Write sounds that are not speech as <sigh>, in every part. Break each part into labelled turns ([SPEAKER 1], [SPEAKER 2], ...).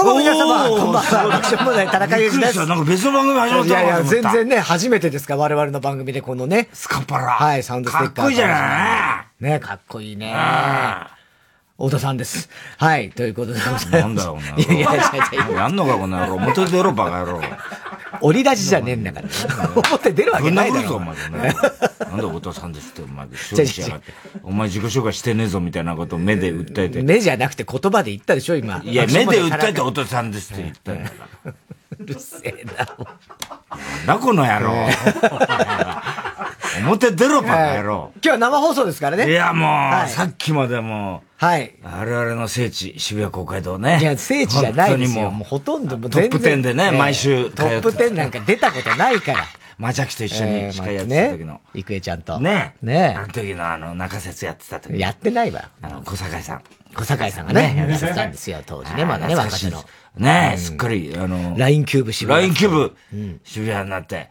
[SPEAKER 1] うも皆様、
[SPEAKER 2] おー
[SPEAKER 1] こんばんは。爆笑問題、田中
[SPEAKER 2] び
[SPEAKER 1] 裕
[SPEAKER 2] っく
[SPEAKER 1] 二
[SPEAKER 2] りし
[SPEAKER 1] です。
[SPEAKER 2] た。なんか別の番組始まっ
[SPEAKER 1] い
[SPEAKER 2] た
[SPEAKER 1] やい
[SPEAKER 2] のか
[SPEAKER 1] や、
[SPEAKER 2] と思っ
[SPEAKER 1] 全
[SPEAKER 2] た。
[SPEAKER 1] 然ね、初めてですから、我々の番組でこのね、
[SPEAKER 2] スカパラ。
[SPEAKER 1] はい、サウンドステッカー。
[SPEAKER 2] かっこいいじゃな
[SPEAKER 1] ね、かっこいいね。
[SPEAKER 2] い
[SPEAKER 1] 太田さんです。はい、ということでございます。
[SPEAKER 2] なんだよ、この野郎
[SPEAKER 1] いやいやいやいや
[SPEAKER 2] やんのか、この野郎。元出ろ、バカ野郎。
[SPEAKER 1] 折り出しじゃねえんだから。表出るわ
[SPEAKER 2] ぶ
[SPEAKER 1] け
[SPEAKER 2] ん
[SPEAKER 1] ない
[SPEAKER 2] 殴
[SPEAKER 1] だ
[SPEAKER 2] るぞ、
[SPEAKER 1] ろ。
[SPEAKER 2] お
[SPEAKER 1] お
[SPEAKER 2] 前
[SPEAKER 1] 前
[SPEAKER 2] この野郎。なんだ、お父さんですって、お
[SPEAKER 1] <laughs>
[SPEAKER 2] 前。勝利しやがって。お前自己紹介してねえぞ、みたいなことを目で訴えて。
[SPEAKER 1] 目じゃなくて言葉で言ったでしょ、今。
[SPEAKER 2] いや、目で訴えてお父さんですって言ったんだから。
[SPEAKER 1] <laughs> うるせえな。
[SPEAKER 2] なんだ、この野郎。 <laughs> 表出ろ、バカ野郎。
[SPEAKER 1] 今日は生放送ですから
[SPEAKER 2] い
[SPEAKER 1] ね。
[SPEAKER 2] や、も
[SPEAKER 1] は
[SPEAKER 2] う、
[SPEAKER 1] い
[SPEAKER 2] さっきまでもう、
[SPEAKER 1] はい。
[SPEAKER 2] 我々の聖地、渋谷公会堂ね。
[SPEAKER 1] いや、聖地じゃないです
[SPEAKER 2] 本当に
[SPEAKER 1] よ。もう
[SPEAKER 2] も
[SPEAKER 1] ほとんどもう
[SPEAKER 2] トップ
[SPEAKER 1] 全然
[SPEAKER 2] 10でね
[SPEAKER 1] ええ
[SPEAKER 2] 毎週通って
[SPEAKER 1] トップ10なんか出たことないから。
[SPEAKER 2] う、マチャキと一緒
[SPEAKER 1] え
[SPEAKER 2] に
[SPEAKER 1] え
[SPEAKER 2] 司会やっ
[SPEAKER 1] まあ
[SPEAKER 2] てた時の
[SPEAKER 1] ね。。郁恵ちゃんと。
[SPEAKER 2] ねえ。
[SPEAKER 1] ね
[SPEAKER 2] あの時のあの、中説やってた時。
[SPEAKER 1] え。やってないわ。
[SPEAKER 2] あの、小堺さん。
[SPEAKER 1] 小堺さんがね、や
[SPEAKER 2] ね
[SPEAKER 1] ってたんですよ、当時ね、
[SPEAKER 2] あー
[SPEAKER 1] まだね、
[SPEAKER 2] 懐
[SPEAKER 1] 若
[SPEAKER 2] かしい
[SPEAKER 1] 手
[SPEAKER 2] で
[SPEAKER 1] の
[SPEAKER 2] す。ねえ、すっかり、あの、
[SPEAKER 1] ラインキューブ渋
[SPEAKER 2] ラ
[SPEAKER 1] 谷
[SPEAKER 2] インキューブ、渋谷になって、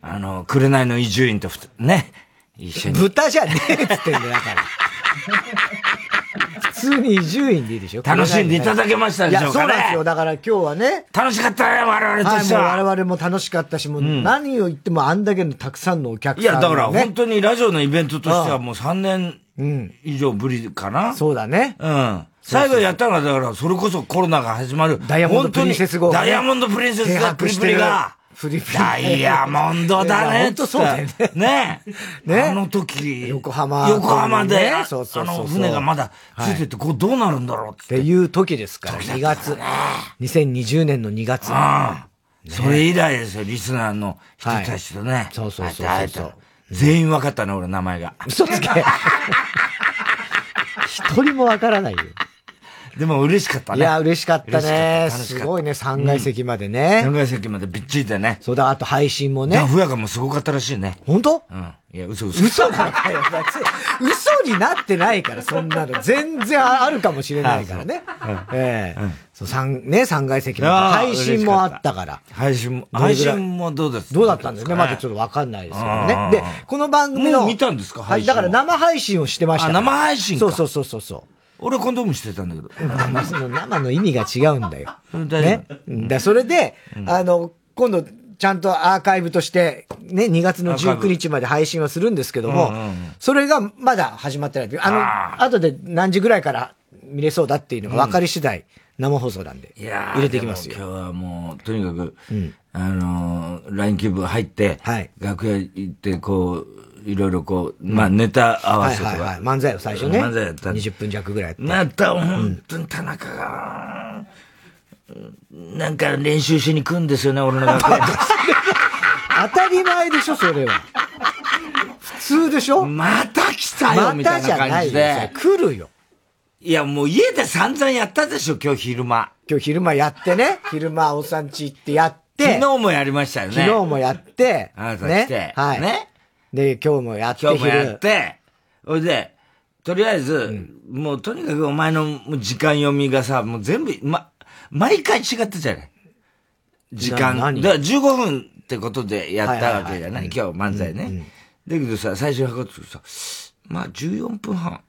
[SPEAKER 2] あの、紅の伊集院とふた、ね、一緒に。
[SPEAKER 1] 豚じゃねえっつってんだよだから。普通に伊集院でいいでしょ
[SPEAKER 2] 楽しんでいただけましたでしょうかね
[SPEAKER 1] いや、そうなんですよ。だから今日はね、
[SPEAKER 2] 楽しかったね、我々
[SPEAKER 1] は
[SPEAKER 2] と
[SPEAKER 1] い、
[SPEAKER 2] して
[SPEAKER 1] もう
[SPEAKER 2] は。
[SPEAKER 1] 我々も楽しかったし、もう何を言ってもあんだけのたくさんのお客
[SPEAKER 2] い
[SPEAKER 1] さん、ね。
[SPEAKER 2] や、だから本
[SPEAKER 1] 当
[SPEAKER 2] 当にラジオのイベントとしてはもう3年以上ぶりかな。
[SPEAKER 1] そうだね。
[SPEAKER 2] うん。最後やったのが、だから、それこそコロナが始まる。
[SPEAKER 1] ダイヤモンドプリンセス
[SPEAKER 2] 本
[SPEAKER 1] 号が
[SPEAKER 2] 当
[SPEAKER 1] ね
[SPEAKER 2] にダイヤモンドプリンセス
[SPEAKER 1] 停
[SPEAKER 2] が、プ
[SPEAKER 1] 泊
[SPEAKER 2] リ
[SPEAKER 1] し
[SPEAKER 2] プ
[SPEAKER 1] てる
[SPEAKER 2] リが。
[SPEAKER 1] プリプリ
[SPEAKER 2] ダイヤモンドだ
[SPEAKER 1] いや
[SPEAKER 2] ね。
[SPEAKER 1] 本当そうだよね
[SPEAKER 2] ね。
[SPEAKER 1] ね
[SPEAKER 2] あの時。
[SPEAKER 1] 横浜
[SPEAKER 2] 横浜で、
[SPEAKER 1] ね
[SPEAKER 2] あ
[SPEAKER 1] そうそうそうそう
[SPEAKER 2] の船がまだついてて、こうどうなるんだろうっ。
[SPEAKER 1] ってていう時ですから、2月。2020年の2月。
[SPEAKER 2] うん。それ以来ですよ、リスナーの人たちとね。
[SPEAKER 1] そうそうそうそう
[SPEAKER 2] あえて会えた全員分かったね、俺名前が。
[SPEAKER 1] 嘘つけ。一人もわからないよ。
[SPEAKER 2] でも嬉しかった
[SPEAKER 1] い
[SPEAKER 2] ね。
[SPEAKER 1] や、嬉しかった
[SPEAKER 2] 嬉しか
[SPEAKER 1] ね。
[SPEAKER 2] った楽しかっ
[SPEAKER 1] す
[SPEAKER 2] た
[SPEAKER 1] ごいね、3階席までね。
[SPEAKER 2] 長い席までびっちりでね。
[SPEAKER 1] そうだ、あと配信も
[SPEAKER 2] ダ
[SPEAKER 1] ね。
[SPEAKER 2] フ屋がもうすごかったらしいね。
[SPEAKER 1] 本当
[SPEAKER 2] うん。いや、嘘嘘。
[SPEAKER 1] 嘘なのかよ。別に嘘になってないから、そんなの。全然あるかもしれないからね。ええ。そう、三、ね、3階席ま
[SPEAKER 2] ああ
[SPEAKER 1] で。配信もあったから。
[SPEAKER 2] 配信も、
[SPEAKER 1] どれ
[SPEAKER 2] 配
[SPEAKER 1] ぐらい
[SPEAKER 2] 信もどうです
[SPEAKER 1] どうだったんですかねまだちょっ
[SPEAKER 2] っ
[SPEAKER 1] とわかんないですけど
[SPEAKER 2] うんうんうん
[SPEAKER 1] ね。で、この番組の。
[SPEAKER 2] もう見たんですか
[SPEAKER 1] は
[SPEAKER 2] 配
[SPEAKER 1] い。
[SPEAKER 2] 信
[SPEAKER 1] だ
[SPEAKER 2] は
[SPEAKER 1] から生配信をしてましたから。
[SPEAKER 2] あ生配信か
[SPEAKER 1] そうそうそうそうそう。
[SPEAKER 2] 俺コンドームしてたんだけど。
[SPEAKER 1] 生の生の意味が違うんだよ。
[SPEAKER 2] うん大丈夫
[SPEAKER 1] ね。うんだそれで、あの、今度、ちゃんとアーカイブとして、ね、2月の
[SPEAKER 2] アーカイブ
[SPEAKER 1] 19日まで配信はするんですけども、
[SPEAKER 2] うんうんうん
[SPEAKER 1] それがまだ始まってない。あの、
[SPEAKER 2] あ
[SPEAKER 1] 後で何時ぐらいから見れそうだっていうのが分かり次第、生放送なんで、
[SPEAKER 2] いやー
[SPEAKER 1] 入れていきます
[SPEAKER 2] で
[SPEAKER 1] よ。
[SPEAKER 2] も今日はもう、とにかく、あのー、ラインキューブ入って、
[SPEAKER 1] はい
[SPEAKER 2] 楽屋行って、こう、いろいろこう、まあ、ネタ合わ
[SPEAKER 1] はい
[SPEAKER 2] せとか。
[SPEAKER 1] はいはい。漫才を最初ね。
[SPEAKER 2] 漫才やった
[SPEAKER 1] 20分弱ぐらいやって。
[SPEAKER 2] また、本当に田中が、うんなんか練習しに来るんですよね、俺の楽屋に。
[SPEAKER 1] <laughs> 当たり前でしょ、それは。普通でしょ、
[SPEAKER 2] また来たよ、
[SPEAKER 1] ま
[SPEAKER 2] みた
[SPEAKER 1] た
[SPEAKER 2] い
[SPEAKER 1] じ
[SPEAKER 2] な
[SPEAKER 1] ゃな
[SPEAKER 2] 感
[SPEAKER 1] い
[SPEAKER 2] じ
[SPEAKER 1] よ。それ
[SPEAKER 2] で。
[SPEAKER 1] 来るよ。
[SPEAKER 2] いや、もう家で散々やったでしょ、今日昼間。
[SPEAKER 1] 今日昼間やってね。昼間、おっさんち行ってやって。
[SPEAKER 2] 昨日もやりましたよね。
[SPEAKER 1] 昨日もやって、
[SPEAKER 2] あなた来て
[SPEAKER 1] はい。
[SPEAKER 2] ね
[SPEAKER 1] で、今日もやって
[SPEAKER 2] 今日も
[SPEAKER 1] 昼
[SPEAKER 2] やって、それで、とりあえず、もうとにかくお前のもう時間読みがさ、もう全部、ま、毎回違ったじゃない。時間。
[SPEAKER 1] な何
[SPEAKER 2] だから15分ってことでやったわけじゃない、
[SPEAKER 1] はいはいはい
[SPEAKER 2] 今日漫才ね。だけどさ、最初に測ってさ、まあ14分半。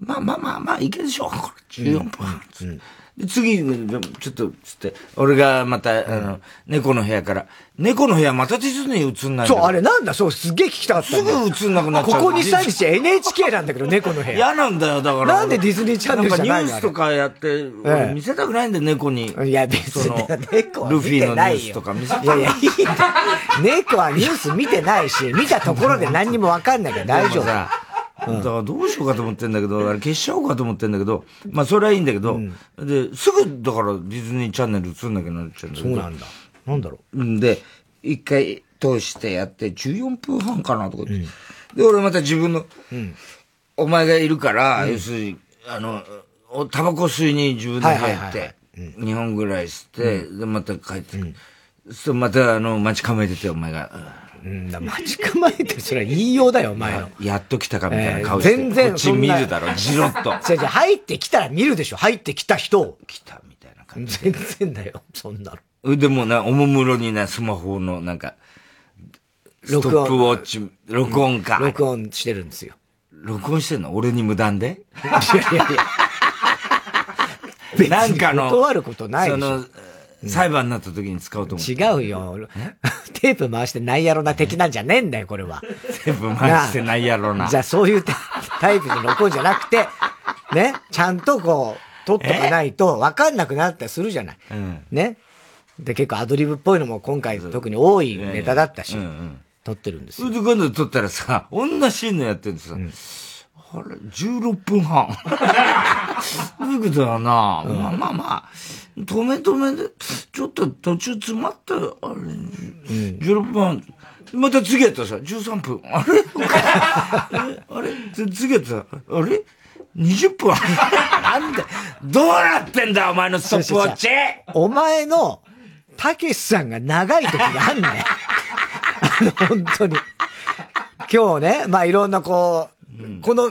[SPEAKER 2] まあまあまあまあ、いけるでしょう。 <laughs> これ14分半、で、次、ちょっと、つって、俺がまた、あの、猫の部屋から、猫の部屋また地図に映んないんだ
[SPEAKER 1] そう、あれなんだ、そう、すげえ聞きたかった
[SPEAKER 2] す
[SPEAKER 1] んだよ。
[SPEAKER 2] ぐ映んなくなっち
[SPEAKER 1] こ
[SPEAKER 2] ゃう。
[SPEAKER 1] こ2、3日 NHK なんだけど、猫の部屋。
[SPEAKER 2] 嫌なんだよ、だから。
[SPEAKER 1] なんでディズニーチャンネルじゃな
[SPEAKER 2] んか
[SPEAKER 1] いの
[SPEAKER 2] ニュースとかやって、俺見せたくないんだよ、猫に。
[SPEAKER 1] いや、別
[SPEAKER 2] その
[SPEAKER 1] に、猫は
[SPEAKER 2] ル
[SPEAKER 1] 見
[SPEAKER 2] フィ
[SPEAKER 1] て
[SPEAKER 2] のニ
[SPEAKER 1] な
[SPEAKER 2] ュー
[SPEAKER 1] い
[SPEAKER 2] ス
[SPEAKER 1] よ。
[SPEAKER 2] とか見せた
[SPEAKER 1] いやいや、いいんだよ猫はニュース見てないし、見たところで何にもわかんないから大丈夫。
[SPEAKER 2] だ。だからどうしようかと思ってんだけど、あれ消しちゃおうかと思ってんだけど、まあそれはいいんだけど、で、すぐだからディズニーチャンネル映んなきゃなっちゃうんだけど。
[SPEAKER 1] そうなんだ。なんだろ
[SPEAKER 2] うんで、一回通してやって、14分半かなとか言って、で、俺また自分の、お前がいるから、要するに、あの、おタバコ吸いに自分で
[SPEAKER 1] は
[SPEAKER 2] 入
[SPEAKER 1] いはい
[SPEAKER 2] っ
[SPEAKER 1] はいは
[SPEAKER 2] て、2本ぐらい吸って、で、また帰ってくる。そうするとまた、あの、待ち構えてて、お前が、
[SPEAKER 1] う。うんだ、待ち構えて、それは言いようだよ、お前の。
[SPEAKER 2] やっと来たかみたいな顔して、
[SPEAKER 1] えー全然
[SPEAKER 2] こっち見るだろ、じろ
[SPEAKER 1] <laughs>
[SPEAKER 2] っと。
[SPEAKER 1] 違う違う、入ってきたら見るでしょ。入ってきた人を。
[SPEAKER 2] 来たみたいな感じ。
[SPEAKER 1] 全然だよ、そんな
[SPEAKER 2] <laughs>
[SPEAKER 1] の。 <laughs>
[SPEAKER 2] でもな、おもむろにな、スマホのなんか、スト
[SPEAKER 1] 録
[SPEAKER 2] ップウ
[SPEAKER 1] 音、
[SPEAKER 2] ォッチ、録音か。
[SPEAKER 1] 録音してるんですよ。
[SPEAKER 2] 録音してんの俺に無断で
[SPEAKER 1] いやいやいや。 <laughs> 別
[SPEAKER 2] なん
[SPEAKER 1] に
[SPEAKER 2] かの、
[SPEAKER 1] 断ることないで
[SPEAKER 2] そ
[SPEAKER 1] しょ
[SPEAKER 2] の、裁判になった時に使おうと思って。
[SPEAKER 1] 違うよ。 <laughs> テープ回してないやろな的なんじゃねえんだよ、こ
[SPEAKER 2] <laughs>
[SPEAKER 1] れは。
[SPEAKER 2] 全部回してないやろうな。
[SPEAKER 1] <laughs> じゃあそういうタタイプの録音じゃな
[SPEAKER 2] <laughs>
[SPEAKER 1] くて、ね、ちゃんとこう、取っとかないと分かんなくなったりするじゃない。
[SPEAKER 2] うん
[SPEAKER 1] ね。で、結構アドリブっぽいのも今回特に多いネタだったし
[SPEAKER 2] うんうん、
[SPEAKER 1] 撮ってるんです
[SPEAKER 2] そ
[SPEAKER 1] よ。
[SPEAKER 2] れで今度撮ったらさ、同じのやってるんですさ、あれ、16分半。どういうことだろうな、まあまあまあ、止め止めで、ちょっと途中詰まって、あれ、16分半。また次やったらさ、13分。あれ <laughs> えあれで次やったら、あれ ?20 分なんで、どうなってんだお前のストップウォッチ
[SPEAKER 1] お前の、たけしさんが長い時があんねん。あの、本当に。今日ね、まあいろんなこう、この、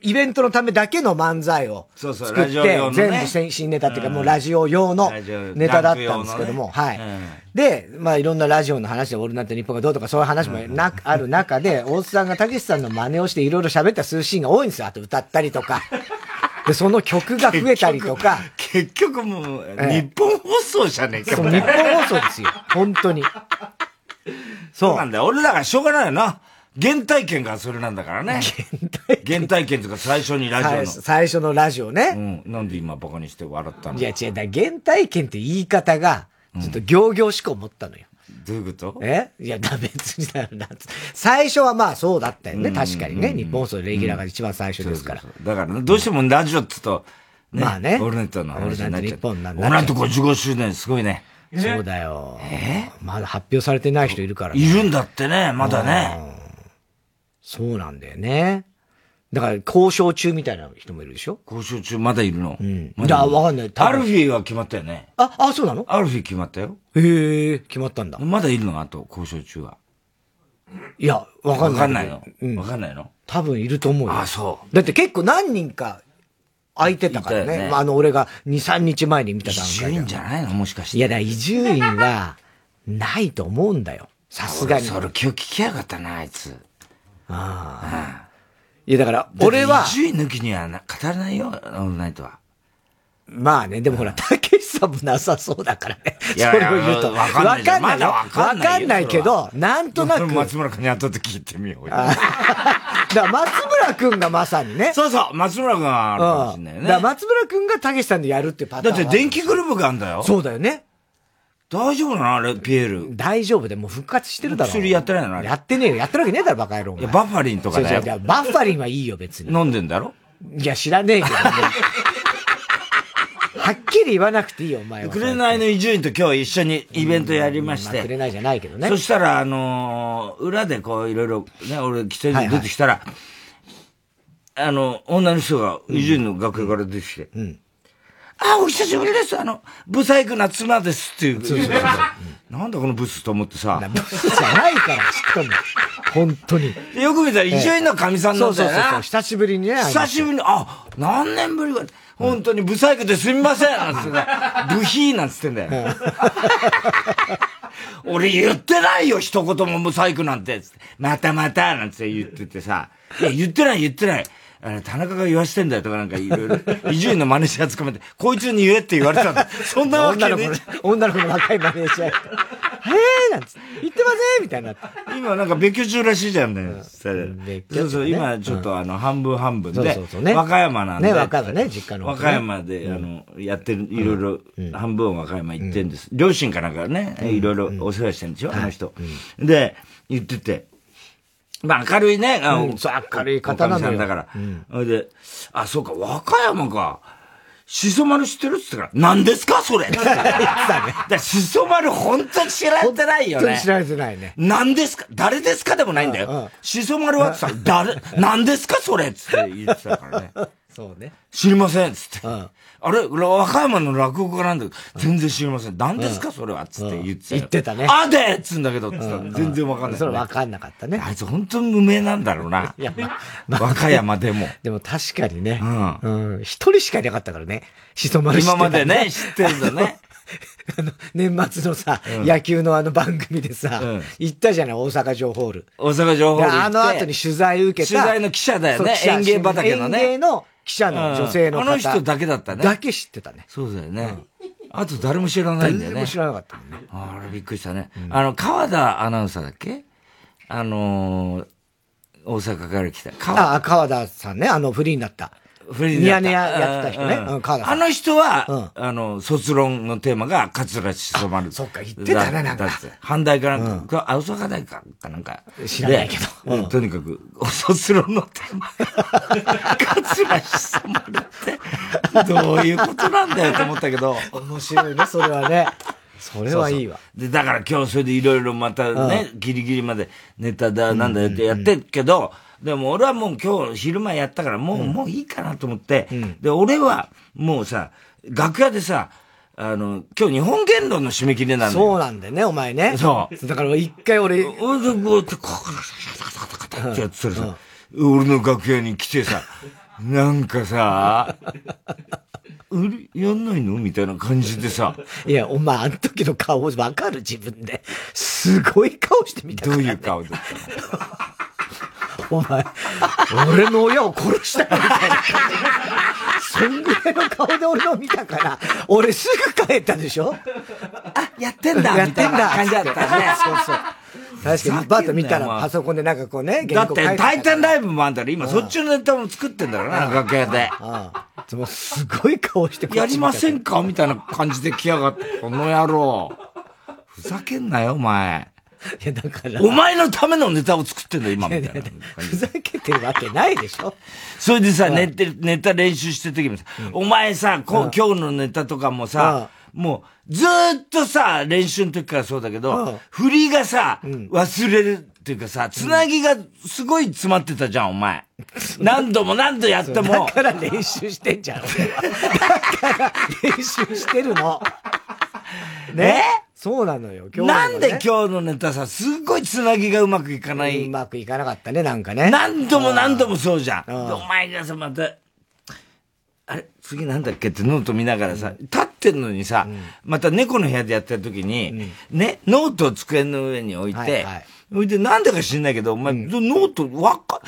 [SPEAKER 1] イベントのためだけの漫才を
[SPEAKER 2] そうそう
[SPEAKER 1] 作
[SPEAKER 2] ラ
[SPEAKER 1] って、
[SPEAKER 2] ジオ用のね
[SPEAKER 1] 全部新新ネタっていうか、もうラジオ用の
[SPEAKER 2] ラジオ
[SPEAKER 1] ネタだったんですけども、
[SPEAKER 2] ラ
[SPEAKER 1] は
[SPEAKER 2] ン
[SPEAKER 1] い
[SPEAKER 2] ク用のねうん。
[SPEAKER 1] で、まあいろんなラジオの話で、オールナイトニッポンがどうとかそういう話もな、ある中で、大津さんがたけしさんの真似をしていろいろ喋ったりするシーンが多いんですよ。あと歌ったり
[SPEAKER 2] <laughs>
[SPEAKER 1] とか。で、その曲が増えたりとか。
[SPEAKER 2] 結局もう、
[SPEAKER 1] ええ
[SPEAKER 2] 日本放送じゃねえか
[SPEAKER 1] そ
[SPEAKER 2] よ
[SPEAKER 1] う、日本放送で
[SPEAKER 2] <laughs>
[SPEAKER 1] すよ。本当に。
[SPEAKER 2] そう
[SPEAKER 1] そ
[SPEAKER 2] なん
[SPEAKER 1] う。
[SPEAKER 2] だよ。俺だからしょうがないよな。原体験がそれなんだからね。原体験とか最初にラジ
[SPEAKER 1] 最
[SPEAKER 2] オの。
[SPEAKER 1] 最初のラジオね。
[SPEAKER 2] うん。なんで今バカにして笑ったの
[SPEAKER 1] いや、違う。だから原体験って言い方が、ちょっと行々しく思ったのよ。
[SPEAKER 2] どういうこと
[SPEAKER 1] えいや、だ、別にだよな。最初はまあそうだったよね。確かにね。日本放送レギュラーが一番最初ですから。
[SPEAKER 2] そうそうそうだからね、どうしてもラジオっつうと、
[SPEAKER 1] まあね
[SPEAKER 2] オールナイトの話になっちゃう。
[SPEAKER 1] オールナイト日本なんだ
[SPEAKER 2] オールナイト55周年すごいね。
[SPEAKER 1] そうだよ。まだ発表されてない人いるからね
[SPEAKER 2] いるんだってね、まだね。
[SPEAKER 1] そうなんだよね。だから交渉中みたいな人もいるでしょ
[SPEAKER 2] 交渉中まだいるの。うん
[SPEAKER 1] いや、わかんない。多
[SPEAKER 2] アル
[SPEAKER 1] 分
[SPEAKER 2] フィーは決まったよね。
[SPEAKER 1] あ、あ、そうなの
[SPEAKER 2] アルフィー決まったよ。
[SPEAKER 1] へえ、決まったんだ。
[SPEAKER 2] まだいるのあと、交渉中は。
[SPEAKER 1] いや、わか
[SPEAKER 2] わ
[SPEAKER 1] んない。
[SPEAKER 2] かんないの。わかんないの。
[SPEAKER 1] 多分いると思うよ。。
[SPEAKER 2] あそう
[SPEAKER 1] だって結構何人か空いてたから
[SPEAKER 2] いたよ
[SPEAKER 1] ね。
[SPEAKER 2] ね
[SPEAKER 1] まあ、あの、俺が2、3日前に見た段
[SPEAKER 2] 一
[SPEAKER 1] 階
[SPEAKER 2] い
[SPEAKER 1] で
[SPEAKER 2] ん。じゃないのもしかして。
[SPEAKER 1] いや、だから伊集院は、ないと思うんだよ。さすがに。
[SPEAKER 2] それ今日聞きやがったな、あいつ。
[SPEAKER 1] いや、だから、俺は、
[SPEAKER 2] 伊集院抜きにはな語れないよ、オールナイトは。
[SPEAKER 1] まあね、でもほら、たけしさんもなさそうだからね。
[SPEAKER 2] いや
[SPEAKER 1] それを言うと。
[SPEAKER 2] いやわかんないじゃん
[SPEAKER 1] わかんない
[SPEAKER 2] ま
[SPEAKER 1] よ。
[SPEAKER 2] だわ
[SPEAKER 1] わ
[SPEAKER 2] かんないよ
[SPEAKER 1] かんないけど、なんとなく。だか
[SPEAKER 2] 松村君に後で聞いてみようよ。
[SPEAKER 1] ら松村くんがまさにね。
[SPEAKER 2] そうそう、松村君はあるかもし
[SPEAKER 1] うんん。
[SPEAKER 2] な
[SPEAKER 1] だ
[SPEAKER 2] いよね。
[SPEAKER 1] から松村くんがたけしさんでやるっていうパタ
[SPEAKER 2] だ
[SPEAKER 1] ーン
[SPEAKER 2] っ
[SPEAKER 1] はあ
[SPEAKER 2] て
[SPEAKER 1] る。
[SPEAKER 2] 電気グループがあんだよ。
[SPEAKER 1] そうだよね。
[SPEAKER 2] 大丈夫なのあれ、ピエール。
[SPEAKER 1] 大丈夫でもう復活してるだろ。
[SPEAKER 2] 薬やってないのあれ
[SPEAKER 1] やってねえよ。やってるわけねえだろ、バカ野郎。
[SPEAKER 2] いや、バファリンとか
[SPEAKER 1] 違う
[SPEAKER 2] だ
[SPEAKER 1] 違う違
[SPEAKER 2] よ。
[SPEAKER 1] うバッファリンはいいよ、別に。
[SPEAKER 2] 飲んでんだろ
[SPEAKER 1] いや、知らねえけど。はっきり言わなくていいよ、お前は。
[SPEAKER 2] くれないの伊集院と今日一緒にイベントやりまし
[SPEAKER 1] まあ、くれ
[SPEAKER 2] て。
[SPEAKER 1] ないじゃないけどね
[SPEAKER 2] そ。したら、あのー、裏でこう、いろいろ、ね、俺、喫煙所出てきたら、あの、女の人が、伊集院の楽屋から出てきて、あ、お久しぶりです。あの、ブサイクな妻ですっていう。 <laughs> なんだこのブスと思ってさ。
[SPEAKER 1] ブスじゃないから、知っとんの。本当に。
[SPEAKER 2] でよく見たら、伊集院の神さん
[SPEAKER 1] そ
[SPEAKER 2] なん
[SPEAKER 1] うそ
[SPEAKER 2] だ
[SPEAKER 1] う
[SPEAKER 2] よ
[SPEAKER 1] そうそう。
[SPEAKER 2] な。
[SPEAKER 1] 久しぶりにね。
[SPEAKER 2] 久しぶりに、あ、何年ぶりか。本当にブサイクですみませんなんつって
[SPEAKER 1] <laughs>
[SPEAKER 2] ね、ブヒーなんつってんだよ。俺言ってないよ、一言もブサイクなんて。つってまたまたなんつって言っててさ。いや、言ってない言ってない。あの、田中が言わしてんだよとかなんかいろいろ、伊集院のマネージャー捕まえて、こいつに言えって言われたん
[SPEAKER 1] <laughs>
[SPEAKER 2] だ。そんなわけ
[SPEAKER 1] 女の子
[SPEAKER 2] ね
[SPEAKER 1] の、女の子の
[SPEAKER 2] <laughs>
[SPEAKER 1] 若いマネージャーが。へえなんつって、言ってませんみたいになって。
[SPEAKER 2] 今なんか別居中らしいじゃんね。
[SPEAKER 1] 別居中ね
[SPEAKER 2] そうそう、今ちょっとあの、半分半分
[SPEAKER 1] そう
[SPEAKER 2] で
[SPEAKER 1] そうそう、ね
[SPEAKER 2] 和歌山なんで。
[SPEAKER 1] ね和歌山ね実家の方ね
[SPEAKER 2] 和歌山で、あの、やってる、いろいろ、半分和歌山行ってんです。両親かなんかね、いろいろお世話してるんでしょ、あの人。で、言ってて。まあ明るいね、あ
[SPEAKER 1] うんそう明るい方なのよ
[SPEAKER 2] おかみさんだから。それで、あ、そうか、和歌山か。しそ丸知ってるって言ったから、何ですかそれって言って
[SPEAKER 1] <laughs> 言ってたね。
[SPEAKER 2] だからしそ丸本当に知られてないよ
[SPEAKER 1] 本当
[SPEAKER 2] ね
[SPEAKER 1] に。知られてないね。
[SPEAKER 2] 何ですか誰ですかでもないんだ
[SPEAKER 1] うんうん
[SPEAKER 2] よ。しそ丸はってさ、誰、何ですかそれっつって言ってたからね。
[SPEAKER 1] そうね。
[SPEAKER 2] 知りませんっつって。
[SPEAKER 1] うん
[SPEAKER 2] あれ和歌山の落語家なんだけど、全然知りません。何ですかそれはっつって言ってたよ
[SPEAKER 1] 言ってたね
[SPEAKER 2] あでっつうんだけどっつったら全然わかんない
[SPEAKER 1] そ
[SPEAKER 2] よ
[SPEAKER 1] れ
[SPEAKER 2] ね。
[SPEAKER 1] 分かんなかったね。
[SPEAKER 2] あいつ本当に無名なんだろうな。
[SPEAKER 1] いや、まあ、まあ
[SPEAKER 2] 和歌山でも。
[SPEAKER 1] でも確かにね。
[SPEAKER 2] う
[SPEAKER 1] うん。一人しかいなかったからね。しそ丸知って
[SPEAKER 2] 今ま
[SPEAKER 1] たの
[SPEAKER 2] でね、。知ってるんだ
[SPEAKER 1] <laughs>
[SPEAKER 2] ね。
[SPEAKER 1] あの、年末のさ、野球のあの番組でさ、
[SPEAKER 2] うん
[SPEAKER 1] 行ったじゃない、大阪城ホール。
[SPEAKER 2] 大阪情報
[SPEAKER 1] で、
[SPEAKER 2] 部行って
[SPEAKER 1] あの後に取材受けた。
[SPEAKER 2] 取材の記者だよね
[SPEAKER 1] そう記者
[SPEAKER 2] 園芸畑のね
[SPEAKER 1] 園芸の記者の女性の
[SPEAKER 2] あ
[SPEAKER 1] 方。
[SPEAKER 2] の人だけだったね。
[SPEAKER 1] だけ知ってたね。
[SPEAKER 2] そうだよね。あと誰も知らないんだよね。
[SPEAKER 1] 誰も知らなかったもんね。
[SPEAKER 2] あれびっくりしたね。あの、川田アナウンサーだっけあのー、大阪から来た。川
[SPEAKER 1] ああ、川田さんね、あの、フリーになった。
[SPEAKER 2] フレディだった
[SPEAKER 1] ミヤネ屋やってた人ね
[SPEAKER 2] うん
[SPEAKER 1] うん川田さん
[SPEAKER 2] あの人は、あの、卒論のテーマが、桂しそまる。
[SPEAKER 1] そっか言ってたね
[SPEAKER 2] だ
[SPEAKER 1] なんか
[SPEAKER 2] だって阪大かなんか、あ、大阪大か、かなんか。
[SPEAKER 1] 知らないけど
[SPEAKER 2] でとにかく、卒論のテーマが、桂しそまるって、どういうことなんだよと思ったけど。
[SPEAKER 1] 面白いね、それはね。それはいいわ。
[SPEAKER 2] で、だから今日それでいろいろまたね、ギリギリまでネタだ、なんだよってやってるけど、でも俺はもう今日昼前やったからもう、もういいかなと思って、で、俺はもうさ、楽屋でさ、あの、今日日本言論の締め切りなのよ。
[SPEAKER 1] そうなんだよね、お前ね。。
[SPEAKER 2] そう
[SPEAKER 1] だから一回俺、
[SPEAKER 2] 俺でこうやって、こう、ってやってたらさ、俺の楽屋に来て
[SPEAKER 1] <laughs>
[SPEAKER 2] さ、なんかさ、売りやんないのみたいな感じでさ、
[SPEAKER 1] いや、お前、あの時の顔、わかる自分で。すごい顔してみたか
[SPEAKER 2] ど
[SPEAKER 1] ら
[SPEAKER 2] う
[SPEAKER 1] ね
[SPEAKER 2] いう顔だったの
[SPEAKER 1] お前、俺の親を殺したよみたいな感じ。そんぐらいの顔で俺の見たから、俺すぐ帰ったでしょ
[SPEAKER 2] あ、やってんだ
[SPEAKER 1] やって
[SPEAKER 2] みた
[SPEAKER 1] んだ
[SPEAKER 2] いな感じだったね。
[SPEAKER 1] そうそう。確かに、バッと見たらパソコンでなんかこうね、
[SPEAKER 2] だって、タイタン
[SPEAKER 1] だ
[SPEAKER 2] ライブもあんたら、今、そっちのネタも作ってんだからな、楽屋で。
[SPEAKER 1] ああ。もうすごい顔して
[SPEAKER 2] やりませ
[SPEAKER 1] ん。
[SPEAKER 2] んかみたいな感じで来やがって、この野郎。ふざけんなよ、お前。
[SPEAKER 1] いや、だから。
[SPEAKER 2] お前のためのネタを作ってんだよ、今、みたいな感
[SPEAKER 1] <laughs> ふ
[SPEAKER 2] じ。
[SPEAKER 1] ざけてるわけないでしょ
[SPEAKER 2] <laughs> それでさ、ネタネタ練習してる時もさ、お前さ、こう今日のネタとかもさ、もう、ずーっとさ、練習の時からそうだけ
[SPEAKER 1] うん
[SPEAKER 2] ど、振りがさ、忘れるっていうかさ、つなぎがすごい詰まってたじゃん、お前。何度も何度やって
[SPEAKER 1] <laughs> だ
[SPEAKER 2] も。
[SPEAKER 1] から練習してん
[SPEAKER 2] <laughs>
[SPEAKER 1] じゃん。俺だから練習してるの。
[SPEAKER 2] <laughs>
[SPEAKER 1] ねそうなのよ。今日
[SPEAKER 2] なんで
[SPEAKER 1] 日
[SPEAKER 2] 今日のネタさ、すごいつなぎがうまくいかな
[SPEAKER 1] う
[SPEAKER 2] い。
[SPEAKER 1] まくいかなかったね、なんかね。
[SPEAKER 2] 何度も何度もそうじゃん。で
[SPEAKER 1] うん
[SPEAKER 2] お前がさ、また、あれ次なんだっけってノート見ながらさ、立ってんのにさ、また猫の部屋でやってる時に、ね、ノートを机の上に置い
[SPEAKER 1] は
[SPEAKER 2] て
[SPEAKER 1] いはい、
[SPEAKER 2] それでなんでか知んないけど、お前、ノート、わか、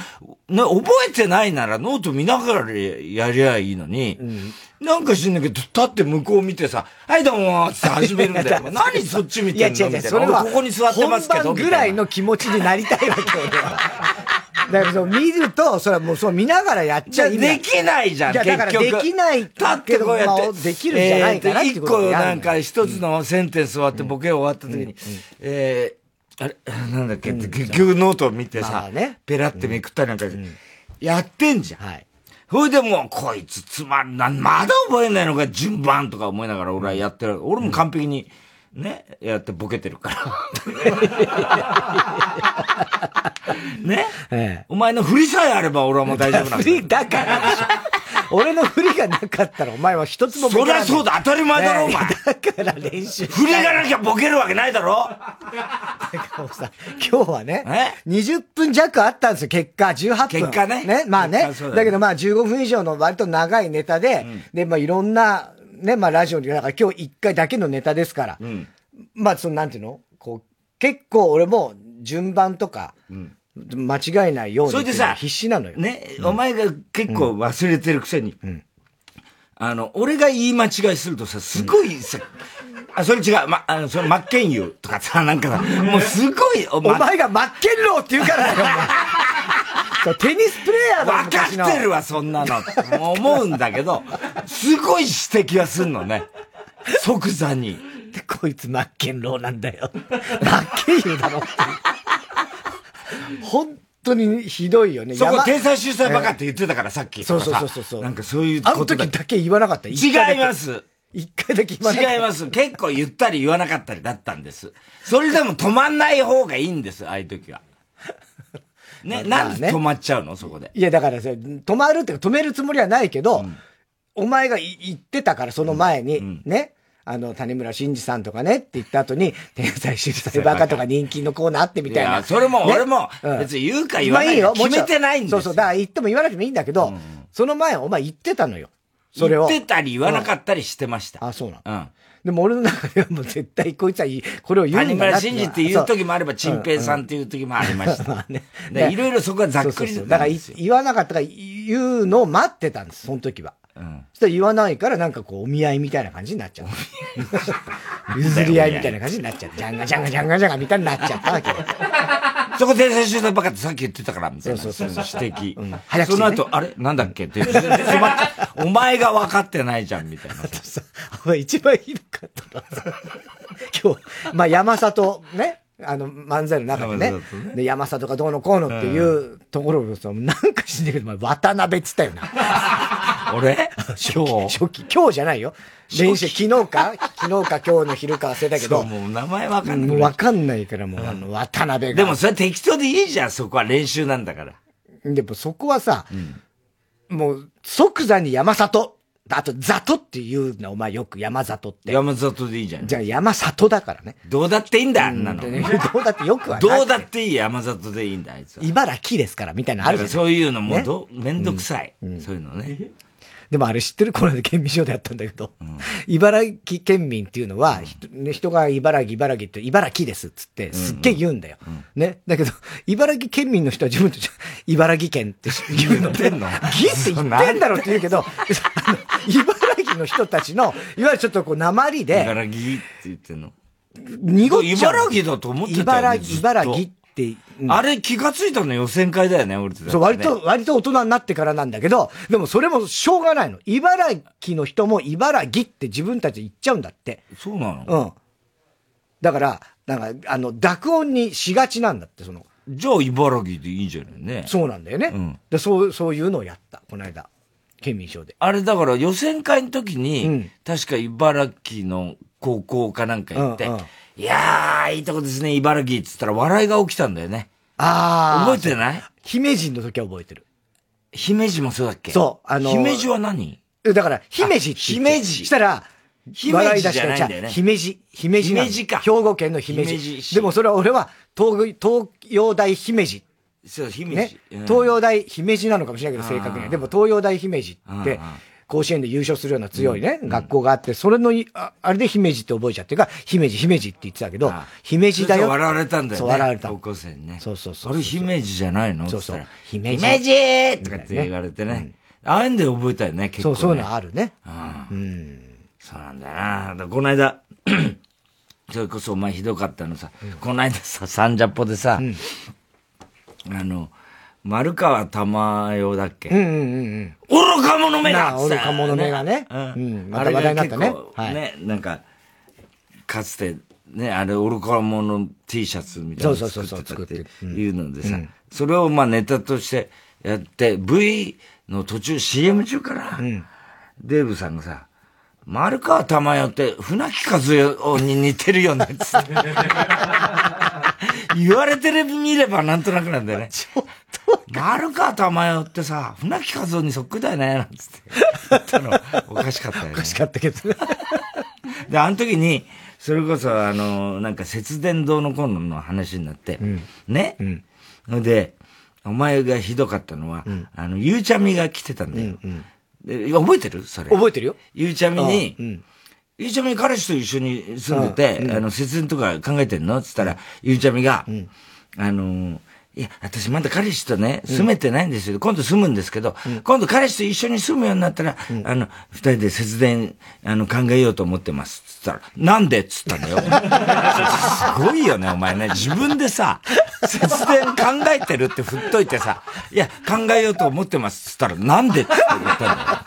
[SPEAKER 2] ね、覚えてないならノート見ながらやりゃいいのに、なんか知んないけど、立って向こう見てさ、はいどうもーって始めるん <laughs> だよ。
[SPEAKER 1] <laughs>
[SPEAKER 2] お前何そっち見
[SPEAKER 1] いや
[SPEAKER 2] て
[SPEAKER 1] 違
[SPEAKER 2] ん
[SPEAKER 1] う
[SPEAKER 2] のみ
[SPEAKER 1] 違
[SPEAKER 2] た
[SPEAKER 1] う、
[SPEAKER 2] いな。
[SPEAKER 1] それは、
[SPEAKER 2] 俺ここに座ってますけど。
[SPEAKER 1] 本番ぐら
[SPEAKER 2] み
[SPEAKER 1] い
[SPEAKER 2] たな
[SPEAKER 1] の気持ちになりたいわけ、俺は。だからそう見ると、それはもうそう見ながらやっち
[SPEAKER 2] じ
[SPEAKER 1] ゃ
[SPEAKER 2] ゃ
[SPEAKER 1] 意
[SPEAKER 2] で
[SPEAKER 1] 味ない
[SPEAKER 2] きないじゃん、
[SPEAKER 1] いや
[SPEAKER 2] 結
[SPEAKER 1] だから
[SPEAKER 2] 局。
[SPEAKER 1] できない
[SPEAKER 2] 立ってこうやっ
[SPEAKER 1] けどま
[SPEAKER 2] て。
[SPEAKER 1] あできるじゃないかな
[SPEAKER 2] えー
[SPEAKER 1] って
[SPEAKER 2] 一
[SPEAKER 1] こと
[SPEAKER 2] 個
[SPEAKER 1] をやるのよ
[SPEAKER 2] なんか一つのセンテンス終わってボケ終わった時に、えー、あれ、なんだっけって結局ノートを見て
[SPEAKER 1] ま
[SPEAKER 2] さ
[SPEAKER 1] あね、
[SPEAKER 2] ペラってめくったりなんかでやってんじゃん。
[SPEAKER 1] はい。
[SPEAKER 2] ほいでもう、こいつつまんな、まだ覚えないのか、順番とか思いながら俺はやってる。俺も完璧に、ね、やってボケてる
[SPEAKER 1] <laughs>
[SPEAKER 2] から。ね、
[SPEAKER 1] ええ
[SPEAKER 2] お前の振りさえあれば俺はもう大丈夫なんだ
[SPEAKER 1] 振りだからでしょ。俺の振りがなかったら、お前は一つも
[SPEAKER 2] そりゃそうだ、当たり前だろ、お
[SPEAKER 1] ね
[SPEAKER 2] 前。
[SPEAKER 1] だから練習
[SPEAKER 2] 振りがなきゃボケるわけないだろ。
[SPEAKER 1] もうさ、今日はね、
[SPEAKER 2] え
[SPEAKER 1] 20分弱あったんですよ、結果、18分。
[SPEAKER 2] 結果ね
[SPEAKER 1] まあね。
[SPEAKER 2] 結
[SPEAKER 1] だ
[SPEAKER 2] 果そうだね
[SPEAKER 1] けどまあ15分以上の割と長いネタで、で、まあいろんな、ね、まあラジオに、だから今日1回だけのネタですから、まあそのなんていうのこう、結構俺も順番とか、間違えないように。
[SPEAKER 2] それでさ
[SPEAKER 1] 必死なのよ。
[SPEAKER 2] ね、お前が結構忘れてるくせに。あの、俺が言い間違いするとさ、すごいさ、あ、それ違う、ま、あの、それ、真剣佑とかさ、 <laughs> なんかさ、もうすごい、お
[SPEAKER 1] お
[SPEAKER 2] 前、
[SPEAKER 1] 前がマッケンローって言うからだよ、
[SPEAKER 2] <laughs>
[SPEAKER 1] お前そうテニスプレーヤーだ
[SPEAKER 2] 分かってるわ、そんなの、って思うんだけど、すごい指摘がすんのね。即座に。
[SPEAKER 1] で、こいつマッケンローなんだよ。マッケンユーだろって。本当にひどいよね。
[SPEAKER 2] そこ、
[SPEAKER 1] 山
[SPEAKER 2] 天才秀才バカって言ってたから、さっき。
[SPEAKER 1] そうそうそうそうそう。
[SPEAKER 2] なんかそういう
[SPEAKER 1] あ
[SPEAKER 2] こ
[SPEAKER 1] の
[SPEAKER 2] とだ
[SPEAKER 1] 時だけ言わなかった。一回
[SPEAKER 2] 違
[SPEAKER 1] だ
[SPEAKER 2] い
[SPEAKER 1] け
[SPEAKER 2] ま。す。
[SPEAKER 1] 一回だけ言わなかった。
[SPEAKER 2] 違います。結構言ったり言わなかったりだったんです。それでも止まんない方がいいんです、ああいう時
[SPEAKER 1] <laughs>
[SPEAKER 2] は。ね、
[SPEAKER 1] まあ
[SPEAKER 2] なん
[SPEAKER 1] ね
[SPEAKER 2] で止まっちゃうのそこで。
[SPEAKER 1] いや、だからさ、止まるっていうか止めるつもりはないけど、お前がい言ってたから、その前に、ね。あの、谷村新司さんとかねって言った後に、天才秀才バカとか人気のコーナーあってみ
[SPEAKER 2] い
[SPEAKER 1] たいな。
[SPEAKER 2] や、それも
[SPEAKER 1] ね
[SPEAKER 2] 俺も
[SPEAKER 1] うん
[SPEAKER 2] 別に言うか言わない
[SPEAKER 1] まあ
[SPEAKER 2] か
[SPEAKER 1] いいよ
[SPEAKER 2] 決めてないんです
[SPEAKER 1] そ
[SPEAKER 2] よ。
[SPEAKER 1] うそう、だから言っても言わなくてもいいんだけど、その前お前言ってたのよ。それを。
[SPEAKER 2] 言ってたり言わなかったりしてました。
[SPEAKER 1] あ、そうなの。
[SPEAKER 2] うん。
[SPEAKER 1] でも俺の中ではもう絶対こいつはいいこれを言う
[SPEAKER 2] 谷
[SPEAKER 1] んだ
[SPEAKER 2] 村
[SPEAKER 1] なっていう
[SPEAKER 2] 新司
[SPEAKER 1] のは
[SPEAKER 2] って言う時もあれば、
[SPEAKER 1] そう
[SPEAKER 2] 陳平さんっていう時もありました。
[SPEAKER 1] <laughs> まあね
[SPEAKER 2] だからいろいろそこはざっくり
[SPEAKER 1] そうそうそう
[SPEAKER 2] な
[SPEAKER 1] だから
[SPEAKER 2] んで
[SPEAKER 1] い
[SPEAKER 2] すよ
[SPEAKER 1] 言わなかったから言うのを待ってたんです、その時は。
[SPEAKER 2] うん
[SPEAKER 1] そしたら言わないからなんかこうお見合いみたいな感じになっちゃった。譲り合いみたいな感じになっちゃった。ジャンガジャンガジャンガジャンガみたいになっちゃったわけ。
[SPEAKER 2] そこ訂正集団ばかってさっき言ってたから、みたいな。
[SPEAKER 1] そうそうそう
[SPEAKER 2] その指摘。
[SPEAKER 1] 早口
[SPEAKER 2] そ
[SPEAKER 1] で
[SPEAKER 2] の
[SPEAKER 1] ね
[SPEAKER 2] 後、あれなんだっけ <laughs> って言って詰まっちゃうお前が分かってないじゃん、みたいな。
[SPEAKER 1] さお前一番ひどかったのは今日、まあ山里ね、あの漫才の中でね
[SPEAKER 2] 山里、
[SPEAKER 1] で山里がどうのこうのっていうところをさ、なんか死んでるけど、お前渡辺っつったよな。
[SPEAKER 2] <laughs> 俺今日
[SPEAKER 1] 初期、今日じゃないよ。練習、昨日か昨日か今日の昼か忘れたけ
[SPEAKER 2] そ
[SPEAKER 1] ど
[SPEAKER 2] う、もう名前分かん
[SPEAKER 1] もう
[SPEAKER 2] ない
[SPEAKER 1] わ。かんないからもう、あの、渡辺が。
[SPEAKER 2] でも、それ適当でいいじゃん、そこは練習なんだから。
[SPEAKER 1] でもそこはさ、もう、即座に山里。あと、里って言うな、お前よく山里って。
[SPEAKER 2] 山里でいいじゃん
[SPEAKER 1] じ。ゃあ山里だからね。
[SPEAKER 2] どうだっていいんだ、あんなの。
[SPEAKER 1] でねどうだってよくはない。
[SPEAKER 2] どうだっていい、山里でいいんだ、あいつは。
[SPEAKER 1] 茨城ですから、みたいなのあるじゃ
[SPEAKER 2] だ
[SPEAKER 1] ん。
[SPEAKER 2] からそういうのもど、めんどくさい。そういうのね。
[SPEAKER 1] でもあれ知ってるこの間県民賞でやったんだけど、茨城県民っていうのは、ひとね人が茨城、茨城って、茨城ですっつって、すっげえ言うんだよ。ね。だけど、茨城県民の人は自分たち、 <laughs> 茨城県って言う
[SPEAKER 2] 言
[SPEAKER 1] ので、
[SPEAKER 2] ってんの
[SPEAKER 1] ギって言ってんだろって言うけど、あの茨城の人たちの、いわゆるちょっとこう、鉛で、
[SPEAKER 2] 茨城って言ってんの。
[SPEAKER 1] 濁っちゃう。
[SPEAKER 2] 茨城だと思ってたよね
[SPEAKER 1] 茨
[SPEAKER 2] ず
[SPEAKER 1] 城、
[SPEAKER 2] っと
[SPEAKER 1] 茨城って、うん
[SPEAKER 2] あれ気がついたの予選会だよね、俺たちね
[SPEAKER 1] そう、割と、割と大人になってからなんだけど、でもそれもしょうがないの。茨城の人も茨城って自分たちで言っちゃうんだって。
[SPEAKER 2] そうなの、
[SPEAKER 1] うん。だから、なんか、あの、濁音にしがちなんだって、その、
[SPEAKER 2] じゃあ茨城でいいんじゃないね。
[SPEAKER 1] そうなんだよね。
[SPEAKER 2] うん
[SPEAKER 1] で、そう、そういうのをやった、この間。県民賞で。
[SPEAKER 2] あれだから予選会の時に、
[SPEAKER 1] うん
[SPEAKER 2] 確か茨城の高校かなんか行って、
[SPEAKER 1] うんうん
[SPEAKER 2] いやー、いいとこですね、茨城って言ったら笑いが起きたんだよね。
[SPEAKER 1] あ
[SPEAKER 2] 覚えて
[SPEAKER 1] る
[SPEAKER 2] ない
[SPEAKER 1] 姫路の時は覚えてる。
[SPEAKER 2] 姫路もそうだっけ
[SPEAKER 1] そうあのー
[SPEAKER 2] 姫路は何
[SPEAKER 1] えだから、姫路って言って
[SPEAKER 2] あ姫路
[SPEAKER 1] したら、
[SPEAKER 2] 姫路
[SPEAKER 1] 笑い出したら
[SPEAKER 2] じゃないんだよね
[SPEAKER 1] じゃあ姫路。姫路なの。
[SPEAKER 2] 姫路か
[SPEAKER 1] 兵庫県の姫路。
[SPEAKER 2] 姫路市
[SPEAKER 1] でもそれは俺は、東、東洋大姫路
[SPEAKER 2] そう、姫
[SPEAKER 1] ね
[SPEAKER 2] 路。、うん
[SPEAKER 1] 東洋大姫路なのかもしれないけど、正確には。でも東洋大姫路っ
[SPEAKER 2] うん
[SPEAKER 1] て、甲子園で優勝するような強いね、学校があって、それのい、ああれで姫路って覚えちゃってるから、姫路、姫路って言ってたけど
[SPEAKER 2] あ、
[SPEAKER 1] 姫路
[SPEAKER 2] そ
[SPEAKER 1] だ
[SPEAKER 2] れ
[SPEAKER 1] よ。
[SPEAKER 2] と笑われたんだよね。
[SPEAKER 1] そう、笑われた
[SPEAKER 2] 高。校生にね。
[SPEAKER 1] そうそうそう
[SPEAKER 2] あれ姫路じゃないの
[SPEAKER 1] そうそう
[SPEAKER 2] って言
[SPEAKER 1] 姫
[SPEAKER 2] っ
[SPEAKER 1] 路
[SPEAKER 2] たら姫路とかって言われてね。ああいうんで覚えたよね、結構、
[SPEAKER 1] そう、
[SPEAKER 2] ね。
[SPEAKER 1] そういうのあるね。
[SPEAKER 2] そうなんだよな。だからこの間、 <clears throat> それこそお前ひどかったのさ、この間さ、サンジャポでさ、あの、丸川玉代だっけ、
[SPEAKER 1] うんうんうんうん。
[SPEAKER 2] 愚か者めが
[SPEAKER 1] なあ愚か者めがねうんまた話題になったね
[SPEAKER 2] あれが結構
[SPEAKER 1] はい
[SPEAKER 2] ね、なんか、かつて、ね、あれ、愚か者 T シャツみたいなの
[SPEAKER 1] そうそうそう
[SPEAKER 2] 作ってたっ
[SPEAKER 1] 作ってて
[SPEAKER 2] いうのでさ、それをまあネタとしてやって、V の途中、CM 中から、デーブさんがさ、丸川珠代って船木和代に似てるよね、つ
[SPEAKER 1] <laughs>
[SPEAKER 2] って。言われてる見ればなんとなくなんだよね。ちょっと。丸川珠代ってさ、船木和夫にそっくりだよね、なんつって言ったの。おかしかったよね。
[SPEAKER 1] おかしかったけどね。
[SPEAKER 2] で、あの時に、それこそ、あの、なんか節電堂の今度の話になって、ね。で、お前がひどかったのは、あの、ゆうちゃみが来てたんだよ。で覚えてるそれ。
[SPEAKER 1] 覚えてるよ。
[SPEAKER 2] ゆうちゃみに、
[SPEAKER 1] うん
[SPEAKER 2] ゆうちゃみ彼氏と一緒に住んでて、あの、節電とか考えてんのっつったら、ゆうちゃみが、あのー、いや、私まだ彼氏とね、住めてないんですよ。今度住むんですけど、今度彼氏と一緒に住むようになったら、あの、二人で節電、あの、考えようと思ってます。つったら、なんでっつったんだよ。すごいよね、お前ね。自分でさ、節電考えてるって振っといてさ、いや、考えようと思ってます。つったら、なんでっつって言ったんだよ。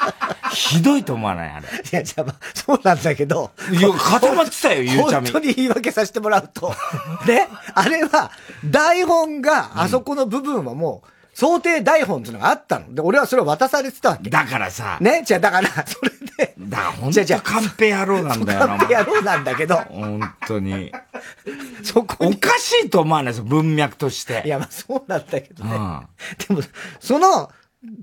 [SPEAKER 2] ひどいと思わないあれ。
[SPEAKER 1] いや、じゃあまあ、そうなんだけど、
[SPEAKER 2] いや、固まってたよ、ゆうちゃ
[SPEAKER 1] 本
[SPEAKER 2] み。
[SPEAKER 1] 当に言い訳させてもらう
[SPEAKER 2] <laughs>
[SPEAKER 1] と、ね、あれは、台本が、あそこの部分はもう、想定台本っていうのがあったの。で、俺はそれを渡されてたわけ。
[SPEAKER 2] だからさ、
[SPEAKER 1] ね、じゃあだから、それで、
[SPEAKER 2] だから本
[SPEAKER 1] じ
[SPEAKER 2] 当
[SPEAKER 1] ゃあじゃ
[SPEAKER 2] に
[SPEAKER 1] あ
[SPEAKER 2] カンペ野郎なんだよな、
[SPEAKER 1] カンペ野郎なんだけど、
[SPEAKER 2] お前本当に。
[SPEAKER 1] <laughs> そこ
[SPEAKER 2] お
[SPEAKER 1] に、
[SPEAKER 2] かしいと思わないですよ、文脈として。
[SPEAKER 1] いや、まあそうなんだけどね。
[SPEAKER 2] うん
[SPEAKER 1] でも、その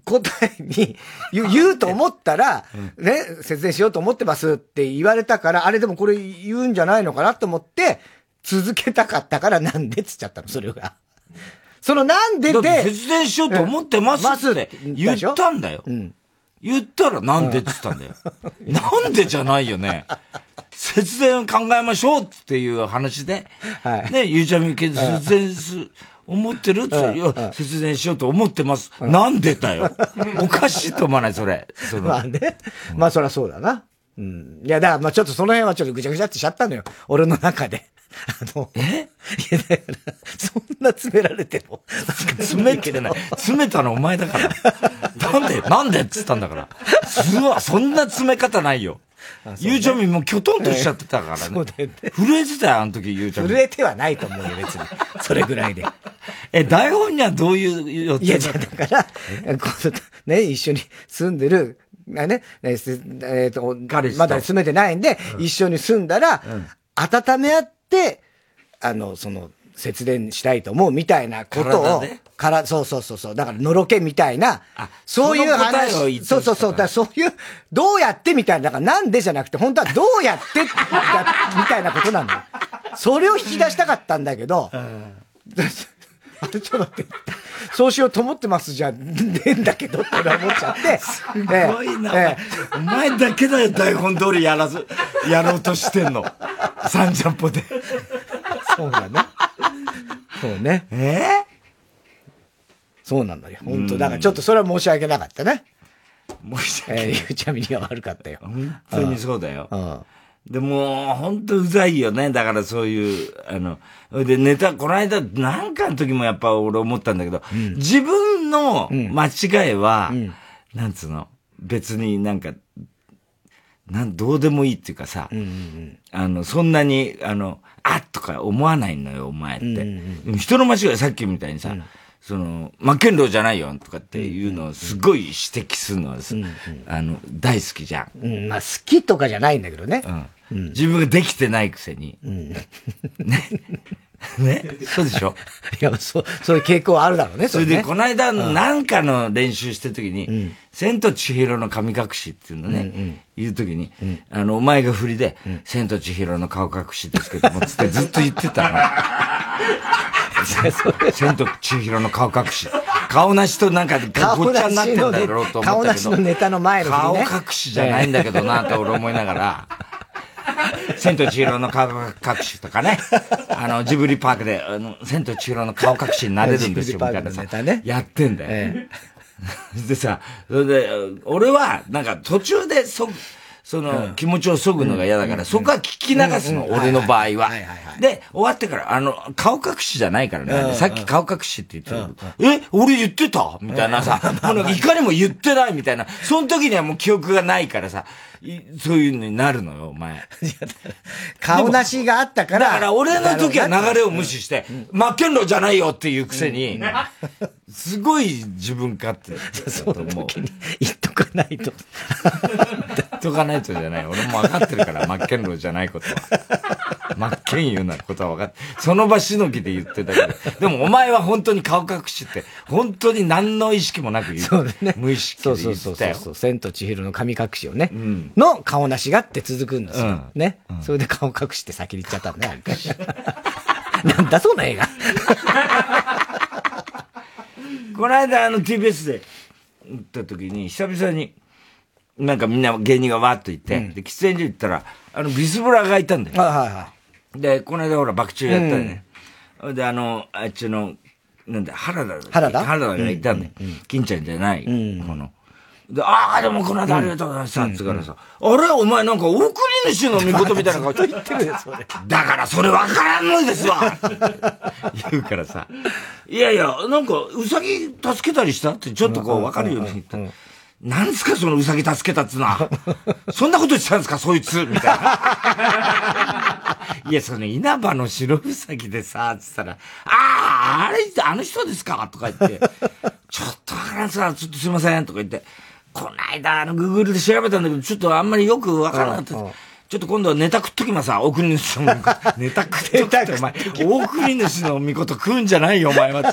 [SPEAKER 1] 答え
[SPEAKER 2] <laughs>
[SPEAKER 1] に言う言うと思ったら、ね、節電しようと思ってますって言われたから、あれでもこれ言うんじゃないのかなと思って、続けたかったからなんでっつっちゃったの、それが。そのなんで
[SPEAKER 2] だって
[SPEAKER 1] で、
[SPEAKER 2] 節電しようと思ってますって
[SPEAKER 1] うん
[SPEAKER 2] 言ったんだよ。言ったらなんでって言ったんだよ。なんでじゃないよね。節電を考えましょうっていう話で、
[SPEAKER 1] はい
[SPEAKER 2] ね、ゆうちゃみけど節電す、思ってるって言ういや節電しようと思ってます。なんでだよ。おかしいと思わない、それ。その
[SPEAKER 1] まあね。まあそりゃそうだな。うん。いや、だからまあちょっとその辺はちょっとぐちゃぐちゃってしちゃったのよ。俺の中で。あの、えいや、だから、そんな詰められても。
[SPEAKER 2] 詰めてない。詰めたのお前だ
[SPEAKER 1] <laughs>
[SPEAKER 2] から。なんでなんでっつったんだから。うわ、そんな詰め方ないよ。ゆうちゃみもうきょとんとしちゃってたからね。
[SPEAKER 1] そうだよね
[SPEAKER 2] 震えてたよ、あの時ゆうちゃみ
[SPEAKER 1] 震。えてはないと思うよ、別に。それぐらいで。
[SPEAKER 2] え、台本にはどういう予定
[SPEAKER 1] いや、じゃあだから、 <laughs> このね、一緒に住んでる、あね、えっ、すえーと、
[SPEAKER 2] 彼氏と
[SPEAKER 1] まだ住めてないんで、一緒に住んだら、
[SPEAKER 2] <laughs>
[SPEAKER 1] 温め合って、あの、その、節電したいと思うみたいなこと
[SPEAKER 2] 体
[SPEAKER 1] を
[SPEAKER 2] で、
[SPEAKER 1] から、そうそうそうそう、だから、のろけみたいな
[SPEAKER 2] あ、
[SPEAKER 1] そういう話、
[SPEAKER 2] その答えを言ってほしかった
[SPEAKER 1] そうそうそう、だからそういう、どうやってみたいな、だからなんでじゃなくて、本当はどうやってだ、みたいなことなんだよ。それを引き出したかったんだけど、 <laughs> あれちょっと待って。そうしようと思ってますじゃねえんだけどって俺は思っちゃって。す
[SPEAKER 2] すごいな、お前お前だけだよ、台本通りやらず、やろうとしてんの。三ジャンポで。
[SPEAKER 1] そうだね。そうね。
[SPEAKER 2] え
[SPEAKER 1] そうなんだよ。本当だからちょっとそれは申し訳なかったね。
[SPEAKER 2] もう一
[SPEAKER 1] えー、ゆうちゃみには悪かったよ。
[SPEAKER 2] 本当にそうだよ。
[SPEAKER 1] うん。
[SPEAKER 2] でも、ほんとうざいよね。だからそういう、あの、それでネタ、この間なんかの時もやっぱ俺思ったんだけど、自分の間違いは、なんつうの、別になんか、なん、どうでもいいっていうかさ、あの、そんなに、あの、あっとか思わないのよ、お前って。でも人の間違い、さっきみたいにさ、その、真剣道じゃないよ、とかっていうのをすごい指摘するのはさ、あの、大好きじゃん。
[SPEAKER 1] うん、まあ好きとかじゃないんだけどね。
[SPEAKER 2] うん自分ができてないくせに。ね。ね。そうでしょ
[SPEAKER 1] <laughs> いや、そう、そういう傾向はあるだろうね、そ
[SPEAKER 2] それ
[SPEAKER 1] れ
[SPEAKER 2] で、
[SPEAKER 1] ね。
[SPEAKER 2] この間、なんかの練習してるときに、千と千尋の神隠しっていうのね、言うときに、あの、お前が振りで、千と千尋の顔隠しですけども、つってずっと言って
[SPEAKER 1] <laughs>
[SPEAKER 2] たの。千と千尋の顔隠し。顔なしとなんかご
[SPEAKER 1] 顔
[SPEAKER 2] っちゃ
[SPEAKER 1] な
[SPEAKER 2] になって
[SPEAKER 1] し
[SPEAKER 2] ん
[SPEAKER 1] の
[SPEAKER 2] だ
[SPEAKER 1] ネ
[SPEAKER 2] ろうと
[SPEAKER 1] タ、
[SPEAKER 2] 思
[SPEAKER 1] 顔
[SPEAKER 2] った
[SPEAKER 1] な
[SPEAKER 2] け
[SPEAKER 1] し
[SPEAKER 2] ど。
[SPEAKER 1] のネタの前の
[SPEAKER 2] 顔
[SPEAKER 1] 日
[SPEAKER 2] 隠
[SPEAKER 1] ね。
[SPEAKER 2] しじゃないんだけどなって俺思いながら、千と千尋の顔隠しとかね、あの、ジブリパークで、あの、千と千尋の顔隠しになれるんですよ、み
[SPEAKER 1] ジブリパ
[SPEAKER 2] たい
[SPEAKER 1] ー
[SPEAKER 2] な
[SPEAKER 1] クの
[SPEAKER 2] さ
[SPEAKER 1] ネタね、
[SPEAKER 2] やってんだよ。 <laughs> でさ、それで、俺は、なんか途中でそ、その、気持ちをそぐのが嫌だから、そこは聞き流すの、俺の場合は。で、終わってから、あの、顔隠しじゃないからね。さっき顔隠しって言ってたけどえ、俺言ってたみたいな
[SPEAKER 1] <laughs>
[SPEAKER 2] さ、もうなんかいかにも言ってないみたいな、その時にはもう記憶がないからさ、いそういうのになるのよ、お前。
[SPEAKER 1] 顔なしがあったから。
[SPEAKER 2] だから俺の時は流れを無視して、真剣路じゃないよっていうくせに、すごい自分勝手だと思う。
[SPEAKER 1] 言っとかない
[SPEAKER 2] 言
[SPEAKER 1] と。
[SPEAKER 2] っとかないとじゃない。俺も分かってるから、真っ健路じゃないことは。真っ健言うなことは分かって、その場しのぎで言ってたけど、でもお前は本当に顔隠しって、本当に何の意識もなく言
[SPEAKER 1] そうだね。
[SPEAKER 2] 無意識
[SPEAKER 1] そう
[SPEAKER 2] で
[SPEAKER 1] そ
[SPEAKER 2] 言
[SPEAKER 1] う
[SPEAKER 2] って
[SPEAKER 1] そう
[SPEAKER 2] た
[SPEAKER 1] そう
[SPEAKER 2] よ。
[SPEAKER 1] そう。千と千尋の神隠しをね。の顔なしがって続くんですよ。
[SPEAKER 2] うん
[SPEAKER 1] ね、それで顔隠して先に行っちゃったのね。 <laughs> なんだその映
[SPEAKER 2] <laughs>
[SPEAKER 1] 画。
[SPEAKER 2] この間、あの TBS で行った時に、久々に、なんかみんな芸人がわーっと行って、で、喫煙所行ったら、あの、ビスブラがいたんだよ。
[SPEAKER 1] はいはいは
[SPEAKER 2] で、この間ほら、爆中やったね。で、あの、あっちの、なんだ、原田だっけ
[SPEAKER 1] 原田
[SPEAKER 2] 原田がいたんだよ。金ちゃんじゃない、この。で、ああ、でもこの間ありがとうございました、つうからさ、あれお前なんか送り主の見事みたいな顔して。言ってるだからそれわからんのですわ言うからさ、いやいや、なんか、うさぎ助けたりしたってちょっとこうわかるように言った。なんすかそのうさぎ助けたっつうのは。そんなことしたんですかそいつみたいな。 <laughs> いや、その稲葉の白うさぎでさ、つったら、ああ、あれ、あの人ですかとか言って、ちょっとわからんさ、ちょっとすいません、とか言って、こないだ、あの、グーグルで調べたんだけど、ちょっとあんまりよくわからなかったです。ちょっと今度はネタ食っときますわ、送り主の御
[SPEAKER 1] <laughs>
[SPEAKER 2] 事。ネタ食っときって、お前、送り主の御事食うんじゃないよ、お前は。
[SPEAKER 1] い。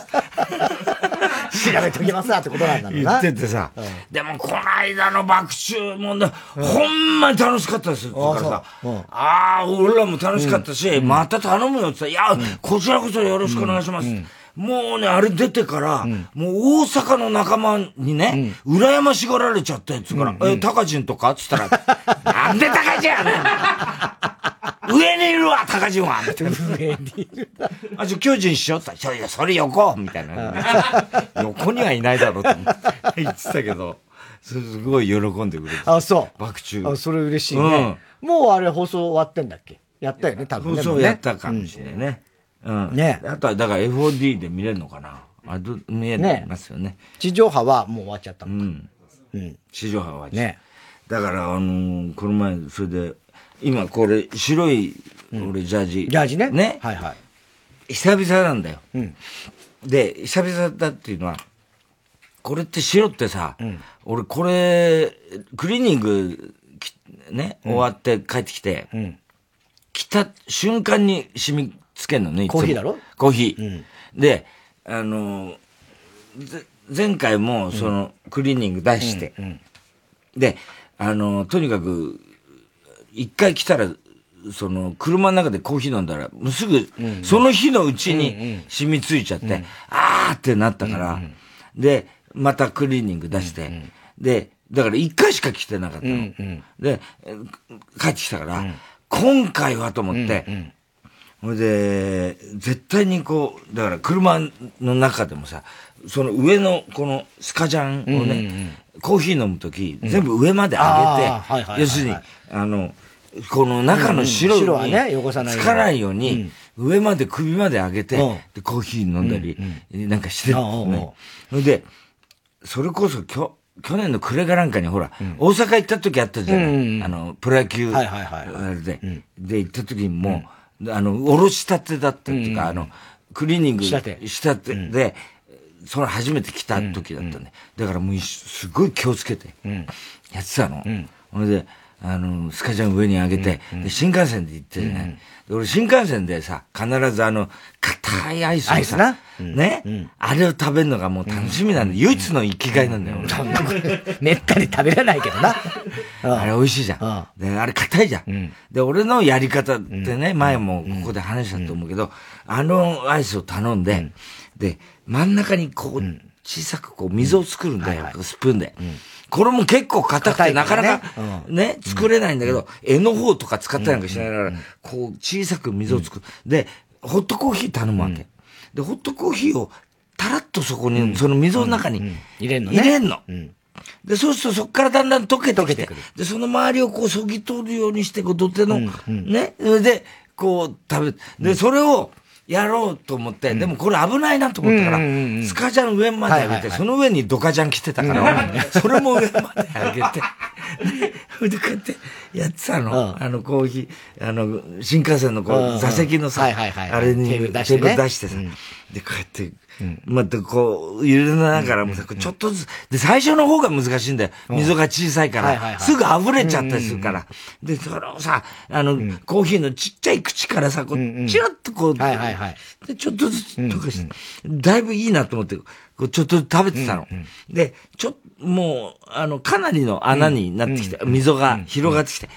[SPEAKER 1] 調べておきますわってことなんだろう
[SPEAKER 2] 言
[SPEAKER 1] な。
[SPEAKER 2] っててさ、でもこの間の爆注問題、ほんまに楽しかったですよ。だからさ、ああ、俺らも楽しかったし、また頼むよって言ったら、いや、こちらこそよろしくお願いします。もうね、あれ出てから、もう大阪の仲間にね、羨ましがられちゃったやつから、え、高人とかって言 <laughs> ったら、なんで高人やねん上にいるわ、高人はみたいな。
[SPEAKER 1] 上にいるな
[SPEAKER 2] あ、じゃあ巨人しようって言ったら、いやいや、それ横みたいな。 <laughs> 横にはいないだ <laughs> ろうと思って言ってたけど、それすごい喜んでくれて。
[SPEAKER 1] あ、そう。
[SPEAKER 2] 爆中
[SPEAKER 1] あ、それ嬉しいね。もうあれ放送終わってんだっけやったよね、多分ね。
[SPEAKER 2] そうそ
[SPEAKER 1] も
[SPEAKER 2] う
[SPEAKER 1] ね
[SPEAKER 2] やったかもしれないね。うん。
[SPEAKER 1] ね
[SPEAKER 2] あとは、だから FOD で見れるのかな。あど見え
[SPEAKER 1] ね
[SPEAKER 2] ますよね。
[SPEAKER 1] 地上波はもう終わっちゃった
[SPEAKER 2] う
[SPEAKER 1] のか。
[SPEAKER 2] ん。
[SPEAKER 1] うん。
[SPEAKER 2] 地上波は。
[SPEAKER 1] ね。
[SPEAKER 2] だから、あのーこの前、それで、今これ、白い、俺、ジャージ。
[SPEAKER 1] ジャージね。
[SPEAKER 2] ね。
[SPEAKER 1] はいはい。
[SPEAKER 2] 久々なんだよ。
[SPEAKER 1] ん
[SPEAKER 2] で、久々だっていうのは、これって白ってさ、俺これ、クリーニングき、ね、終わって帰ってきて、
[SPEAKER 1] ん
[SPEAKER 2] 来た瞬間に染みつけんのね、いつも
[SPEAKER 1] コーヒーだろ
[SPEAKER 2] コーヒー。で、あのぜ前回も、その、クリーニング出して、で、あのとにかく、一回来たら、その、車の中でコーヒー飲んだら、もうすぐ、その日のうちに染みついちゃって、あーってなったから、で、またクリーニング出して、で、だから一回しか来てなかったの。で、えー帰ってきたから、今回はと思って、ほいで、絶対にこう、だから車の中でもさ、その上のこのスカジャンをね、コーヒー飲むとき、全部上まで
[SPEAKER 1] あーは
[SPEAKER 2] 上げ
[SPEAKER 1] いはいはいは
[SPEAKER 2] て、
[SPEAKER 1] い
[SPEAKER 2] 要するに、あの、この中の白に、
[SPEAKER 1] うんうん白はね汚さないよう
[SPEAKER 2] つ
[SPEAKER 1] に
[SPEAKER 2] かないように、上まで首まで上げて、
[SPEAKER 1] うん
[SPEAKER 2] でコーヒー飲んだり、なんかしてたのね。ほいで、それこそきょ去年の暮れかなんかにほら、大阪行った時あったじゃない、あの、プロ野球、
[SPEAKER 1] はいはいはいはい
[SPEAKER 2] あれで、で、行った時にもう、あの、おろしたてだったっていうか、あの、クリーニング
[SPEAKER 1] 仕立て
[SPEAKER 2] したてで、その初めて来た時だったんで、だからもう一緒すごい気をつけて、やってたの。ほれで、あの、スカジャン上に上げて、で新幹線で行ってね、で俺新幹線でさ、必ずあの、硬いアイス
[SPEAKER 1] ア
[SPEAKER 2] を
[SPEAKER 1] イスな
[SPEAKER 2] さ、ね、あれを食べるのがもう楽しみなんで、唯一の生きがいなんだよ、俺
[SPEAKER 1] めったに食べれないけどな。
[SPEAKER 2] あれ美味しいじゃん。で、あれ硬いじゃん。で、俺のやり方ってね、前もここで話したと思うけど、あのアイスを頼んで、で、真ん中にこう、小さくこう、溝を作るんだよ、スプーンで。これも結構硬く
[SPEAKER 1] 硬
[SPEAKER 2] て、
[SPEAKER 1] いか
[SPEAKER 2] なから
[SPEAKER 1] ね
[SPEAKER 2] なかね、作れないんだけど、柄の方とか使ったりなんかしながら、こう、小さく溝を作る。で、ホットコーヒー頼むわけ。で、ホットコーヒーを、たらっとそこに、その溝の中に、
[SPEAKER 1] 入れんのね
[SPEAKER 2] 入れんの。で、そうするとそこからだんだん溶けてきて、で、その周りをこう、そぎ取るようにして、こう、土手の、ね、それで、こう、食べ、で、それを、やろうと思って、でもこれ危ないなと思ったから、スカジャン上まで上
[SPEAKER 1] はい
[SPEAKER 2] げ
[SPEAKER 1] はい
[SPEAKER 2] て、
[SPEAKER 1] はい
[SPEAKER 2] その上にドカジャン着てたから、それも上まで上げて、でそれでこうやって <laughs> やってたの、
[SPEAKER 1] うん
[SPEAKER 2] あのコーヒー、あの、新幹線のこう、
[SPEAKER 1] うんうん
[SPEAKER 2] 座席のさ、
[SPEAKER 1] はいはいはい
[SPEAKER 2] あれに
[SPEAKER 1] テーブル出してね
[SPEAKER 2] テーブル出してさ、で、こうやって、またこう、揺れながらもさ、こうちょっとずつ、で、最初の方が難しいんだよ。溝が小さいから、
[SPEAKER 1] はいはいはい
[SPEAKER 2] すぐ溢れちゃったりするから。で、それをさ、あの、コーヒーのちっちゃい口からさ、こう、チラッとこう、
[SPEAKER 1] はいはいはい
[SPEAKER 2] で、ちょっとずつ溶かして、だいぶいいなと思って、こうちょっとずつ食べてたの。で、ちょっと、もう、あの、かなりの穴になってきて、溝が広がってきて、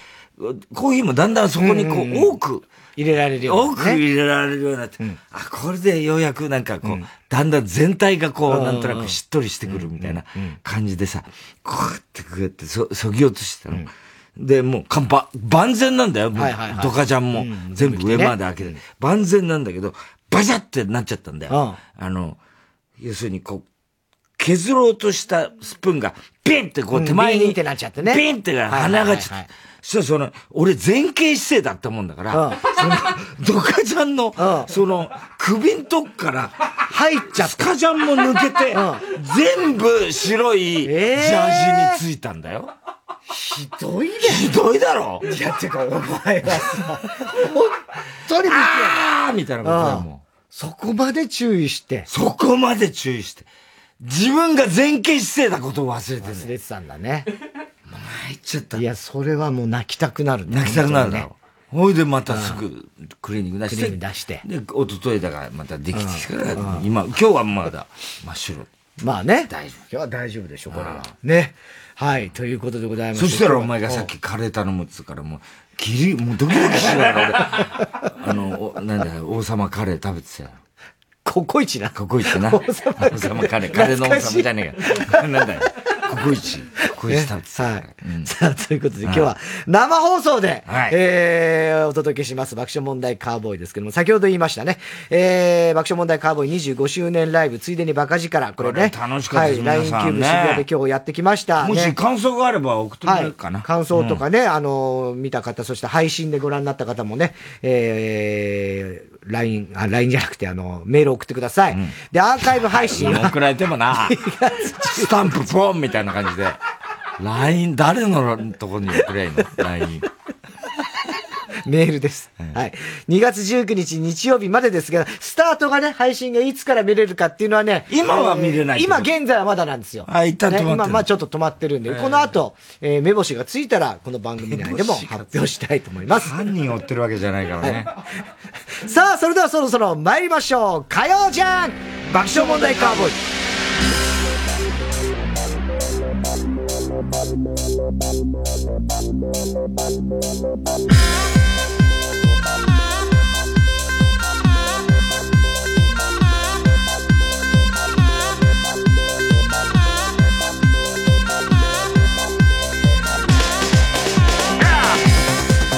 [SPEAKER 2] コーヒーもだんだんそこにこう、多く、
[SPEAKER 1] 入れられるよ
[SPEAKER 2] 多
[SPEAKER 1] うに
[SPEAKER 2] く
[SPEAKER 1] なるね。
[SPEAKER 2] 入れられるようになって、あ、これでようやくなんかこう、だんだん全体がこう、なんとなくしっとりしてくるみたいな感じでさ、こうやってこうやってそ、そぎ落としてたの。で、もう、かんば、万全なんだよ、もう
[SPEAKER 1] はいはいはい
[SPEAKER 2] ドカジャンも、全部上まで開けて、万全なんだけど、バシャってなっちゃったんだよ。あの、要するにこう、削ろうとしたスプーンが、ピンってこう手前に、
[SPEAKER 1] うんビーンってなっちゃってね
[SPEAKER 2] ピンって鼻がちょっと
[SPEAKER 1] はいはいはいはい
[SPEAKER 2] そしたらその、俺前傾姿勢だったもんだから、
[SPEAKER 1] うん
[SPEAKER 2] その、ドカジャンの、
[SPEAKER 1] うん
[SPEAKER 2] その、首んとこから、
[SPEAKER 1] 入っちゃっ
[SPEAKER 2] スカジャンも抜けて、全部白いジ
[SPEAKER 1] えー
[SPEAKER 2] ャージについたんだよ。
[SPEAKER 1] ひどいね。
[SPEAKER 2] ひどいだろ
[SPEAKER 3] いや、てか、お前はさ、
[SPEAKER 1] とにか
[SPEAKER 2] あーみたいなことだもん。
[SPEAKER 1] く、そこまで注意して、
[SPEAKER 2] そこまで注意して。自分が前傾姿勢だことを忘れて
[SPEAKER 1] 忘
[SPEAKER 2] ね。
[SPEAKER 1] れてたんだね。
[SPEAKER 2] 入っちゃった
[SPEAKER 1] い。や、それはもう泣きたくなるね。
[SPEAKER 2] 泣きたくなるだ
[SPEAKER 1] ね。
[SPEAKER 2] ろ。 <laughs> ほいでまたすぐクリーニング出して。
[SPEAKER 1] クリーニング出して
[SPEAKER 2] で、一昨日だからまたできてきたから、今、今日はまだ真っ白。
[SPEAKER 1] まあね。
[SPEAKER 2] 大丈夫。
[SPEAKER 1] 今日は大丈夫でしょ、これは。ね。はい、ということでございます。
[SPEAKER 2] そしたらお前がさっきカレー頼むっつうから、もう、ギリ、
[SPEAKER 1] <laughs>
[SPEAKER 2] もうドキドキしながら俺、あの、おなんだ、王様カレー食べてたよ。
[SPEAKER 1] ココイチな。
[SPEAKER 2] ココイチな。王様カレー、カレーの王様じゃねえか。なんだよ。ココイチ。ココイチ食べてた。
[SPEAKER 1] はい。さあ、ということで今日は生放送で、
[SPEAKER 2] はい
[SPEAKER 1] えー、お届けします爆笑問題カーボーイですけども、先ほど言いましたね、えー、爆笑問題カーボーイ25周年ライブ、ついでにバカ力、これね。
[SPEAKER 2] これ楽しかったです
[SPEAKER 1] はい、
[SPEAKER 2] 皆
[SPEAKER 1] LINE キ
[SPEAKER 2] さ
[SPEAKER 1] ュー
[SPEAKER 2] ん
[SPEAKER 1] ブ
[SPEAKER 2] ね
[SPEAKER 1] 渋谷で今日やってきました。
[SPEAKER 2] もし
[SPEAKER 1] ね
[SPEAKER 2] 感想があれば送ってくれるかな。
[SPEAKER 1] はい、感想とかね、あのー、見た方、そして配信でご覧になった方もね、えー、LINE、あ、LINE じゃなくて、あの、メール送ってください。で、アーカイブ配信は、
[SPEAKER 2] 送られても
[SPEAKER 1] <laughs>
[SPEAKER 2] な、スタンプポンみたいな感じで、LINE、誰のとこに送りゃいいの ?LINE。
[SPEAKER 1] メールです。はい。2月19日日曜日までですが、スタートがね、配信がいつから見れるかっていうのはね、
[SPEAKER 2] 今は見れない
[SPEAKER 1] えー今現在はまだなんですよ。
[SPEAKER 2] あ一旦止まってる
[SPEAKER 1] ね今、まあちょっと止まってるんで、この後、えー目星がついたら、この番組
[SPEAKER 2] <laughs>
[SPEAKER 1] 内でも発表したいと思います。
[SPEAKER 2] 犯人追ってるわけじゃないからね。
[SPEAKER 1] さあ、それではそろそろ参りましょう。火曜じゃん爆笑問題カーボーイ。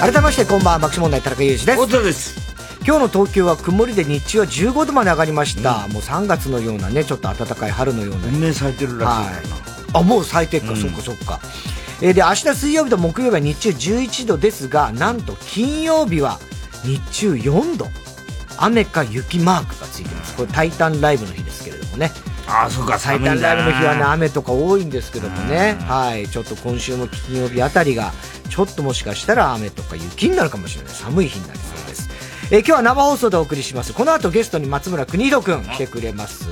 [SPEAKER 1] 改めましてこんばんは爆笑問題田中裕二です
[SPEAKER 2] 本当です。
[SPEAKER 1] 今日の東京は曇りで日中は15度まで上がりました、もう3月のようなねちょっと暖かい春のような、
[SPEAKER 2] 運命咲いてるらしい
[SPEAKER 1] は
[SPEAKER 2] か
[SPEAKER 1] いあもう最低か、そっかそっか、えーで明日水曜日と木曜日は日中11度ですがなんと金曜日は日中4度雨か雪マークがついてますこれ「タイタンライブ」の日ですけれどもね
[SPEAKER 2] ら。ああ、そうか、
[SPEAKER 1] 最
[SPEAKER 2] 寒い
[SPEAKER 1] 短
[SPEAKER 2] んだ
[SPEAKER 1] ライブの日はね
[SPEAKER 2] な。
[SPEAKER 1] 雨とか多いんですけどもね、はい、ちょっと今週も金曜日あたりがちょっともしかしたら雨とか雪になるかもしれない寒い日になりそうです、えー今日は生放送でお送りしますこの後ゲストに松村邦洋くん来てくれます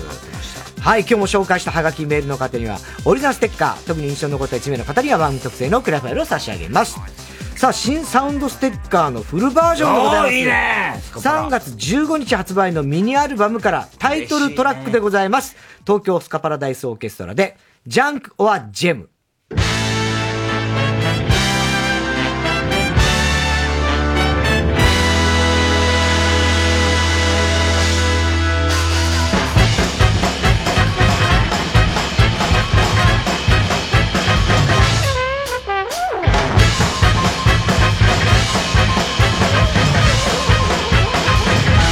[SPEAKER 1] はい今日も紹介したハガキメールの方にはオリジナルステッカー特に印象に残った1名の方には番組特製のクラファイルを差し上げますさあ新サウンドステッカーのフルバージョンでござい
[SPEAKER 2] おー
[SPEAKER 1] ます
[SPEAKER 2] いいね
[SPEAKER 1] 3月15日発売のミニアルバムからタイトルトラックでございます。東京スカパラダイスオーケストラで、ジャンク・オア・ジェム。
[SPEAKER 4] 「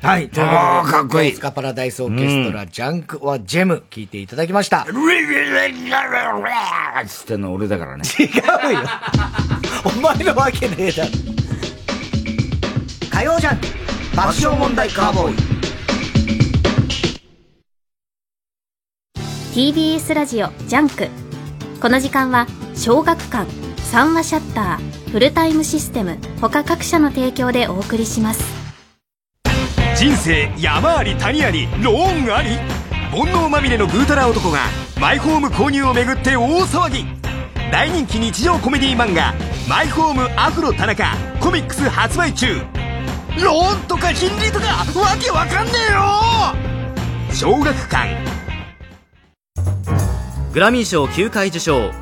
[SPEAKER 1] はい。ということで
[SPEAKER 2] あーかっこいい
[SPEAKER 1] スカパラダイスオーケストラ、ジャンク・オア・ジェム、聞いていただきました。
[SPEAKER 2] つってんの俺だからね。
[SPEAKER 1] 違うよ。お前のわけねえだろ。火曜じゃん爆笑問題カーボーイ。
[SPEAKER 4] TBS ラジオジャンクこの時間は小学館三話シャッターフルタイムシステム他各社の提供でお送りします
[SPEAKER 5] 人生山あり谷ありローンあり煩悩まみれのぐうたら男がマイホーム購入をめぐって大騒ぎ大人気日常コメディ漫画「マイホームアフロ田中」コミックス発売中ローンとか金利とかわけわかんねえよ小学館
[SPEAKER 6] グラミー賞9回受賞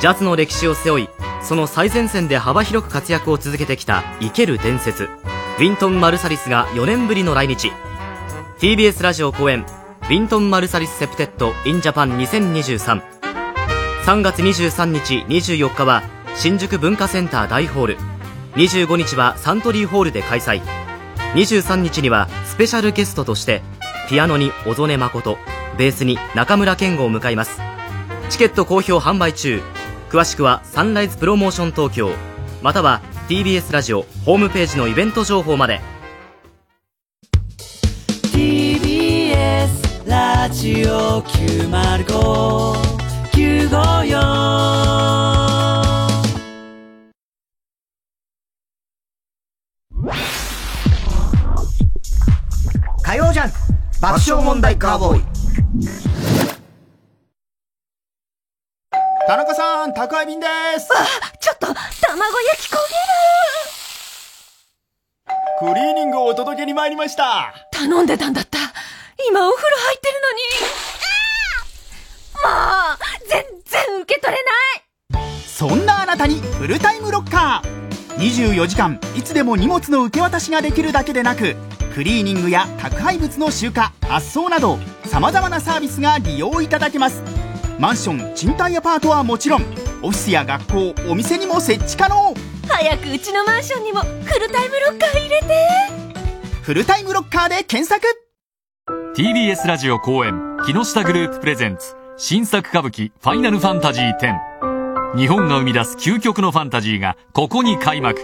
[SPEAKER 6] ジャズの歴史を背負いその最前線で幅広く活躍を続けてきた生ける伝説ウィントン・マルサリスが4年ぶりの来日 TBS ラジオ公演「ウィントン・マルサリス・セプテッド・イン・ジャパン2023」3月23日24日は新宿文化センター大ホール25日はサントリーホールで開催23日にはスペシャルゲストとしてピアノに小曽根誠ベースに中村健吾を迎えますチケット好評販売中詳しくはサンライズプロモーション東京または TBS ラジオホームページのイベント情報まで
[SPEAKER 7] TBS ラジオ905954
[SPEAKER 1] 火曜じゃん爆笑問題カーボーイ。
[SPEAKER 8] 田中さん、宅配便です。
[SPEAKER 9] ちょっと、卵焼きこ
[SPEAKER 8] クリーニングをお届けに参りました。
[SPEAKER 9] びる頼んでたんだった。今お風呂入ってるのに。あーもう、全然受け取れない
[SPEAKER 8] そんなあなたにフルタイムロッカー。24時間、いつでも荷物の受け渡しができるだけでなく、クリーニングや宅配物の集荷、発送など、様々なサービスが利用いただけます。マンション、賃貸アパートはもちろん、オフィスや学校、お店にも設置可能。
[SPEAKER 9] 早くうちのマンションにもフルタイムロッカー入れて。
[SPEAKER 8] フルタイムロッカーで検索
[SPEAKER 10] TBS ラジオ公演木下グループプレゼンツ新作歌舞伎ファイナルファンタジー10日本が生み出す究極のファンタジーがここに開幕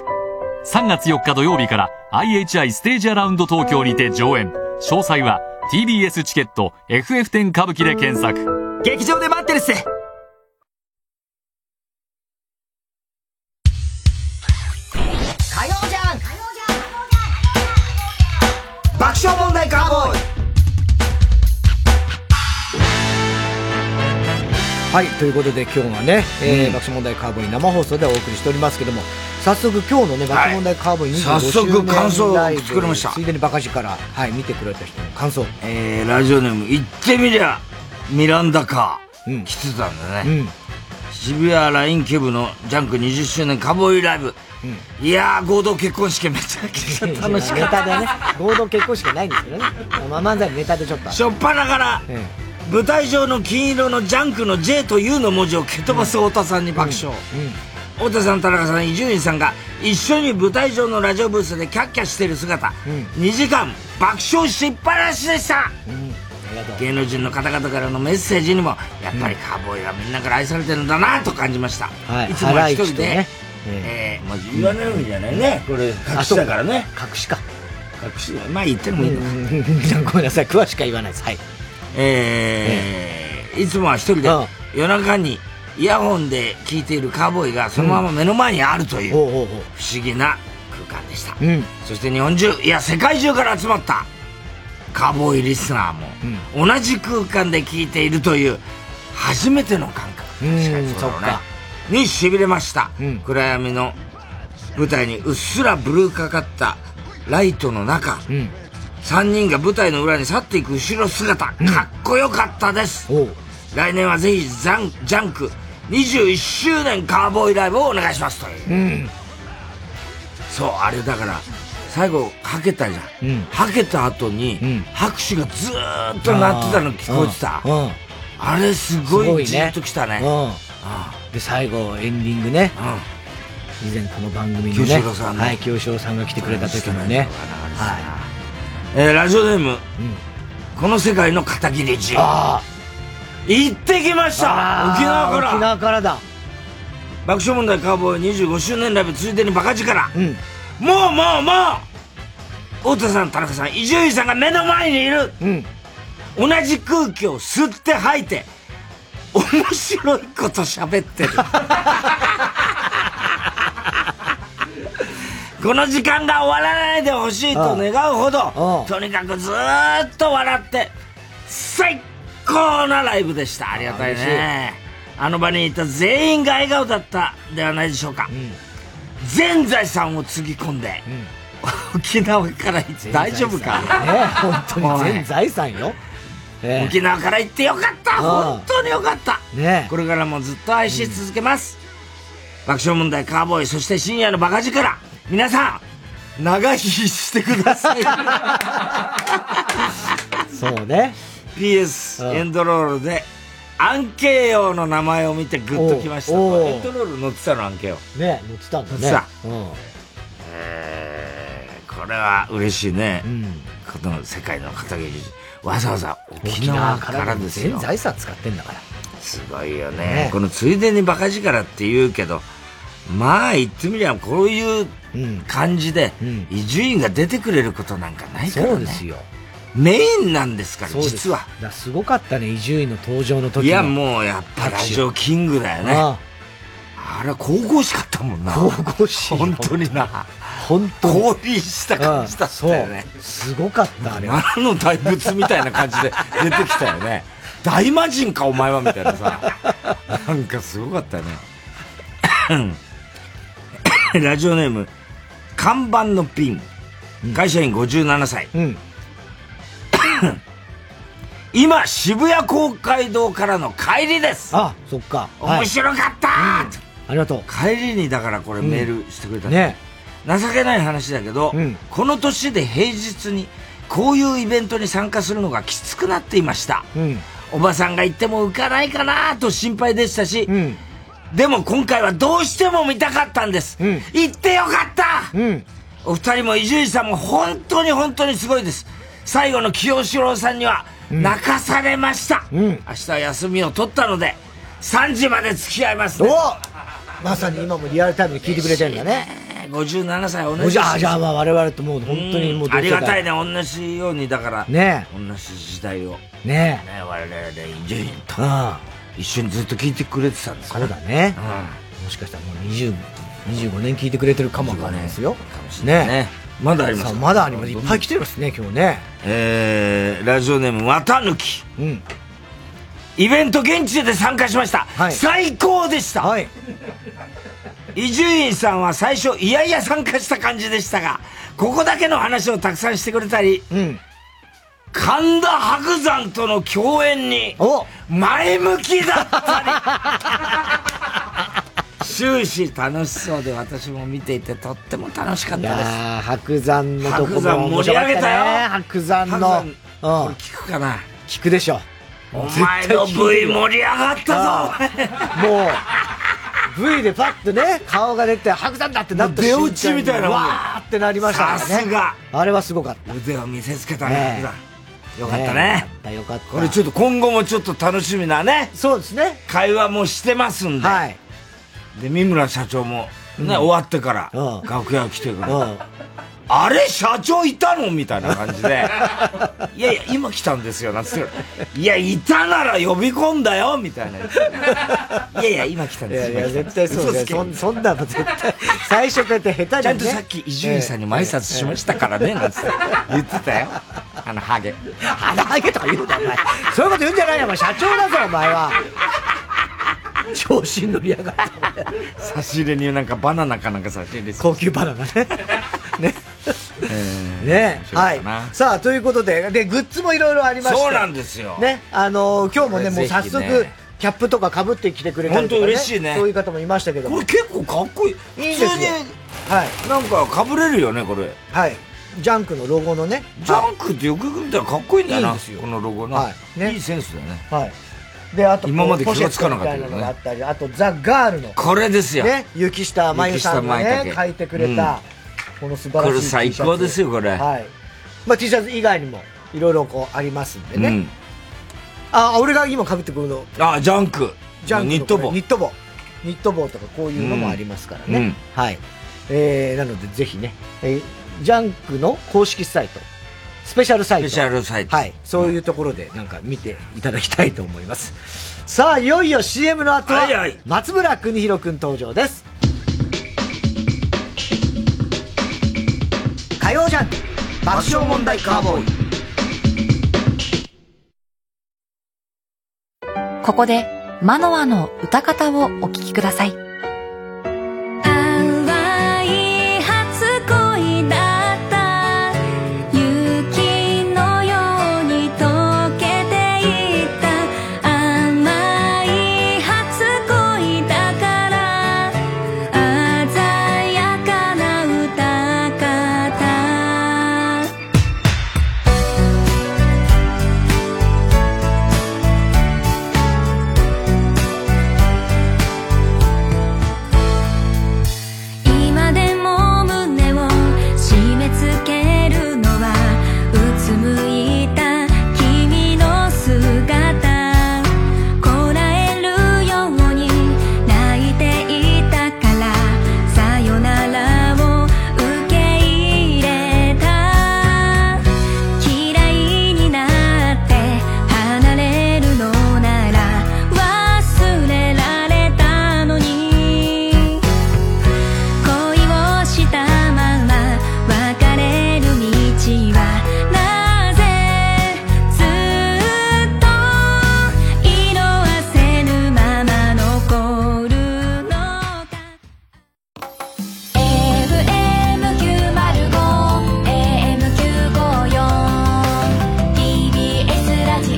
[SPEAKER 10] 3月4日土曜日から IHI ステージアラウンド東京にて上演詳細は TBS チケット FF10 歌舞伎で検索劇場で待ってるっす
[SPEAKER 1] 火曜じゃん爆笑問題カーボーイはい、ということで今日はね、えー爆笑問題カーボーイ生放送でお送りしておりますけども、早速今日のね、爆笑問題カーボーイ25
[SPEAKER 2] 早
[SPEAKER 1] 周
[SPEAKER 2] 速
[SPEAKER 1] 年
[SPEAKER 2] 感想を
[SPEAKER 1] ライブ
[SPEAKER 2] 作りました
[SPEAKER 1] ついでにバカ字から、はい、見てくれた人の感想。
[SPEAKER 2] えー、ラジオネーム、行ってみりゃ、ミランダカー、来てたんだね。渋谷ラインキューブのジャンク20周年カボーイライブ。いやー、合同結婚式めちゃくちゃ楽しか
[SPEAKER 1] ネ
[SPEAKER 2] った。
[SPEAKER 1] タでね、合同結婚式ないんですけどね。まあ漫才のネタでちょっと。
[SPEAKER 2] しょっぱなから、舞台上の金色のジャンクの J と U の文字を蹴飛ばす太田さんに爆笑。太田さん、田中さん、伊集院さんが一緒に舞台上のラジオブースでキャッキャしてる姿、2時間爆笑しっぱなしでした、芸能人の方々からのメッセージにもやっぱりカーボーイはみんなから愛されてるんだなと感じました、、
[SPEAKER 1] はいい
[SPEAKER 2] つもは一
[SPEAKER 1] ハライ
[SPEAKER 2] 人
[SPEAKER 1] チと
[SPEAKER 2] で、
[SPEAKER 1] ね
[SPEAKER 2] えーまあ、言わないわけじゃないね、これ隠しだからね
[SPEAKER 1] 隠しか
[SPEAKER 2] 隠しだまあ言ってもいいのか、
[SPEAKER 1] じゃあごめんなさい、詳しくは言わないです。はい。
[SPEAKER 2] えーいつもは一人で夜中にイヤホンで聴いているカーボーイがそのまま目の前にあるという
[SPEAKER 1] おうおうおう。
[SPEAKER 2] 不思議な空間でした、
[SPEAKER 1] うん。
[SPEAKER 2] そして日本中いや世界中から集まったカーボーイリスナーも同じ空間で聴いているという初めての感覚
[SPEAKER 1] うん
[SPEAKER 2] 確かにそう
[SPEAKER 1] そっ
[SPEAKER 2] だね
[SPEAKER 1] か
[SPEAKER 2] にしびれました、
[SPEAKER 1] うん
[SPEAKER 2] 暗闇の舞台にうっすらブルーかかったライトの中、
[SPEAKER 1] うん。
[SPEAKER 2] 3人が舞台の裏に去っていく後ろ姿かっこよかったです、
[SPEAKER 1] おう。
[SPEAKER 2] 来年はぜひザンジャンク21周年カーボーイライブをお願いしますという、そうあれだから最後はけたじゃん、
[SPEAKER 1] うん
[SPEAKER 2] はけた後に、
[SPEAKER 1] ん
[SPEAKER 2] 拍手がずーっと鳴ってたの聞こえてたあ
[SPEAKER 1] うん。
[SPEAKER 2] れす
[SPEAKER 1] すご
[SPEAKER 2] ごい
[SPEAKER 1] い
[SPEAKER 2] じ
[SPEAKER 1] ね
[SPEAKER 2] っときたね
[SPEAKER 1] うん。で、最後、エンディングね。
[SPEAKER 2] う
[SPEAKER 1] 以前この番組にね。
[SPEAKER 2] 清志郎さんの
[SPEAKER 1] はい、清志郎さんが来てくれた時のね。
[SPEAKER 2] ん
[SPEAKER 1] は
[SPEAKER 2] えーラジオネーム、この世界の片桐仁行ってきました
[SPEAKER 1] あー
[SPEAKER 2] 沖縄から
[SPEAKER 1] 沖縄からだ
[SPEAKER 2] 爆笑問題カーボーイ25周年ライブついでにバカ力、もうもうもう太田さん田中さん伊集院さんが目の前にいる、同じ空気を吸って吐いて面白いこと喋ってる <laughs> この時間が終わらないでほしいと願うほどとにかくずーっと笑って最高なライブでしたありがたいねあの場にいた全員が笑顔だったではないでしょうか、全財産をつぎ込んで、沖縄から行って大丈夫か、
[SPEAKER 1] ね本当に全財産よ。ええ
[SPEAKER 2] 沖縄から行ってよかった
[SPEAKER 1] うん
[SPEAKER 2] 本当によかった、
[SPEAKER 1] ね
[SPEAKER 2] これからもずっと愛し続けます、爆笑問題カーボーイそして深夜のバカ力皆さん長生きしてください
[SPEAKER 1] <laughs> そうね
[SPEAKER 2] PS、エンドロールでアンケー用の名前を見てグッときました
[SPEAKER 1] おうおう
[SPEAKER 2] エンドロール載ってたのアンケー用
[SPEAKER 1] ね乗ってたんだね。
[SPEAKER 2] 乗って
[SPEAKER 1] うん。
[SPEAKER 2] えーこれは嬉しいね、この世界の片桐わざわざ沖縄からですよ
[SPEAKER 1] 全財産使ってんだから。
[SPEAKER 2] すごいよね
[SPEAKER 1] ね
[SPEAKER 2] このついでにバカ力って言うけどまあ言ってみりゃこういう感じで伊集院が出てくれることなんかないからね
[SPEAKER 1] そうですよ
[SPEAKER 2] メインなんですから
[SPEAKER 1] そうです
[SPEAKER 2] 実は。
[SPEAKER 1] だからすごかったね、伊集院の登場の時の
[SPEAKER 2] いやもうやっぱラジオキングだよね
[SPEAKER 1] あ
[SPEAKER 2] あれは神々しかったもんな
[SPEAKER 1] 神々しい
[SPEAKER 2] 本当にな
[SPEAKER 1] 本当に
[SPEAKER 2] 氷した感じだったよね
[SPEAKER 1] すごかった、あれは。
[SPEAKER 2] 奈良の大仏みたいな感じ
[SPEAKER 1] <laughs>
[SPEAKER 2] で出てきたよね大魔人かお前はみたいなさなんかすごかったよね <coughs> ラジオネーム看板のピン会社員57歳、 <coughs> 今渋谷公会堂からの帰りです
[SPEAKER 1] あそっかはい
[SPEAKER 2] 面白かったー、
[SPEAKER 1] ありがとう。
[SPEAKER 2] 帰りにだからこれ
[SPEAKER 1] うん
[SPEAKER 2] メールしてくれたの、
[SPEAKER 1] ね
[SPEAKER 2] 情けない話だけど、この年で平日にこういうイベントに参加するのがきつくなっていました、
[SPEAKER 1] うん。
[SPEAKER 2] おばさんが行っても浮かないかなと心配でしたし、でも今回はどうしても見たかったんです、行ってよかった、お二人も伊集院さんも本当に本当にすごいです最後の清志郎さんには泣かされました、明日は休みを取ったので3時まで付き合いますね
[SPEAKER 1] おまさに今もリアルタイムで聞いてくれてるんだね。
[SPEAKER 2] 57歳同じ
[SPEAKER 1] おじゃあ、じゃあまあ我々ともう本当にもう
[SPEAKER 2] ありがたい
[SPEAKER 1] ね。
[SPEAKER 2] ね同じようにだから
[SPEAKER 1] ね
[SPEAKER 2] 同じ時代を
[SPEAKER 1] ね
[SPEAKER 2] ね我々で伊集院と
[SPEAKER 1] うん。
[SPEAKER 2] 一緒にずっと聞いてくれてたんですから
[SPEAKER 1] そうだね。もしかしたらもう20 25年聞いてくれてるかもわかんないですよ。
[SPEAKER 2] ねまだあります
[SPEAKER 1] さあまだあります。いっぱい来てますね、今日ね。
[SPEAKER 2] えーラジオネーム綿貫、イベント現地で参加しました、最高でした、伊集院さんは最初いやいや参加した感じでしたがここだけの話をたくさんしてくれたり、神田伯山との共演に前向きだったり終始楽しそうで私も見ていてとっても楽しかっ
[SPEAKER 1] い
[SPEAKER 2] たです
[SPEAKER 1] やー白山のとこ
[SPEAKER 2] 白
[SPEAKER 1] ろ
[SPEAKER 2] 山
[SPEAKER 1] も
[SPEAKER 2] 盛り上げたよ
[SPEAKER 1] 白山の
[SPEAKER 2] 白
[SPEAKER 1] うん
[SPEAKER 2] 聞くかな
[SPEAKER 1] 聞くでしょ
[SPEAKER 2] お前の V 盛り上がったぞ
[SPEAKER 1] ぞもう V でパッとね顔が出て白山だってなった瞬間
[SPEAKER 2] もう出落ちみたいなもん
[SPEAKER 1] わーってなりましたからね
[SPEAKER 2] さすが
[SPEAKER 1] あれはすごかった
[SPEAKER 2] 腕を見せつけた
[SPEAKER 1] ね
[SPEAKER 2] ね
[SPEAKER 1] え
[SPEAKER 2] 白山よかったね
[SPEAKER 1] ねよかったよかった
[SPEAKER 2] これちょっと今後もちょっと楽しみなね
[SPEAKER 1] そうですね
[SPEAKER 2] 会話もしてますんで、
[SPEAKER 1] はい
[SPEAKER 2] で三村社長もね、終わってから、楽屋来てから、あれ社長いたのみたいな感じで <laughs> 「いやいや今来たんですよ」なんつって「いやいたなら呼び込んだよ」みたいな「いやいや今来たん
[SPEAKER 1] い
[SPEAKER 2] です
[SPEAKER 1] や
[SPEAKER 2] よ
[SPEAKER 1] い
[SPEAKER 2] 今
[SPEAKER 1] や
[SPEAKER 2] 来たんです
[SPEAKER 1] 絶対そうだ
[SPEAKER 2] 嘘
[SPEAKER 1] よ
[SPEAKER 2] つけ
[SPEAKER 1] そんそんなの絶対最初からって下手にね
[SPEAKER 2] ちゃんとさっき伊集院さんにも挨拶しましたからね、なんつって言ってたよ。あのハゲ。
[SPEAKER 1] 鼻ハゲとか言うなお前そういうこと言うんじゃないよお前社長だぞお前は調子に乗りやがって
[SPEAKER 2] 差し入れになんかバナナかなんか差し入れ
[SPEAKER 1] 高級バナナねねね
[SPEAKER 2] そう
[SPEAKER 1] はい
[SPEAKER 2] かな。
[SPEAKER 1] さあ、ということで、で、グッズもいろいろありまして。
[SPEAKER 2] そうなんですよ。
[SPEAKER 1] ね、あのー今日もね、
[SPEAKER 2] こ
[SPEAKER 1] も
[SPEAKER 2] れ
[SPEAKER 1] う
[SPEAKER 2] ぜひね
[SPEAKER 1] 早速、キャップとか被ってきてくれたりと
[SPEAKER 2] 本
[SPEAKER 1] か、
[SPEAKER 2] 当嬉しいね
[SPEAKER 1] そういう方もいましたけど
[SPEAKER 2] こ
[SPEAKER 1] も。
[SPEAKER 2] れ結構かっこいい。
[SPEAKER 1] いいん
[SPEAKER 2] 普
[SPEAKER 1] で
[SPEAKER 2] 通
[SPEAKER 1] す
[SPEAKER 2] に
[SPEAKER 1] よはい。
[SPEAKER 2] なんかかぶれるよね、これ。
[SPEAKER 1] はい。ジャンクのロゴのね。
[SPEAKER 2] ジャンクってよくよく見たらかっこいいんだ
[SPEAKER 1] いい
[SPEAKER 2] なん
[SPEAKER 1] です、よ
[SPEAKER 2] このロゴ
[SPEAKER 1] は
[SPEAKER 2] な。
[SPEAKER 1] いね
[SPEAKER 2] いいセンスだよね。
[SPEAKER 1] はい。で、あと、
[SPEAKER 2] 今まで
[SPEAKER 1] ポシェッ
[SPEAKER 2] 気がつかな
[SPEAKER 1] ト
[SPEAKER 2] か
[SPEAKER 1] み
[SPEAKER 2] ったたけど
[SPEAKER 1] いな
[SPEAKER 2] ね
[SPEAKER 1] のがあったり、あと、ザ・ガールの、
[SPEAKER 2] これですよ。
[SPEAKER 1] ね、雪下真由さんの
[SPEAKER 2] 雪下
[SPEAKER 1] ね
[SPEAKER 2] 舞、
[SPEAKER 1] 書
[SPEAKER 2] 茸
[SPEAKER 1] いてくれた、この素晴ら
[SPEAKER 2] これ
[SPEAKER 1] しい T シャ
[SPEAKER 2] 最
[SPEAKER 1] ツ
[SPEAKER 2] 高ですよ、これ。
[SPEAKER 1] はい。まあ、T シャツ以外にも、いろいろこう、ありますんでね。
[SPEAKER 2] うん
[SPEAKER 1] あ、俺が今被ってくるの、
[SPEAKER 2] あ、ジャンク。
[SPEAKER 1] ジャンク
[SPEAKER 2] ニット帽。
[SPEAKER 1] ニット帽。ニット帽とかこういうのもありますからね。
[SPEAKER 2] うんうん
[SPEAKER 1] はい。えー、なのでぜひね、えージャンクの公式サイト、スペシャルサイト。
[SPEAKER 2] スペシャルサイト
[SPEAKER 1] はい。そういうところでなんか見ていただきたいと思います。さあ、いよいよ CM の後は、松村邦弘くん登場です。火曜ジャンク、爆笑問題カーボーイ。
[SPEAKER 11] ここで、マノアの歌方をお聞きください。
[SPEAKER 12] 淡い初恋だった雪のように溶けていった甘い初恋だから鮮やかな歌方今でも胸を締め付けるのはうつむいた君の姿こらえるように泣いていたからさよならを受け入れた嫌いになって離れるのなら忘れられたのに恋をしたまま別れる道はなぜずっと色あせぬまま残るのか FM905 AM954TBS ラジ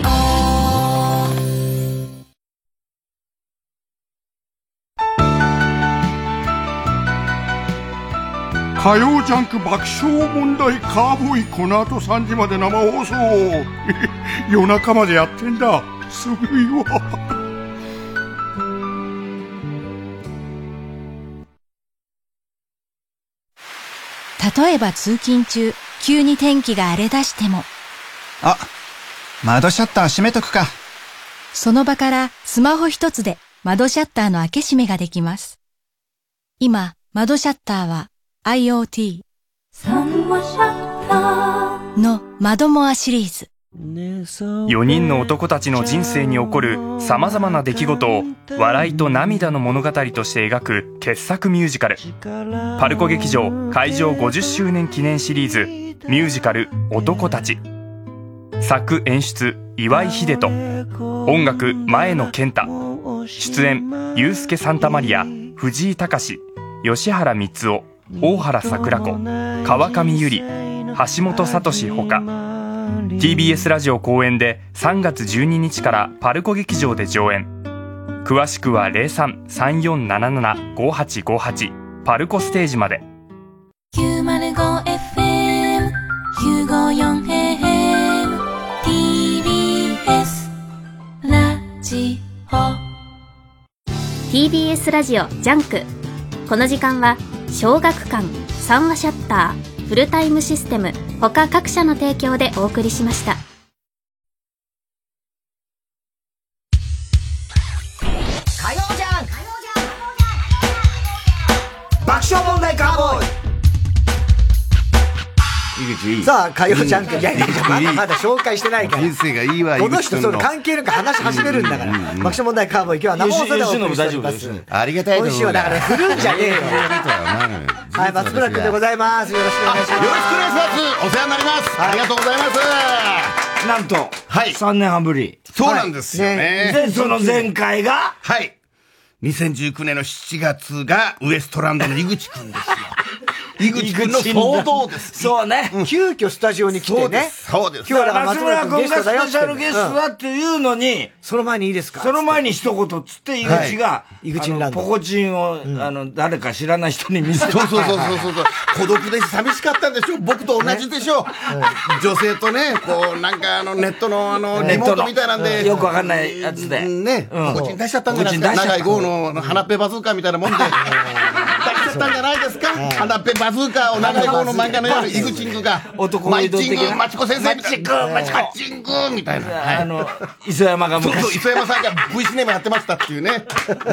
[SPEAKER 12] オ
[SPEAKER 13] 火曜ジャンク爆笑問題カーボーイこの後3時まで生放送夜中までやってんだすごいわ
[SPEAKER 14] 例えば通勤中、急に天気が荒れ出しても、
[SPEAKER 8] あ、窓シャッター閉めとくか。
[SPEAKER 14] その場からスマホ一つで窓シャッターの開け閉めができます。今、窓シャッターは IoT の窓モアシリーズ。
[SPEAKER 15] 4人の男たちの人生に起こるさまざまな出来事を笑いと涙の物語として描く傑作ミュージカルパルコ劇場開場50周年記念シリーズミュージカル「男たち」作演出岩井秀人音楽前野健太出演ユースケ・サンタマリア藤井隆吉原光雄大原桜子川上由里橋本聡ほか TBS ラジオ公演で3月12日からパルコ劇場で上演詳しくは0334775858パルコステージまで
[SPEAKER 12] 905FM954AM TBS ラジオ
[SPEAKER 4] TBS ラジオジャンクこの時間は小学館三話シャッターフルタイムシステム他各社の提供でお送りしました
[SPEAKER 16] 火曜ジャンク
[SPEAKER 1] 爆笑問題カーボーイ
[SPEAKER 17] 井口いい
[SPEAKER 1] さあ火曜ジャンクいやいやまだまだ紹介してないから
[SPEAKER 17] 人生がいいわ
[SPEAKER 1] この人
[SPEAKER 17] 井口君
[SPEAKER 1] その関係なんか話し始めるんだから
[SPEAKER 17] うんう
[SPEAKER 1] 爆
[SPEAKER 17] んうん
[SPEAKER 1] 笑問題カーボーイ今日は生放送でお送りしておりま
[SPEAKER 17] 吉
[SPEAKER 1] す
[SPEAKER 17] 野もありがたい
[SPEAKER 1] 今
[SPEAKER 17] と思う
[SPEAKER 1] 週はだから振るんじゃねえよはい松村君でございますよろしくお願いしますよろしくお願いしますお世話になりますありがとうございます
[SPEAKER 2] なんと、はい、3年半ぶり。
[SPEAKER 17] そうなんですよね。
[SPEAKER 2] で、その前回が、
[SPEAKER 17] はい。2019年の7月がウエストランドの井口くんですよ。井口くんの騒動です。
[SPEAKER 2] そうね。
[SPEAKER 1] 急遽スタジオに来てね
[SPEAKER 17] そうです。
[SPEAKER 1] <laughs> 今日は松
[SPEAKER 2] 松
[SPEAKER 1] 村
[SPEAKER 2] 村君
[SPEAKER 1] 君ゲス
[SPEAKER 2] が
[SPEAKER 1] ト
[SPEAKER 2] ス
[SPEAKER 1] だよ
[SPEAKER 2] ペシャルゲストだっていうのに、
[SPEAKER 1] その前にいいですか
[SPEAKER 2] その前に一言っつって、井口が、井口ランポコチンを、あの、誰か知らない人に見せ
[SPEAKER 17] そうそうそうそうそうそう。孤独でし寂しかったんでしょ僕と同じでしょ、女性とね、こう、なんかあの、ネットのあの、
[SPEAKER 2] ネ
[SPEAKER 17] リ
[SPEAKER 2] ッ
[SPEAKER 17] モ
[SPEAKER 2] ト
[SPEAKER 17] ー
[SPEAKER 2] の
[SPEAKER 17] トみたいなんで。
[SPEAKER 2] よくわかんないやつで。
[SPEAKER 17] ね、
[SPEAKER 2] うん
[SPEAKER 17] 個人出しちゃったんじゃないです
[SPEAKER 2] 個人出しちゃっ
[SPEAKER 17] か。
[SPEAKER 2] た
[SPEAKER 17] 長い号のあの花ペバズーカみたいなもんで。出しちゃったんったんじゃないですか花ペバズーカを何でこの漫画のようにイグチングが
[SPEAKER 2] 男
[SPEAKER 17] マ
[SPEAKER 2] の
[SPEAKER 17] イ
[SPEAKER 2] 移動
[SPEAKER 17] チン
[SPEAKER 2] 的
[SPEAKER 17] グ
[SPEAKER 2] な
[SPEAKER 17] マチコ先生みたいな
[SPEAKER 2] マチコ
[SPEAKER 17] マチングみたいなはい
[SPEAKER 2] あの磯山が
[SPEAKER 17] そう
[SPEAKER 2] 昔
[SPEAKER 17] そう磯山さんが V シネマやってましたっていうね
[SPEAKER 2] う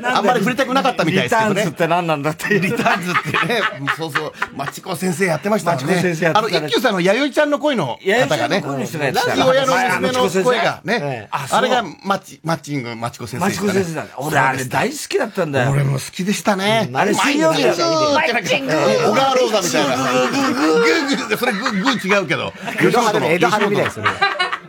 [SPEAKER 2] ん
[SPEAKER 17] あんまり触れたくなかったみたいですけど
[SPEAKER 2] リタ
[SPEAKER 17] ね
[SPEAKER 2] ーンズって何なんだって
[SPEAKER 17] リターンズってねそうそうマチコ先生やってましたね
[SPEAKER 2] マチコ先生やってた
[SPEAKER 17] あの
[SPEAKER 2] ね
[SPEAKER 17] 一休さんの弥生ちゃんの声の方がね
[SPEAKER 2] 弥生ちゃんの声の人がや
[SPEAKER 17] ラ
[SPEAKER 2] ってた
[SPEAKER 17] ジオ屋の娘の声
[SPEAKER 2] あ
[SPEAKER 17] が
[SPEAKER 2] マチコ先生え
[SPEAKER 17] ね
[SPEAKER 2] えあそう
[SPEAKER 17] あれがマチマッチングマチコ先生
[SPEAKER 2] マ
[SPEAKER 17] で
[SPEAKER 2] チ
[SPEAKER 17] し
[SPEAKER 2] コ
[SPEAKER 17] たね
[SPEAKER 2] 先生だね俺あれ大好きだったんだよ俺
[SPEAKER 17] も好きでしたね
[SPEAKER 2] あれ水曜日だった
[SPEAKER 17] マッチング小川ローザみたいなグーグーグーそれグーグー違うけど
[SPEAKER 2] 江戸春江戸春みたい
[SPEAKER 1] ですね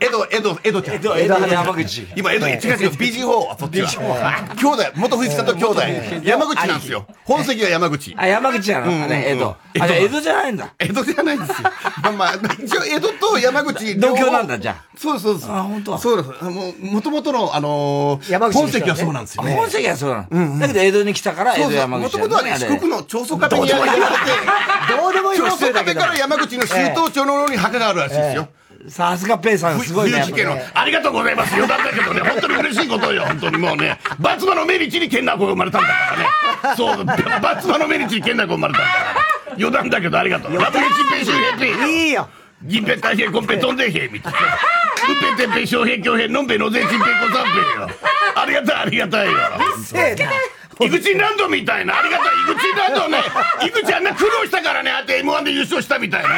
[SPEAKER 17] 江戸、江戸、江戸ちゃん。江
[SPEAKER 2] 戸江戸山口
[SPEAKER 17] 今、江戸、違う違う、BG4、そっち
[SPEAKER 2] BG4
[SPEAKER 17] は。兄弟、元藤塚と兄弟
[SPEAKER 2] え。え
[SPEAKER 17] 山口なんですよ。本籍は山口。
[SPEAKER 2] あ山口なのあれ江戸あじゃあ江戸じゃないんだ
[SPEAKER 17] 江戸じゃないんですよ。まあまあ、一応、江戸と山口。
[SPEAKER 2] 同郷なんだじゃあ
[SPEAKER 17] そうそうそう。あ、本当そうです。もう、もともとの、あのー、
[SPEAKER 2] 山口の
[SPEAKER 17] 本
[SPEAKER 2] 人はね
[SPEAKER 17] 籍はそうなんですよね。
[SPEAKER 2] あ本籍はそうなのだけど江戸に来たから江
[SPEAKER 17] そう
[SPEAKER 2] 戸
[SPEAKER 17] そう
[SPEAKER 2] 山口
[SPEAKER 17] もともとはね、四国の長宗我部にやられて、
[SPEAKER 2] <laughs>
[SPEAKER 1] どうでもいい
[SPEAKER 17] 長
[SPEAKER 1] こと
[SPEAKER 17] 宗
[SPEAKER 1] だ
[SPEAKER 17] 我
[SPEAKER 1] け
[SPEAKER 17] 部
[SPEAKER 1] ど
[SPEAKER 17] から山口の周東町の方に墓があるらしいですよ。
[SPEAKER 2] さすがペイさんすごいね
[SPEAKER 17] 冬季家のありがとうございますよだったけどね本当に嬉しいことよ本当にもうねバツバの命日に健な子が生まれたんだ <laughs> からねそうバツバの命日に健な子が生まれたんだから余談だけどありがとうラブレシペシュヘペいいよ銀ペ大平コンペ飛んでへみたいなウペテペ小平強平のんべのぜちんぺこさんぺよありがたいありがたいよ井口ランドみたいなありがたい井口ランドね井口あんな苦労したからねあって m 1で優勝したみたいなね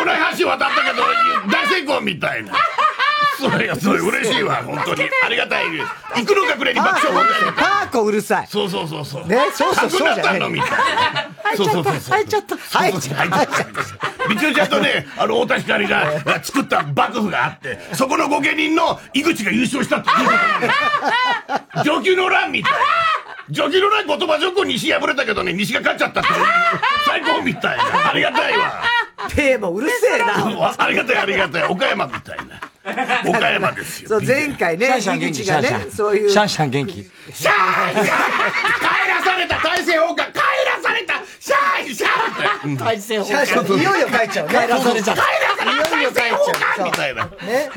[SPEAKER 17] 危ない橋渡ったけど大成功みたいなそれがそれ嬉しいわ本当にありがたい行くのかくれに爆笑問題
[SPEAKER 1] パーコうるさい
[SPEAKER 17] そうそうそうそう
[SPEAKER 1] ねそうそうそうじゃ
[SPEAKER 17] な
[SPEAKER 1] な
[SPEAKER 17] った
[SPEAKER 1] い
[SPEAKER 17] のみたいなそうそうそうそう
[SPEAKER 1] 入っちゃった入っちゃった入っちゃった
[SPEAKER 17] みちおちゃんとね、あの、太田光が作った幕府があって、そこの御家人の井口が優勝したっていうこと上級の乱みたいな。上級の乱言葉上皇西敗れたけどね、西が勝っちゃったっていう。最高みたいな。ありがたいわ。
[SPEAKER 1] ペーもうるせえな
[SPEAKER 17] もうありがたいありがたい。岡山みたいな。岡山ですよ。
[SPEAKER 1] そう前回ね
[SPEAKER 2] シャン
[SPEAKER 1] 井
[SPEAKER 2] 元気
[SPEAKER 1] 口が
[SPEAKER 2] シャンシ
[SPEAKER 1] ね
[SPEAKER 2] ャン
[SPEAKER 1] そういう
[SPEAKER 2] シャンシャン元気
[SPEAKER 17] シャーンシャーン帰らされた大政奉還帰らされたシャーンシャーンって大政
[SPEAKER 1] 奉還シャーンシャンいよいよ帰っちゃうね
[SPEAKER 17] 帰らされた
[SPEAKER 1] 帰らされた
[SPEAKER 17] 大政奉還みたいなも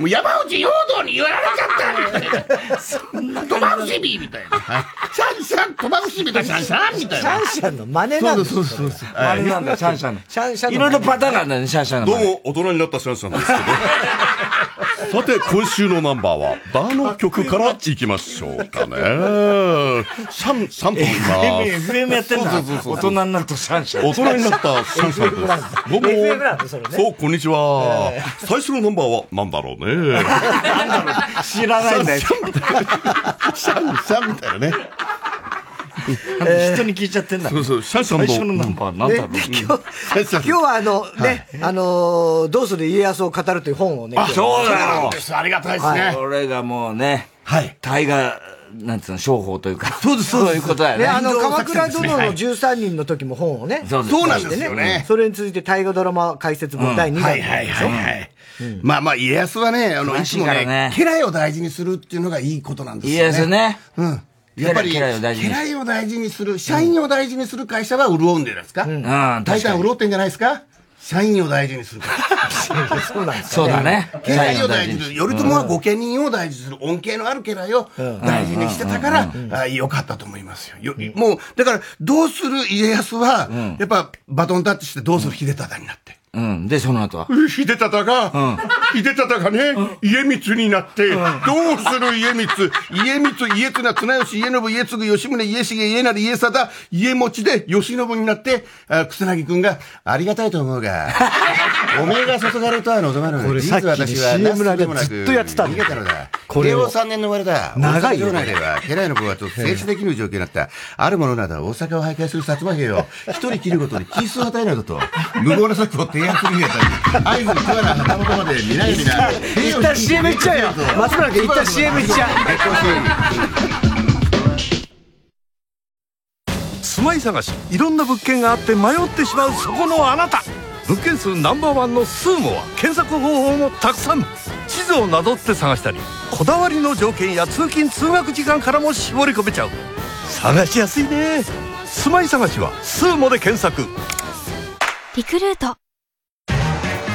[SPEAKER 17] う山内陽道にやられちゃったみたいなそんなトマフシビみたいなシャンシャントマフシビがシャンシャンみたい
[SPEAKER 1] シャ
[SPEAKER 17] な
[SPEAKER 1] ンシャンの真似なんですよそれ
[SPEAKER 2] あれなんだシャンシャンの
[SPEAKER 1] シャンシャンの
[SPEAKER 2] いろいろパターンがあるんだねシャンシャンの
[SPEAKER 18] どうも、大人になったシャンシャンですけど。さて、今週のナンバーは、バーの曲からいきましょうかね。シャン、シャンと言います。
[SPEAKER 2] FM やってんだ
[SPEAKER 18] そうそうそう
[SPEAKER 2] 大人になったシャンシャン
[SPEAKER 18] 大人になったシャンシャンです。どうも
[SPEAKER 2] FM なんだそれね。
[SPEAKER 18] そう、こんにちは。最初のナンバーは、なんだろうね。
[SPEAKER 2] 知らないんだよ
[SPEAKER 17] シャンシャンみたいなね
[SPEAKER 2] 人に聞いちゃってんだ
[SPEAKER 18] そうそう、シャンシャンの。
[SPEAKER 2] 最初のナンバーなんだろう
[SPEAKER 1] ね今日 <laughs> 今日はあのね、あのーどうする家康を語るという本をね、今日
[SPEAKER 2] そうだよ
[SPEAKER 17] ありがたいです
[SPEAKER 2] は
[SPEAKER 17] ね
[SPEAKER 2] いこれがもうね
[SPEAKER 17] はい
[SPEAKER 2] 大河なんつうの商法というかそうですそういうことだよね
[SPEAKER 1] ね、あの、鎌倉
[SPEAKER 2] ど
[SPEAKER 1] 殿の13人の時も本をね、
[SPEAKER 2] そうですそうなん
[SPEAKER 17] ですよね
[SPEAKER 1] 出してそれに続いて大河ドラマ解説
[SPEAKER 17] う
[SPEAKER 1] 本
[SPEAKER 17] ん
[SPEAKER 1] 第2弾。
[SPEAKER 17] はいはいはいはい。まあまあ、家康はね、あの、い
[SPEAKER 2] 悲
[SPEAKER 17] つ
[SPEAKER 2] しい
[SPEAKER 17] も
[SPEAKER 2] からね
[SPEAKER 17] ね、家来を大事にするっていうのがいいことなんですよね。
[SPEAKER 2] 家康ね
[SPEAKER 17] うん。やっぱり、
[SPEAKER 2] 家
[SPEAKER 17] 家
[SPEAKER 2] 来を大事にする
[SPEAKER 17] 来を大事にする、社員を大事にする会社は潤うんじゃないですか。
[SPEAKER 2] ん確か
[SPEAKER 17] 大
[SPEAKER 2] に
[SPEAKER 17] 体潤ってんじゃないですか社員を大事にするから。
[SPEAKER 1] そうなんです
[SPEAKER 2] そうだね
[SPEAKER 17] 家来を大事にする。
[SPEAKER 2] 社員を大事に
[SPEAKER 17] 頼朝は御家人を大事にする。恩恵のある家来を大事にしてたから、あよかったと思いますよ。よもう、だから、どうする家康は、やっぱバトンタッチしてどうする秀忠になって。
[SPEAKER 2] うんでその後は
[SPEAKER 18] 秀忠が、秀忠がね、家光になって、どうする家光、
[SPEAKER 17] 家光、家綱、綱吉、家信、家継、吉宗、家重、家成、家貞、家持ちで吉信になって、あ草薙くんが、ありがたいと思
[SPEAKER 1] <laughs>
[SPEAKER 17] うが、おめえが注がれるとは望まぬ。
[SPEAKER 1] これさっき
[SPEAKER 17] 事実私は
[SPEAKER 1] CM の間
[SPEAKER 17] なすすべもなく
[SPEAKER 1] ずっとやってたの
[SPEAKER 17] 逃げたのだ。
[SPEAKER 1] こ
[SPEAKER 17] こ
[SPEAKER 1] れ
[SPEAKER 17] れ
[SPEAKER 1] を
[SPEAKER 17] を3年の終わりだ。
[SPEAKER 1] 長いよ
[SPEAKER 17] 大阪城内では、家来の子がと政治できる状況になった。ある者などは大阪を徘徊する薩摩兵を、一人切ることに奇数を与えないことと、無謀な策を提案するにあたり、合図に加えな旗本まで見ない見ない。
[SPEAKER 1] <laughs> 一旦 CM いっちゃうよ松村君一旦 CM いっちゃう
[SPEAKER 7] 住まい探しいろんな物件があって迷ってしまうそこのあなた物件数ナンバーワンのスーモは検索方法もたくさん地図をなぞって探したりこだわりの条件や通勤通学時間からも絞り込めちゃう探しやすいね住まい探しはスーモで検索
[SPEAKER 19] リクルート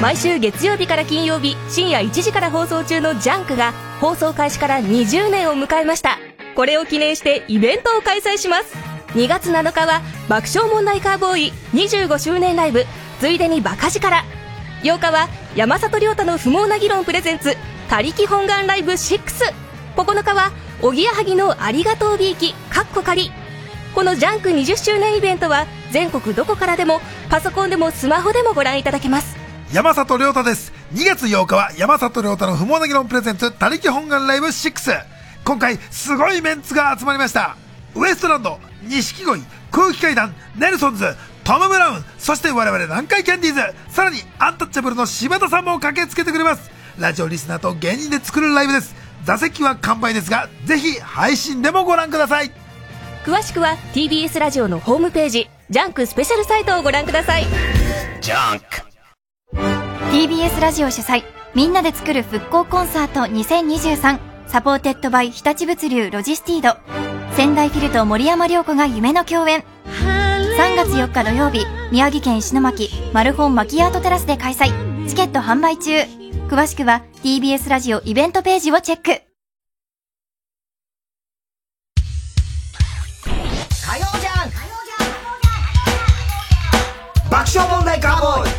[SPEAKER 19] 毎週月曜日から金曜日深夜1時から放送中の「ジャンク」が放送開始から20年を迎えましたこれを記念してイベントを開催します2月7日は爆笑問題カーボーイ25周年ライブついでにバカ力8日は山里亮太の不毛な議論プレゼンツ他力本願ライブ69日はおぎやはぎのありがとうびいきかっこ仮このジャンク20周年イベントは全国どこからでもパソコンでもスマホでもご覧いただけます
[SPEAKER 20] 山里亮太です2月8日は山里亮太の不毛な議論プレゼンツ「他力本願ライブ6」今回すごいメンツが集まりましたウエストランド錦鯉空気階段ネルソンズトム・ブラウンそして我々南海キャンディーズさらにアンタッチャブルの柴田さんも駆けつけてくれますラジオリスナーと芸人で作るライブです座席は完売ですがぜひ配信でもご覧ください
[SPEAKER 19] 詳しくは TBS ラジオのホームページジャンクスペシャルサイトをご覧ください
[SPEAKER 17] ジャンク
[SPEAKER 21] TBS ラジオ主催みんなで作る復興コンサート2023サポーテッドバイ日立物流ロジスティード仙台フィルと森山良子が夢の共演3月4日土曜日宮城県石巻マルホンマキアートテラスで開催チケット販売中詳しくは TBS ラジオイベントページをチェック
[SPEAKER 16] 火曜ジャンク
[SPEAKER 1] 爆笑問題カーボーイ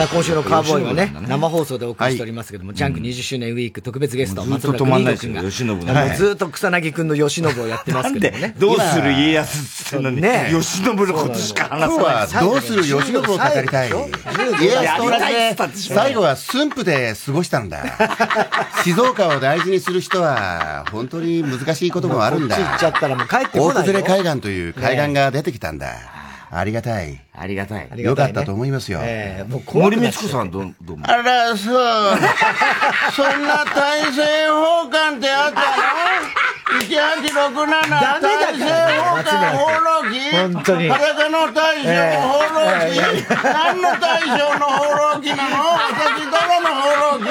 [SPEAKER 1] さあ今週のカーボーイはね
[SPEAKER 2] 吉野君だね
[SPEAKER 1] 生放送でお送りしておりますけども、ジャンク20周年ウィーク特別ゲスト、
[SPEAKER 2] ずっ
[SPEAKER 1] 松
[SPEAKER 2] と
[SPEAKER 1] 村
[SPEAKER 2] 止まん
[SPEAKER 1] 邦
[SPEAKER 2] ない
[SPEAKER 1] 洋
[SPEAKER 2] です
[SPEAKER 1] 君
[SPEAKER 2] よ
[SPEAKER 1] が、
[SPEAKER 2] 吉野君
[SPEAKER 1] あの
[SPEAKER 2] はい
[SPEAKER 1] ずっと草薙君の吉信をやってますけどもね。
[SPEAKER 2] どうする家康っつってんのに、
[SPEAKER 1] ねえ
[SPEAKER 2] 吉信のことしか話さない。
[SPEAKER 22] 今日はどうする吉信を語りたい。家康と同じで、最後は駿府で過ごしたんだ。静岡を大事にする人は、本当に難しいこともあるんだ。
[SPEAKER 1] もうこっち行っちゃったらもう帰ってこないよ
[SPEAKER 22] 大崩れ海岸という海岸が出てきたんだ。ありがたい。ありがたい。よかったと思いますよ。
[SPEAKER 2] 森光子さんどうどうも。
[SPEAKER 22] あら、そう。そんな大政奉還ってあったの ?1867
[SPEAKER 16] ダメだから
[SPEAKER 22] 大政奉還放浪記
[SPEAKER 16] 本当に
[SPEAKER 22] 裸の大将の放浪記、何の大将の放浪記なの私どこの放浪
[SPEAKER 16] <laughs>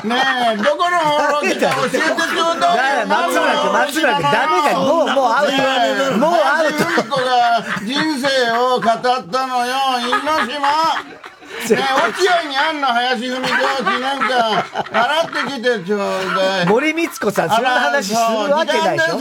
[SPEAKER 22] 記ねえ、どこの放浪記か教えてちょうだい。
[SPEAKER 1] 松村君松村君ダメだよもうもうアウトもうアウト
[SPEAKER 22] ト。子が人生を語ったのよ、猪島。ねえ、落合にあんの林文子記念館、洗ってきてちょうだい。
[SPEAKER 1] 森光子さん、そんな話するわけないでしょ。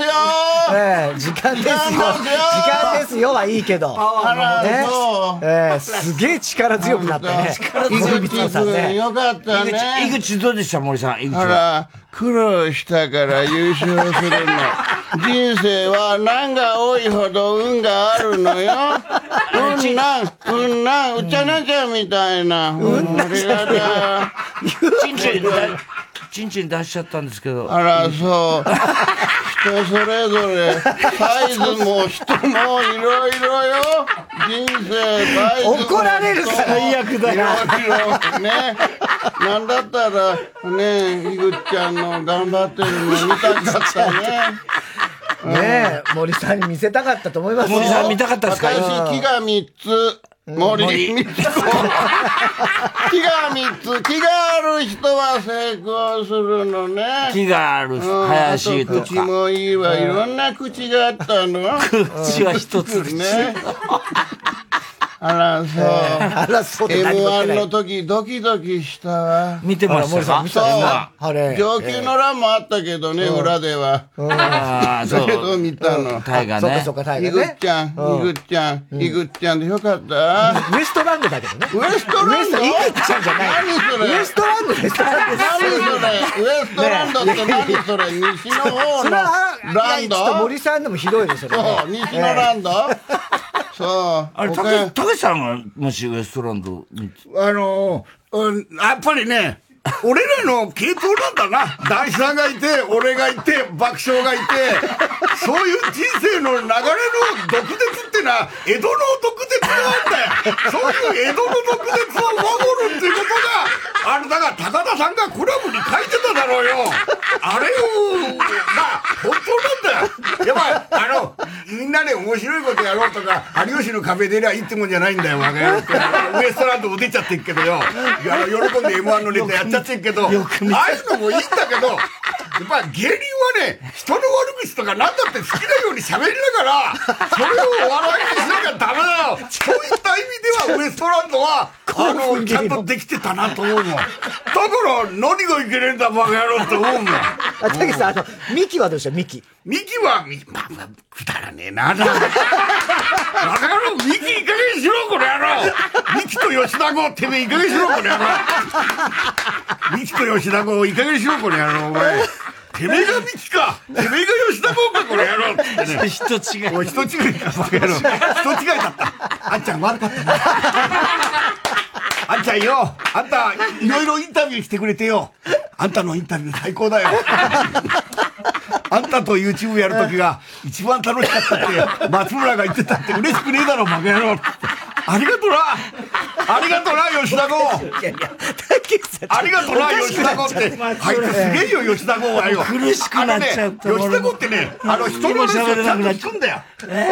[SPEAKER 1] ええ時間ですよ。時間ですよはいいけど。
[SPEAKER 22] あら
[SPEAKER 1] ね
[SPEAKER 22] そ
[SPEAKER 1] ええすげえ力強くなったね。森光子さんね。
[SPEAKER 22] よかったね。
[SPEAKER 2] 井口井口どうでした森さん井口
[SPEAKER 22] あ
[SPEAKER 2] は。
[SPEAKER 22] ら、苦労したから優勝するの。
[SPEAKER 5] <laughs>
[SPEAKER 22] 人生は難が多いほど運がある <laughs> のよ。運なん、運なん、うちゃなちゃみたいな。うんなちゃだ。 <laughs>
[SPEAKER 2] ちんちん出ちんちん出しちゃったんですけど。
[SPEAKER 22] あら、そう。人それぞれ、サイズも人もいろいろよ。人生、サイズも
[SPEAKER 1] 怒られる最悪だよ
[SPEAKER 22] いろいろね。なんだったら、ね、ひぐちゃんの頑張ってるの見たかったね。
[SPEAKER 1] ねえ、森さんに見せたかったと思いますよ
[SPEAKER 22] 私、木が3つ。森
[SPEAKER 1] 森
[SPEAKER 22] 光子。木が3つ。木がある人は成功するのね。
[SPEAKER 2] 木がある林とか
[SPEAKER 22] あ口もいいわ。いろんな口があったの。
[SPEAKER 2] <laughs> 口は一つ
[SPEAKER 22] ね。あら、そう。
[SPEAKER 1] あら、そうって何も言って
[SPEAKER 22] M1
[SPEAKER 1] ない
[SPEAKER 22] の時、ドキドキしたわ。
[SPEAKER 2] 見てましたか
[SPEAKER 22] あら森さん見た
[SPEAKER 1] あれ
[SPEAKER 22] そう。上級の欄もあったけどね、
[SPEAKER 2] うん
[SPEAKER 22] 裏では。 <laughs>
[SPEAKER 2] あーそう
[SPEAKER 22] だけど見たの。
[SPEAKER 2] タイガねそっかそっかタイガね
[SPEAKER 22] ひぐっちゃん、
[SPEAKER 2] うん
[SPEAKER 22] ひぐっちゃん、ひぐっちゃんでよかった。
[SPEAKER 1] ウエストランドだけどね。
[SPEAKER 22] ウエストランド
[SPEAKER 1] ウエストいくちゃんじゃない
[SPEAKER 22] 何それ
[SPEAKER 1] ウエストランドです
[SPEAKER 22] 何それウエストランドって何それ西の
[SPEAKER 1] そ
[SPEAKER 22] 方の
[SPEAKER 1] れは
[SPEAKER 22] ラ
[SPEAKER 1] い
[SPEAKER 22] ン
[SPEAKER 1] やちょっと
[SPEAKER 22] ド
[SPEAKER 1] 森さんでもひどいですよ
[SPEAKER 22] そう、西のランドそう。
[SPEAKER 2] あれ、たけ、たけしさんが、もしウエストランド見て
[SPEAKER 5] あのーうん、やっぱりね、俺らの系統なんだな。 <laughs> 大志さんがいて、俺がいて、爆笑がいて、そういう人生の流れの毒舌ってのは、江戸の毒舌なんだよ。そういう江戸の毒舌を守るっていうことが、あれだから高田さんがコラムに書いてただろうよ。あれを、まあ、本当なんだよ。やっぱり、あの、みんなで面白いことやろうとか、有吉の壁出りゃいいってもんじゃないんだよ、我が家って。ウエストランドも出ちゃってっけどよ。あの喜んで M1 のネタやっちゃってっけど、ああいうのもいいんだけど、やっぱ芸人はね、人の悪口とか何だって好きなように喋りながら、それを笑いにしなきゃダメだよ。そういった意味ではウエストランドは、あの、ちゃんとできてたなと思うもん。だから何がいけねえんだバカ野郎って思うもん。
[SPEAKER 1] あ、たけしさん、あの、ミキはどうでしたミキ。
[SPEAKER 5] ミキは、みまあまあ、くだらねえな、だバカ野郎、ミキいい加減にしろ、この野郎ミキと吉田剛、てめえいい加減にしろ、この野郎ミキと吉田剛、いい加減にしろ、この野郎、お前。てめえがミキかてめえが吉田剛か、この野郎ってね。人違い。おい、人違いか、バカ野郎。人違いだった。あんちゃん悪かったな。あんちゃんよ、あんた、いろいろインタビューしてくれてよ。あんたのインタビュー最高だよ。あんたと YouTube やるときが一番楽しかったって、松村が言ってたって嬉しくねえだろ、バカ野郎って。ありがとなありがとな、吉田剛ありがとな、吉田剛って。あいつすげえよ、吉田剛はよ。
[SPEAKER 3] 苦しくなっちゃった
[SPEAKER 5] あのね、吉田剛ってね、あの、人の話をちゃんと聞くんだよ。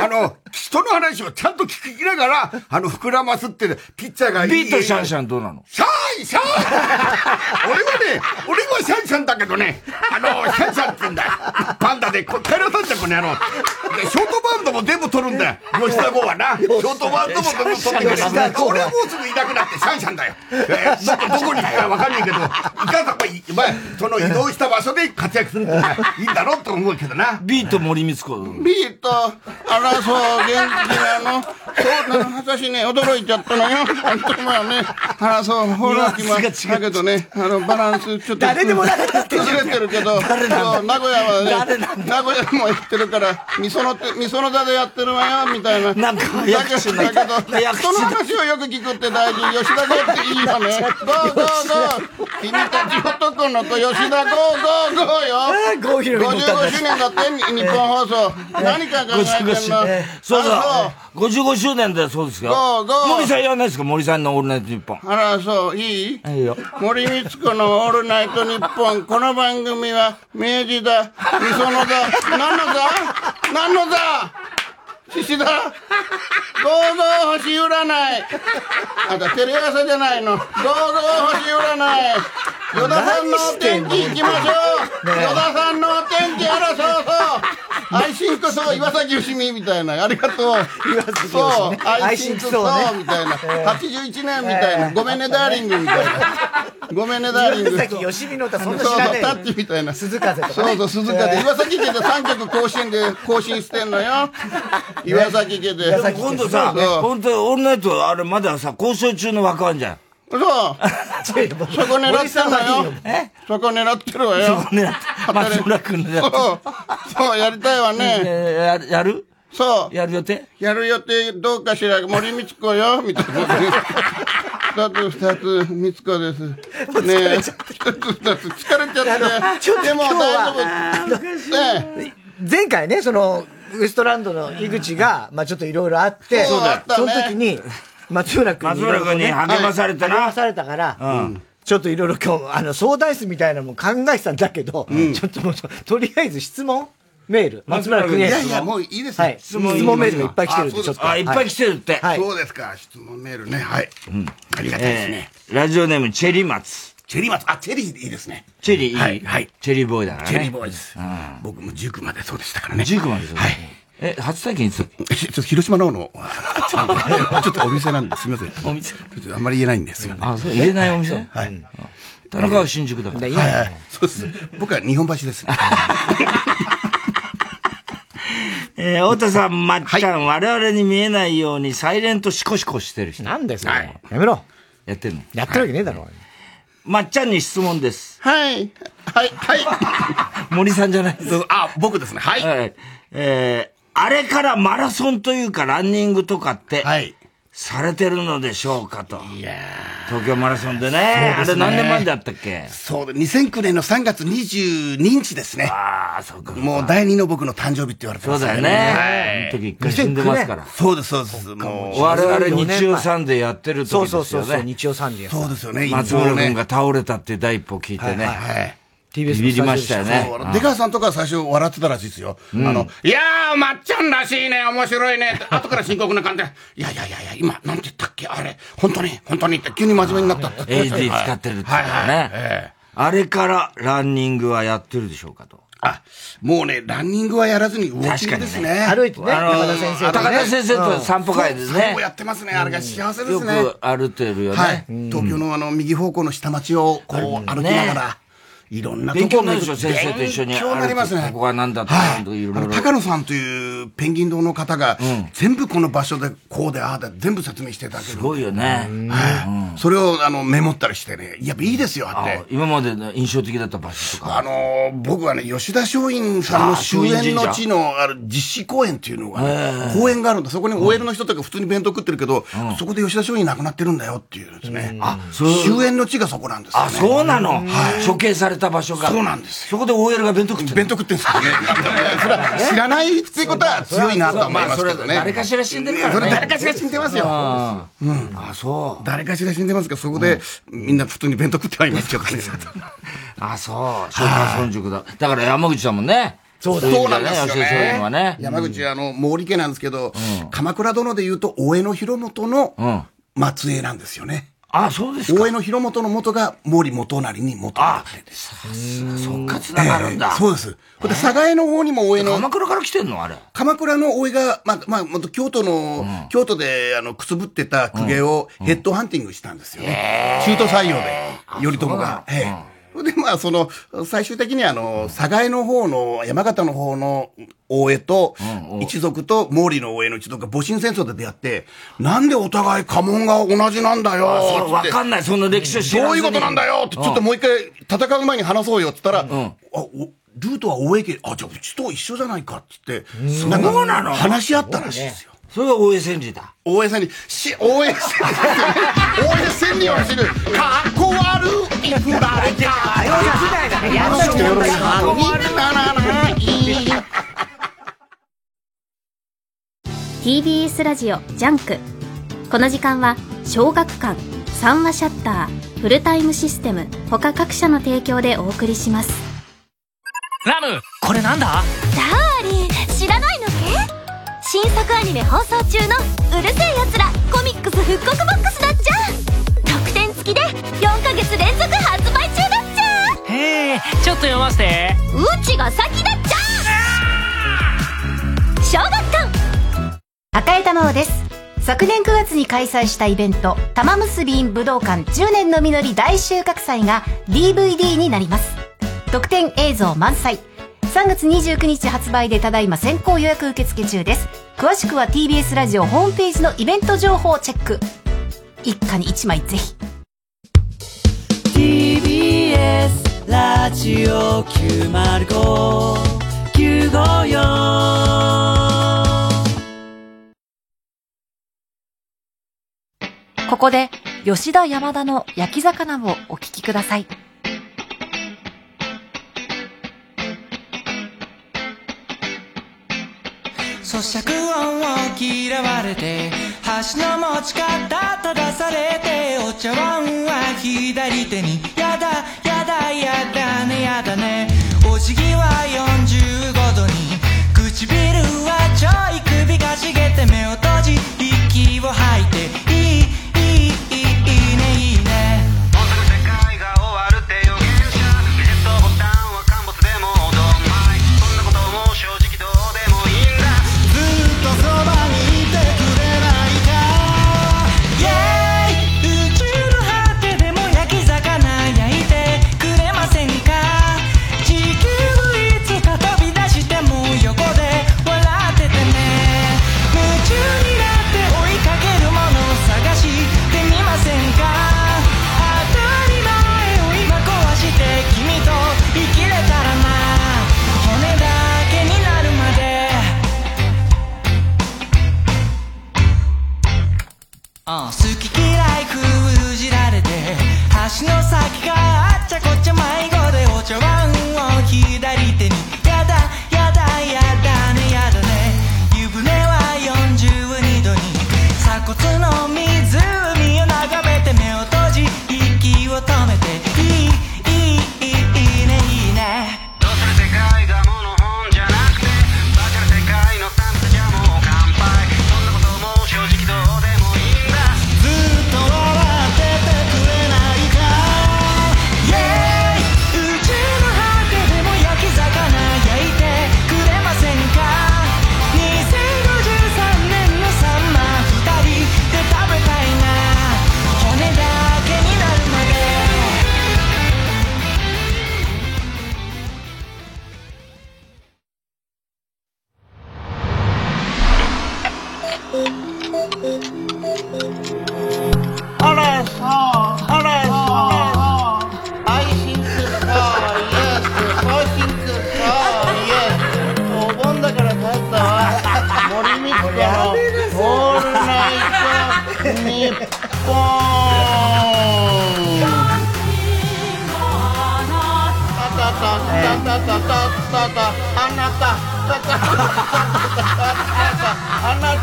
[SPEAKER 5] あの、人の話をちゃんと聞きながら、あの、膨らますってね、ピッチャーがいい。
[SPEAKER 2] ビートシャンシャンどうなの
[SPEAKER 5] シャーイシャーイ俺はね、俺はシャンシャンだけどね、あの、シャンシャンって言うんだよ。パンダで、こ大量さんじゃん、この野郎。でショートバウンドも全部取るんだよ。吉田剛はな。ショートバウンドも全部取るん
[SPEAKER 3] シャンシャ
[SPEAKER 5] だ
[SPEAKER 3] ン
[SPEAKER 5] よ
[SPEAKER 3] だ。
[SPEAKER 5] 俺はもうすぐいなくなってシャンシャンだよ。えーなんかどこに行くかわかんないけど、いかんさばい、お前、その移動した場所で活躍するんだよ。いいんだろうと思うけどな。ビート森光子。
[SPEAKER 22] ビート、争う元気なの。そうなの、私ね、驚いちゃったのよ。本当まあね、争う方が決まだけどね、あの、バランスちょっと。
[SPEAKER 3] 誰でもなかった
[SPEAKER 22] 崩れてるけど、
[SPEAKER 3] 誰なんだ
[SPEAKER 22] そう名古屋は
[SPEAKER 3] 誰
[SPEAKER 22] ね、名古屋も行ってるから、みそのって、みその座でやってるわよ、みたいな。なんかだけど、だけど、人の話をよく聞くって大事。吉田剛っていいよね。ゴーゴーゴー。君たち男の子、吉田ゴーゴーゴーよ。
[SPEAKER 3] 郷ひろみの歌
[SPEAKER 22] 55周年だって、日本放送。 <laughs> 何か考えてんの
[SPEAKER 2] 55周年。そうそう
[SPEAKER 22] あ。
[SPEAKER 2] 55周年だそうですよ
[SPEAKER 22] ゴーゴー。
[SPEAKER 2] 森さんやらないですか森さんのオールナイト日本。
[SPEAKER 22] あら、そう、いい
[SPEAKER 2] いいよ。
[SPEAKER 22] 森光子の「オールナイトニッポン」この番組は明治だ磯野だ何のだ何のだ獅子だゴーゴー星占いあんたテレ朝じゃないのゴーゴー星占い与田さんのお天気行きましょう
[SPEAKER 3] ねえ
[SPEAKER 22] 与田さんのお天気あらそうそう愛心こそ岩崎よしみみたいなありがとう
[SPEAKER 3] 良
[SPEAKER 22] そう
[SPEAKER 3] 美ね
[SPEAKER 22] 愛心こそ
[SPEAKER 3] 愛心こそね
[SPEAKER 22] みたいな
[SPEAKER 3] え
[SPEAKER 22] 81年みたいなごめんねダーリングみたいなごめんねダーリング
[SPEAKER 1] 岩崎よしみの歌そんな知らねえよ
[SPEAKER 22] そうそうタッチみたいな
[SPEAKER 1] 鈴風とか
[SPEAKER 22] そ
[SPEAKER 1] ね
[SPEAKER 22] うそう鈴鹿
[SPEAKER 1] え
[SPEAKER 22] で
[SPEAKER 1] ー
[SPEAKER 22] 岩崎家で3曲更新で更新してんのよ岩崎家で
[SPEAKER 2] でも今度さ、
[SPEAKER 22] そう
[SPEAKER 2] 本当オールナイトあれまださ、交渉中の枠あんじゃん。
[SPEAKER 22] そうそこ狙ってるわよそこ狙ってるわよ
[SPEAKER 2] そこ狙って松村君のやつ
[SPEAKER 22] そうそうやりたいわね
[SPEAKER 2] ややる
[SPEAKER 22] そう
[SPEAKER 2] やる予定
[SPEAKER 22] やる予定どうかしら森光子よみたいな二つ二つ光子ですねえ一つ二つ疲れちゃってでも大丈夫
[SPEAKER 1] 前回ね、その、ウエストランドの井口が、まあちょっといろいろあって、
[SPEAKER 2] そうだよ
[SPEAKER 1] その時に、松村君
[SPEAKER 2] 松村君に励まされたな
[SPEAKER 1] 励まされたから、
[SPEAKER 2] うん
[SPEAKER 1] ちょっといろいろ今日、あの、相談室みたいなのも考えてたんだけど、ちょっともう、とりあえず質問メール。松村君へ。
[SPEAKER 5] いやいや、もういいです
[SPEAKER 1] はい。質問メールがいっぱい来てるんで、ちょっと。
[SPEAKER 2] てるって
[SPEAKER 1] はい
[SPEAKER 5] そうですか、質問メールね。はい。
[SPEAKER 2] うん。あ
[SPEAKER 5] りがたいですね。
[SPEAKER 2] ラジオネーム、チェリマツ。
[SPEAKER 5] チェリーマツ、あ、チェリーいいですね。
[SPEAKER 2] チェリーいい、
[SPEAKER 5] はいはい
[SPEAKER 2] チェリーボーイだからね。
[SPEAKER 5] チェリーボーイです。僕も塾までそうでしたからね。
[SPEAKER 2] 塾までそう
[SPEAKER 5] はい。
[SPEAKER 2] え、初体験いつだっ
[SPEAKER 5] けちょっと広島の方の、 <laughs> あちょっとお店なんです。すみません。
[SPEAKER 2] お店
[SPEAKER 5] ちょっとあんまり言えないんですよね。
[SPEAKER 2] あそう言えないお店
[SPEAKER 5] はい。
[SPEAKER 2] 田中は新宿だから
[SPEAKER 5] はいはい。そうです。僕は日本橋ですね。
[SPEAKER 2] <laughs> えー、太田さん、まっちゃん、我々に見えないようにサイレントシコシコしてる人。なん
[SPEAKER 1] ですかやめろ。
[SPEAKER 2] やってんの
[SPEAKER 1] やってるわけねえだろ。
[SPEAKER 2] まっちゃんに質問です。
[SPEAKER 22] はい。はい。
[SPEAKER 2] はい。 <laughs> 森さんじゃないです。
[SPEAKER 5] あ、僕ですね。はい。
[SPEAKER 2] えー、あれからマラソンというかランニングとかって、されてるのでしょうかと。東京マラソンでね、あれ何年前だったっけ
[SPEAKER 5] そうだ、2009年の3月22日ですね。
[SPEAKER 2] ああ、そうか。
[SPEAKER 5] もう第二の僕の誕生日って言われてます
[SPEAKER 2] そうだよねあの時一回死んでますから2009年
[SPEAKER 5] そうです、そうです。もう、
[SPEAKER 2] 我々日曜サンデーやってる時ですよね。
[SPEAKER 1] そうそうそうそう日曜サンデーやってたそうですよね
[SPEAKER 2] 松村君が倒れたっていう第一歩聞いてね。
[SPEAKER 1] はいはい
[SPEAKER 2] ビビりましたよね。
[SPEAKER 5] そう
[SPEAKER 2] うん
[SPEAKER 5] 出川さんとか最初笑ってたらしいですよ。
[SPEAKER 2] うん
[SPEAKER 5] あの、いやー、まっちゃんらしいね、面白いね。後から深刻な感じで、いやいやいやいや、今、なんて言ったっけ、あれ、本当に、本当にって、急に真面目になったって。
[SPEAKER 2] AD 使ってるっていう
[SPEAKER 5] は
[SPEAKER 2] か
[SPEAKER 5] い
[SPEAKER 2] ね
[SPEAKER 5] はいはいええ
[SPEAKER 2] あれからランニングはやってるでしょうかと。
[SPEAKER 17] あ、もうね、ランニングはやらずにウォーキングですね。
[SPEAKER 2] 歩いてねあの高田先生とね高田先生と散歩会ですね
[SPEAKER 17] そう散歩やってますね。あれが幸せです
[SPEAKER 2] よ
[SPEAKER 17] ね。
[SPEAKER 2] く歩いてるよね。
[SPEAKER 17] はい。東京のあの、右方向の下町をこう歩きながら、いろんなとこ
[SPEAKER 2] 勉強
[SPEAKER 17] ろ
[SPEAKER 2] になるでしょ先生と一緒に
[SPEAKER 17] 勉強になります
[SPEAKER 2] 歩いて
[SPEAKER 17] ね
[SPEAKER 2] こ。こは何だったとかいろいろ。
[SPEAKER 17] 高野さんというペンギン堂の方が、全部この場所でこうでああで全部説明していただけるすご
[SPEAKER 2] いよね、
[SPEAKER 17] はいそれをあのメモったりしてねやっぱいいですよあって
[SPEAKER 2] 今までの印象的だった場所とか。
[SPEAKER 17] あのー僕はね、吉田松陰さんの終焉の地のある実施公演っていうのがね、
[SPEAKER 2] へえ
[SPEAKER 17] 公演があるんだ。そこに OL の人とか普通に弁当食ってるけど、そこで吉田松陰亡くなってるんだよっていうですね。あ、
[SPEAKER 2] う
[SPEAKER 17] 終焉の地がそこなんですよ、ね。
[SPEAKER 2] あ、そうなの、
[SPEAKER 17] はい。
[SPEAKER 2] 処刑された場所が。
[SPEAKER 17] そうなんです。
[SPEAKER 2] そこで OL が弁当食って
[SPEAKER 17] 弁当食ってんすかね。それは知らないっていうことは強いなとは思いますけど
[SPEAKER 2] そ
[SPEAKER 17] ね。
[SPEAKER 2] れは誰かしら死んでるからね
[SPEAKER 17] それ誰かしら死んでますよ。
[SPEAKER 2] あ
[SPEAKER 17] うん。
[SPEAKER 2] あ、そう。
[SPEAKER 17] 誰かしら死んでますから、そこでみんな普通に弁当食ってはいますけどね。
[SPEAKER 2] あ、そう。昭和村塾だ。だから山口さんもね。
[SPEAKER 17] そう
[SPEAKER 2] い意味
[SPEAKER 17] なんですよ
[SPEAKER 2] 吉田松陰はね
[SPEAKER 17] ね。。山口はあの、毛利家なんですけど、鎌倉殿で言うと、大江の広元の末裔なんですよね。
[SPEAKER 2] あ、そうです
[SPEAKER 17] か。大江の広元の元が毛利元成に元になってて。
[SPEAKER 2] そっか、つながるんだ。
[SPEAKER 17] ええそうです。ほんで、佐賀江の方にも大江の。鎌
[SPEAKER 2] 倉から来てんのあれ。
[SPEAKER 17] 鎌倉の大江が、まあ、まあ、もっと京都の、京都で、あの、くすぶってた公家をヘッドハンティングしたんですよね。中途採用で、頼朝が。ええそれで、まあ、その、最終的にあの、佐賀江の方の、山形の方の大江と、一族と毛利の大江の一族が戊辰戦争で出会って、なんでお互い家紋が同じなんだよ
[SPEAKER 2] あそう
[SPEAKER 17] つって
[SPEAKER 2] わかんないその歴史を知らずに
[SPEAKER 17] どういうことなんだよってちょっともう一回、戦う前に話そうよって言ったら、あおルートは大江家、あ、じゃあうちと一緒じゃないかって言って、
[SPEAKER 2] そうなの
[SPEAKER 17] んか話し合ったらしいですよ。
[SPEAKER 2] それが大江千里だ。
[SPEAKER 17] 大江千里、し、大江千里、大江千里は知る。かっこ悪い振られた。
[SPEAKER 3] やだよ
[SPEAKER 17] よろしく
[SPEAKER 3] かっこ悪い
[SPEAKER 17] なななない。
[SPEAKER 4] TBS ラジオジャンクこの時間は小学館三話シャッターフルタイムシステム他各社の提供でお送りします
[SPEAKER 23] <laughs> ラムこれなんだ
[SPEAKER 24] ダーリン知らないのけ新作アニメ放送中の「うるせえやつら」コミックス復刻ボックスだっちゃ特典付きで4ヶ月連続発売中だっちゃ
[SPEAKER 23] へえちょっと読ませて
[SPEAKER 24] うちが先だっちゃ小学館
[SPEAKER 25] 赤江玉緒です昨年9月に開催したイベント「玉結び in 武道館10年の実り大収穫祭」が DVD になります特典映像満載3月29日発売でただいま先行予約受付中です詳しくは TBS ラジオホームページのイベント情報をチェック一家に一枚ぜひ
[SPEAKER 26] TBS ラジオ905-954
[SPEAKER 11] ここで吉田山田の焼き魚をお聞きください
[SPEAKER 23] 咀嚼音を嫌われて箸の持ち方正されてお茶碗は左手にやだやだやだねやだねお辞儀は45度に唇はちょい首かしげて目を閉じ息を吐いていいいいいいいいねいいねもうすぐ世界が終わるって予言者ビジットボタンは陥没でもどんまいそんなことも正直どうでもいいんだずっとそばにいてくれないか Yeah 宇宙の果てでも焼き魚焼いて
[SPEAKER 22] たたたたたあなたたたあなた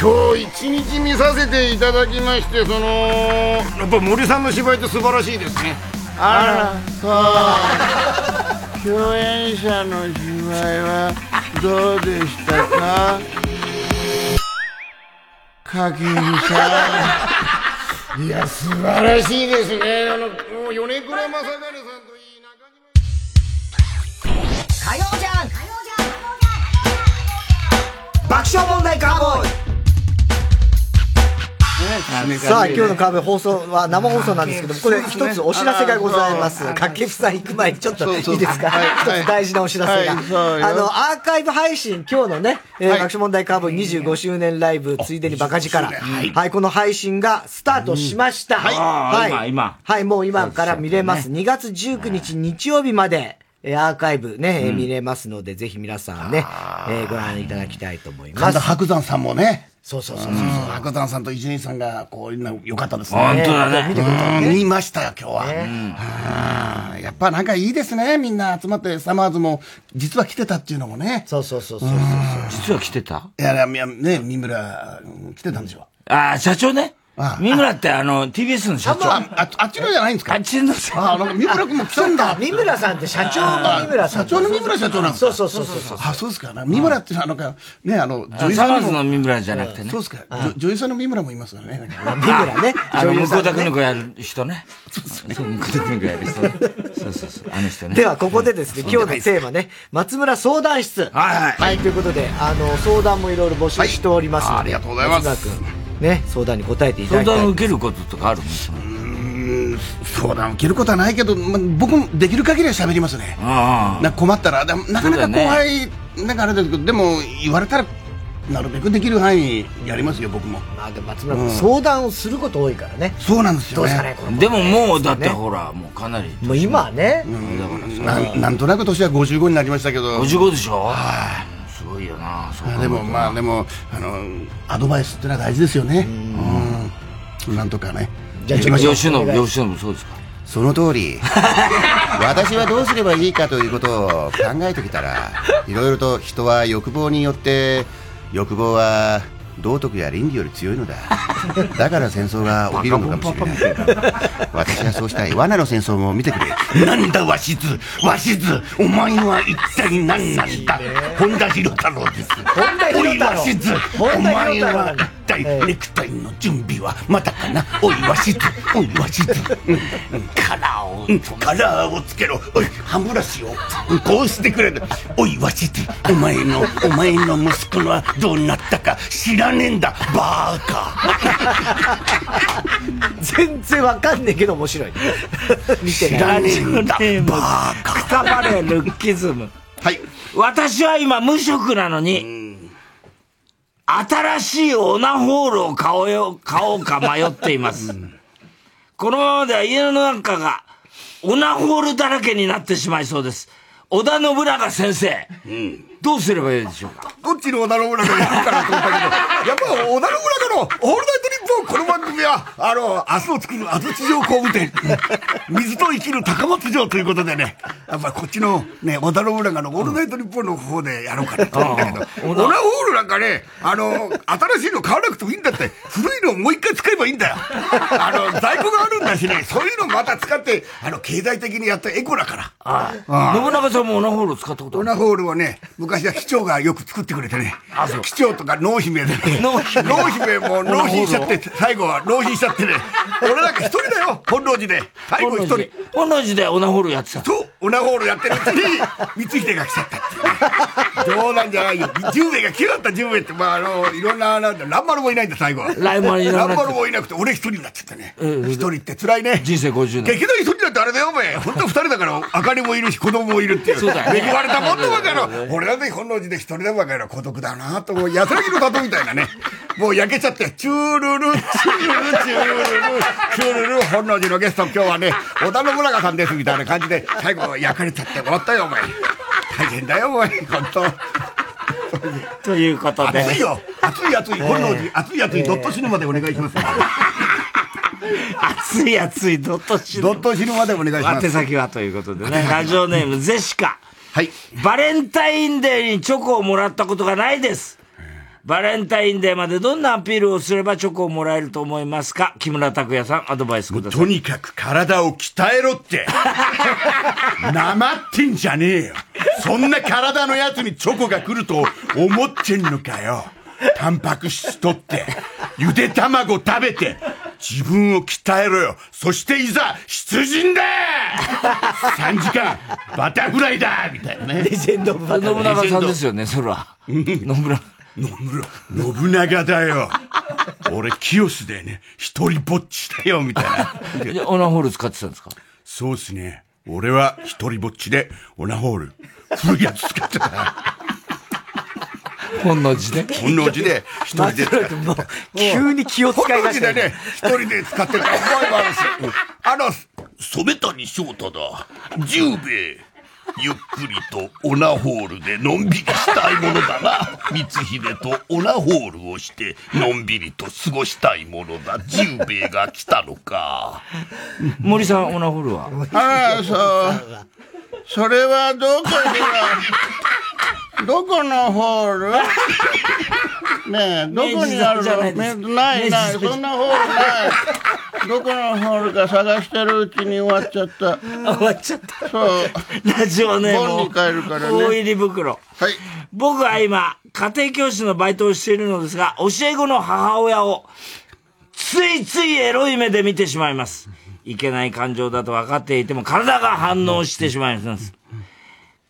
[SPEAKER 22] 今日一日見させていただきましてそのやっぱ森さんの芝居って素晴らしいですねあらそう共演者の芝居はどうでしたかかきみさんいや素晴らしいですねあのもう米倉正成さんと
[SPEAKER 16] 火曜じゃん
[SPEAKER 1] 爆笑問題カーボーイさあ、今日のカーボーイ放送は生放送なんですけども、これ一つお知らせがございます。掛布さん行く前にちょっといいですか一つ大事なお知らせが。
[SPEAKER 22] はいそうよ
[SPEAKER 1] あの、アーカイブ配信、今日のね、えー
[SPEAKER 22] はい
[SPEAKER 1] 爆笑問題カーボーイ25周年ライブ、ついでにバカ力。はい、この配信がスタートしました。はい。
[SPEAKER 2] 今、今。
[SPEAKER 1] はい、もう今から見れます。2月19日日曜日まで、えーアーカイブね、えー見れますので、ぜひ皆さんね、えーご覧いただきたいと思いま
[SPEAKER 5] 神
[SPEAKER 1] す
[SPEAKER 5] 田。伯山さんもね。
[SPEAKER 1] そうそう
[SPEAKER 5] そうそう。白山さんと伊集院さんが、こう、今良かったですね。
[SPEAKER 2] 本当だね
[SPEAKER 5] 見てくれたねうん見ましたよ、今日は。うんやっぱなんかいいですね。みんな集まって、サマーズも、実は来てたっていうのもね。
[SPEAKER 1] そうそうそう
[SPEAKER 2] そうそう実は来てた
[SPEAKER 5] いや、いやね、三村、うん来てたんでしょ。
[SPEAKER 2] ああ、社長ね。三村ってあの、TBS の社長。
[SPEAKER 5] あ、ああっちのじゃないんですか
[SPEAKER 2] あっちの
[SPEAKER 5] あ、なんか三村君も来たんだ。
[SPEAKER 1] 三村さんって社長の三村さん。
[SPEAKER 5] 社長の三村社長なんですか
[SPEAKER 1] そうそうそうそう。
[SPEAKER 5] あ、そうですか。なんか三村っていうのは、なんか、ね、あの、
[SPEAKER 2] あサマーズの三村じゃなくてね
[SPEAKER 5] そうですか。女女優さんの三村もいますよね。なんか
[SPEAKER 2] ああの、
[SPEAKER 5] 女優さん
[SPEAKER 2] 向
[SPEAKER 5] ね
[SPEAKER 2] 田邦子やる人ね。そう、向田邦子やる人ね。そうそうそう、あの人ね。
[SPEAKER 1] では、ここでですね、今日のテーマね、松村相談室。はい。ということで、あの、相談もいろいろ募集しておりますので、ありがとうございます。ね、相談に答えていた
[SPEAKER 2] 相
[SPEAKER 1] だきたい
[SPEAKER 2] 談受けることとかあるの
[SPEAKER 5] 相談受けることはないけど、まあ、僕もできる限りは喋りますね。
[SPEAKER 2] あ
[SPEAKER 5] なんか困ったら、でもなかな
[SPEAKER 2] そ
[SPEAKER 5] か
[SPEAKER 2] うだよね
[SPEAKER 5] 後輩、なんかあれですけど、でも言われたら、なるべくできる範囲やりますよ、僕も。
[SPEAKER 1] まあ、でも松村君、相談をすること多いからね。
[SPEAKER 5] そうなんですよ、ね。
[SPEAKER 1] どうですかね、この
[SPEAKER 2] でももう、だってほら、もうかなり。
[SPEAKER 1] もう今はね、
[SPEAKER 17] <laughs>
[SPEAKER 5] なんなんとなく年は55になりましたけど
[SPEAKER 2] 55でしょ
[SPEAKER 5] はい
[SPEAKER 2] すごいよなそう
[SPEAKER 5] あでもまあでもあのアドバイスってのは大事ですよねうんなんとかね
[SPEAKER 2] じゃあ
[SPEAKER 5] 行きましょう
[SPEAKER 2] 吉野吉野もそうですか
[SPEAKER 5] その通り私はどうすればいいかということを考えてきたらいろいろと人は欲望によって欲望は道徳や倫理より強いのだだから戦争が起きるのかもしれない私はそうしたい罠の戦争も見てくれなんだ鷲津鷲津お前は一体何な
[SPEAKER 1] <laughs>
[SPEAKER 5] んだ本田博太郎です
[SPEAKER 1] 本田博太郎
[SPEAKER 5] おい鷲津
[SPEAKER 1] 本田博
[SPEAKER 5] お前
[SPEAKER 1] 太郎
[SPEAKER 5] は一体ネクタイの準備はまだかなおい鷲津おい鷲津うんカラーをカラーをつけろおい歯ブラシをうんこうしてくれるおい鷲津お前のお前の息子はどうなったか知らねえんだバーカ
[SPEAKER 1] <laughs> 全然わかんねえけど面白い。見て
[SPEAKER 2] 知
[SPEAKER 1] な
[SPEAKER 2] ら
[SPEAKER 1] い
[SPEAKER 2] ねえんだバーカくたばれルッキズム
[SPEAKER 5] はい
[SPEAKER 2] 私は今無職なのに新しいオナホールを買おうよ買おうか迷っていますこのままでは家の中がオナホールだらけになってしまいそうです織田信長先生、どうすればいいでしょうか
[SPEAKER 5] どっちの小田信長がいるかなと思ったけど、やっぱ小田信長のオールナイトニッポン、この番組は、あの、明日を作る安土城工務店、水と生きる高松城ということでね、やっぱこっちのね、小田信長のオールナイトニッポンの方でやろうかなと思ったけど、オナホールなんかね、あの、新しいの買わなくてもいいんだって、古いのをもう一回使えばいいんだよ。あの、在庫があるんだしね、そういうのまた使って、あの、経済的にやったエコだから。
[SPEAKER 2] あ
[SPEAKER 5] ああ
[SPEAKER 2] 信長さんもオナホール使ったこと
[SPEAKER 5] オナホールはね、昔は市長がよく作ってくれてね。市長とか農姫でね。農姫も納品しちゃって、最後は納品しちゃってね。俺なんか一人だよ、本能寺で。最後一人。
[SPEAKER 2] 本能寺でオナホールやってた
[SPEAKER 5] と、オナホールやってるうちに、光秀が来ちゃったっていうね。冗談じゃないよ。10名が嫌だった10名って、まああの、いろんな、なんだ、乱丸もいないんだ、最後は。
[SPEAKER 2] 乱丸いなくなっちゃった
[SPEAKER 5] 乱丸もいなくて、俺一人になっちゃったね。一人って辛いね。
[SPEAKER 2] 人生50年
[SPEAKER 5] 劇団一人だってあれだよ、お前。本当二人だから、あかりもいるし、子供もいるっていう。
[SPEAKER 2] そうだよね
[SPEAKER 5] 恵まれたもんだばかの。俺だって本能寺で一人だばかの孤独だなと、もう安らぎの里みたいなね。もう焼けちゃって、チュールル、チュールル、チュールル、チュールル、本能寺のゲスト、今日はね、織田信長さんですみたいな感じで、最後焼かれちゃって終わったよ、お前。大変だよ、お前。本当。
[SPEAKER 2] ということで
[SPEAKER 5] 暑いよ。暑い暑い。本能寺、暑い暑い。ドット死ぬまでお願いします。
[SPEAKER 2] 暑い暑い、どっと汁。どっと汁までお願いし
[SPEAKER 5] ます
[SPEAKER 2] 宛先はということでね。ラジオネーム、ゼシカ。はい。バレンタインデーにチョコをもらったことがないです。バレンタインデーまでどんなアピールをすればチョコをもらえると思いますか木村拓哉さん、アドバイスください。
[SPEAKER 5] とにかく体を鍛えろって。なまってんじゃねえよ。そんな体のやつにチョコが来ると思ってんのかよ。タンパク質取って、ゆで卵食べて、自分を鍛えろよ。そしていざ、出陣だ <laughs> !3 時間、バタフライだみたいなね。
[SPEAKER 2] レジェンドオブバタフライ野村さんですよね、そら。野村。
[SPEAKER 5] 野村、信長だよ。俺、清須でね、一人ぼっちだよ、みたいな。
[SPEAKER 2] <laughs> でオナホール使ってたんですか
[SPEAKER 5] そうですね。俺は一人ぼっちで、オナホール、古いやつ使ってた。
[SPEAKER 2] 本能寺で
[SPEAKER 5] 本能寺で、一人で使ってた。
[SPEAKER 1] 急に気を使い出した
[SPEAKER 5] 本能寺でね、一人で使ってた。覚えがあるし。あの、染谷翔太だ。十兵衛。ゆっくりとオナホールでのんびりしたいものだな。光秀とオナホールをして、のんびりと過ごしたいものだ。十兵衛が来たのか。
[SPEAKER 2] 森さん、オナホールは
[SPEAKER 22] ああ、そう。それはどこには、どこのホールねえ、どこにあるのねないない、そんなホールない。どこのホールか探してるうちに終わっちゃった。
[SPEAKER 2] <laughs> 終わっちゃった。
[SPEAKER 22] そう。
[SPEAKER 2] ラジオネーム
[SPEAKER 22] 本に変えるからね。
[SPEAKER 2] 大入り袋。
[SPEAKER 22] はい。
[SPEAKER 2] 僕は今、家庭教師のバイトをしているのですが、教え子の母親を、ついついエロい目で見てしまいます。いけない感情だと分かっていても、体が反応してしまいます。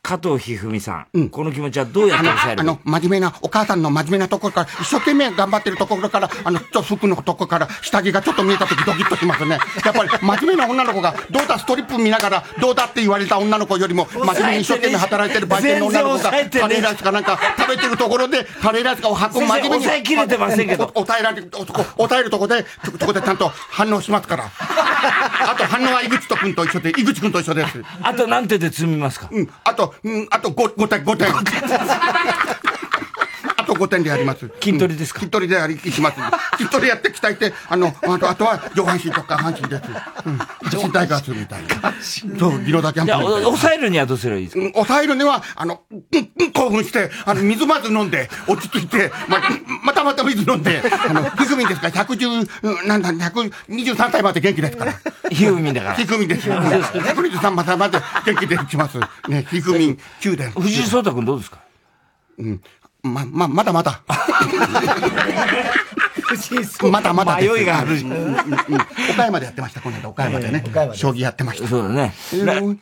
[SPEAKER 2] 加藤一二三さん,、この気持ちはどうやって抑える
[SPEAKER 17] あの、あの真面目な、お母さんの真面目なところから、一生懸命頑張ってるところから、あの、ちょっと服のとこから、下着がちょっと見えたときドキッとしますね。やっぱり、真面目な女の子が、どうだ、ストリップ見ながら、どうだって言われた女の子よりも、真面目に一生懸命働いてる売店の女の子が、カレ
[SPEAKER 2] 全然抑えてね
[SPEAKER 17] ーライスかなんか食べてるところで、カレーライスかを運ぶ
[SPEAKER 2] 先生
[SPEAKER 17] 真面目に。
[SPEAKER 2] 抑えきれてませんけど
[SPEAKER 17] おお抑えられ、おお抑えるとこで、ととこでちゃんと反応しますから。あと反応は井口と君と一緒で、井口君と一緒です。
[SPEAKER 2] あと何手で積みますか
[SPEAKER 17] うん。あと、うん、あと 5, 5点、5点。
[SPEAKER 2] <laughs>
[SPEAKER 17] あと5点でやります。筋トレですか、筋トレでやりし <laughs> ます。筋トレやって鍛えて、あの、あとあとは上半身とか下半身です。うん。半身タイガースみたいな。そう、色だけ
[SPEAKER 2] じゃあ、お抑えるにはどうすればいいですか
[SPEAKER 17] うん抑えるには、あの、うん、うん、興奮して、あの、水まず飲んで、落ち着いて、ま、うんまたまた水飲んで、あの、ひぐみですから、110、うんなんだ、123歳まで元気ですから。
[SPEAKER 2] ひぐみだから
[SPEAKER 17] ひぐみです。123歳まで元気できます。ね、ひぐみ9年。
[SPEAKER 2] 藤井聡太君どうですか
[SPEAKER 17] うん。ま、ま、まだまだ。まだまだです
[SPEAKER 2] 迷いがある
[SPEAKER 17] うんうんうん岡山でやってました、この間、岡山でね。将棋やってました。
[SPEAKER 2] そうだね。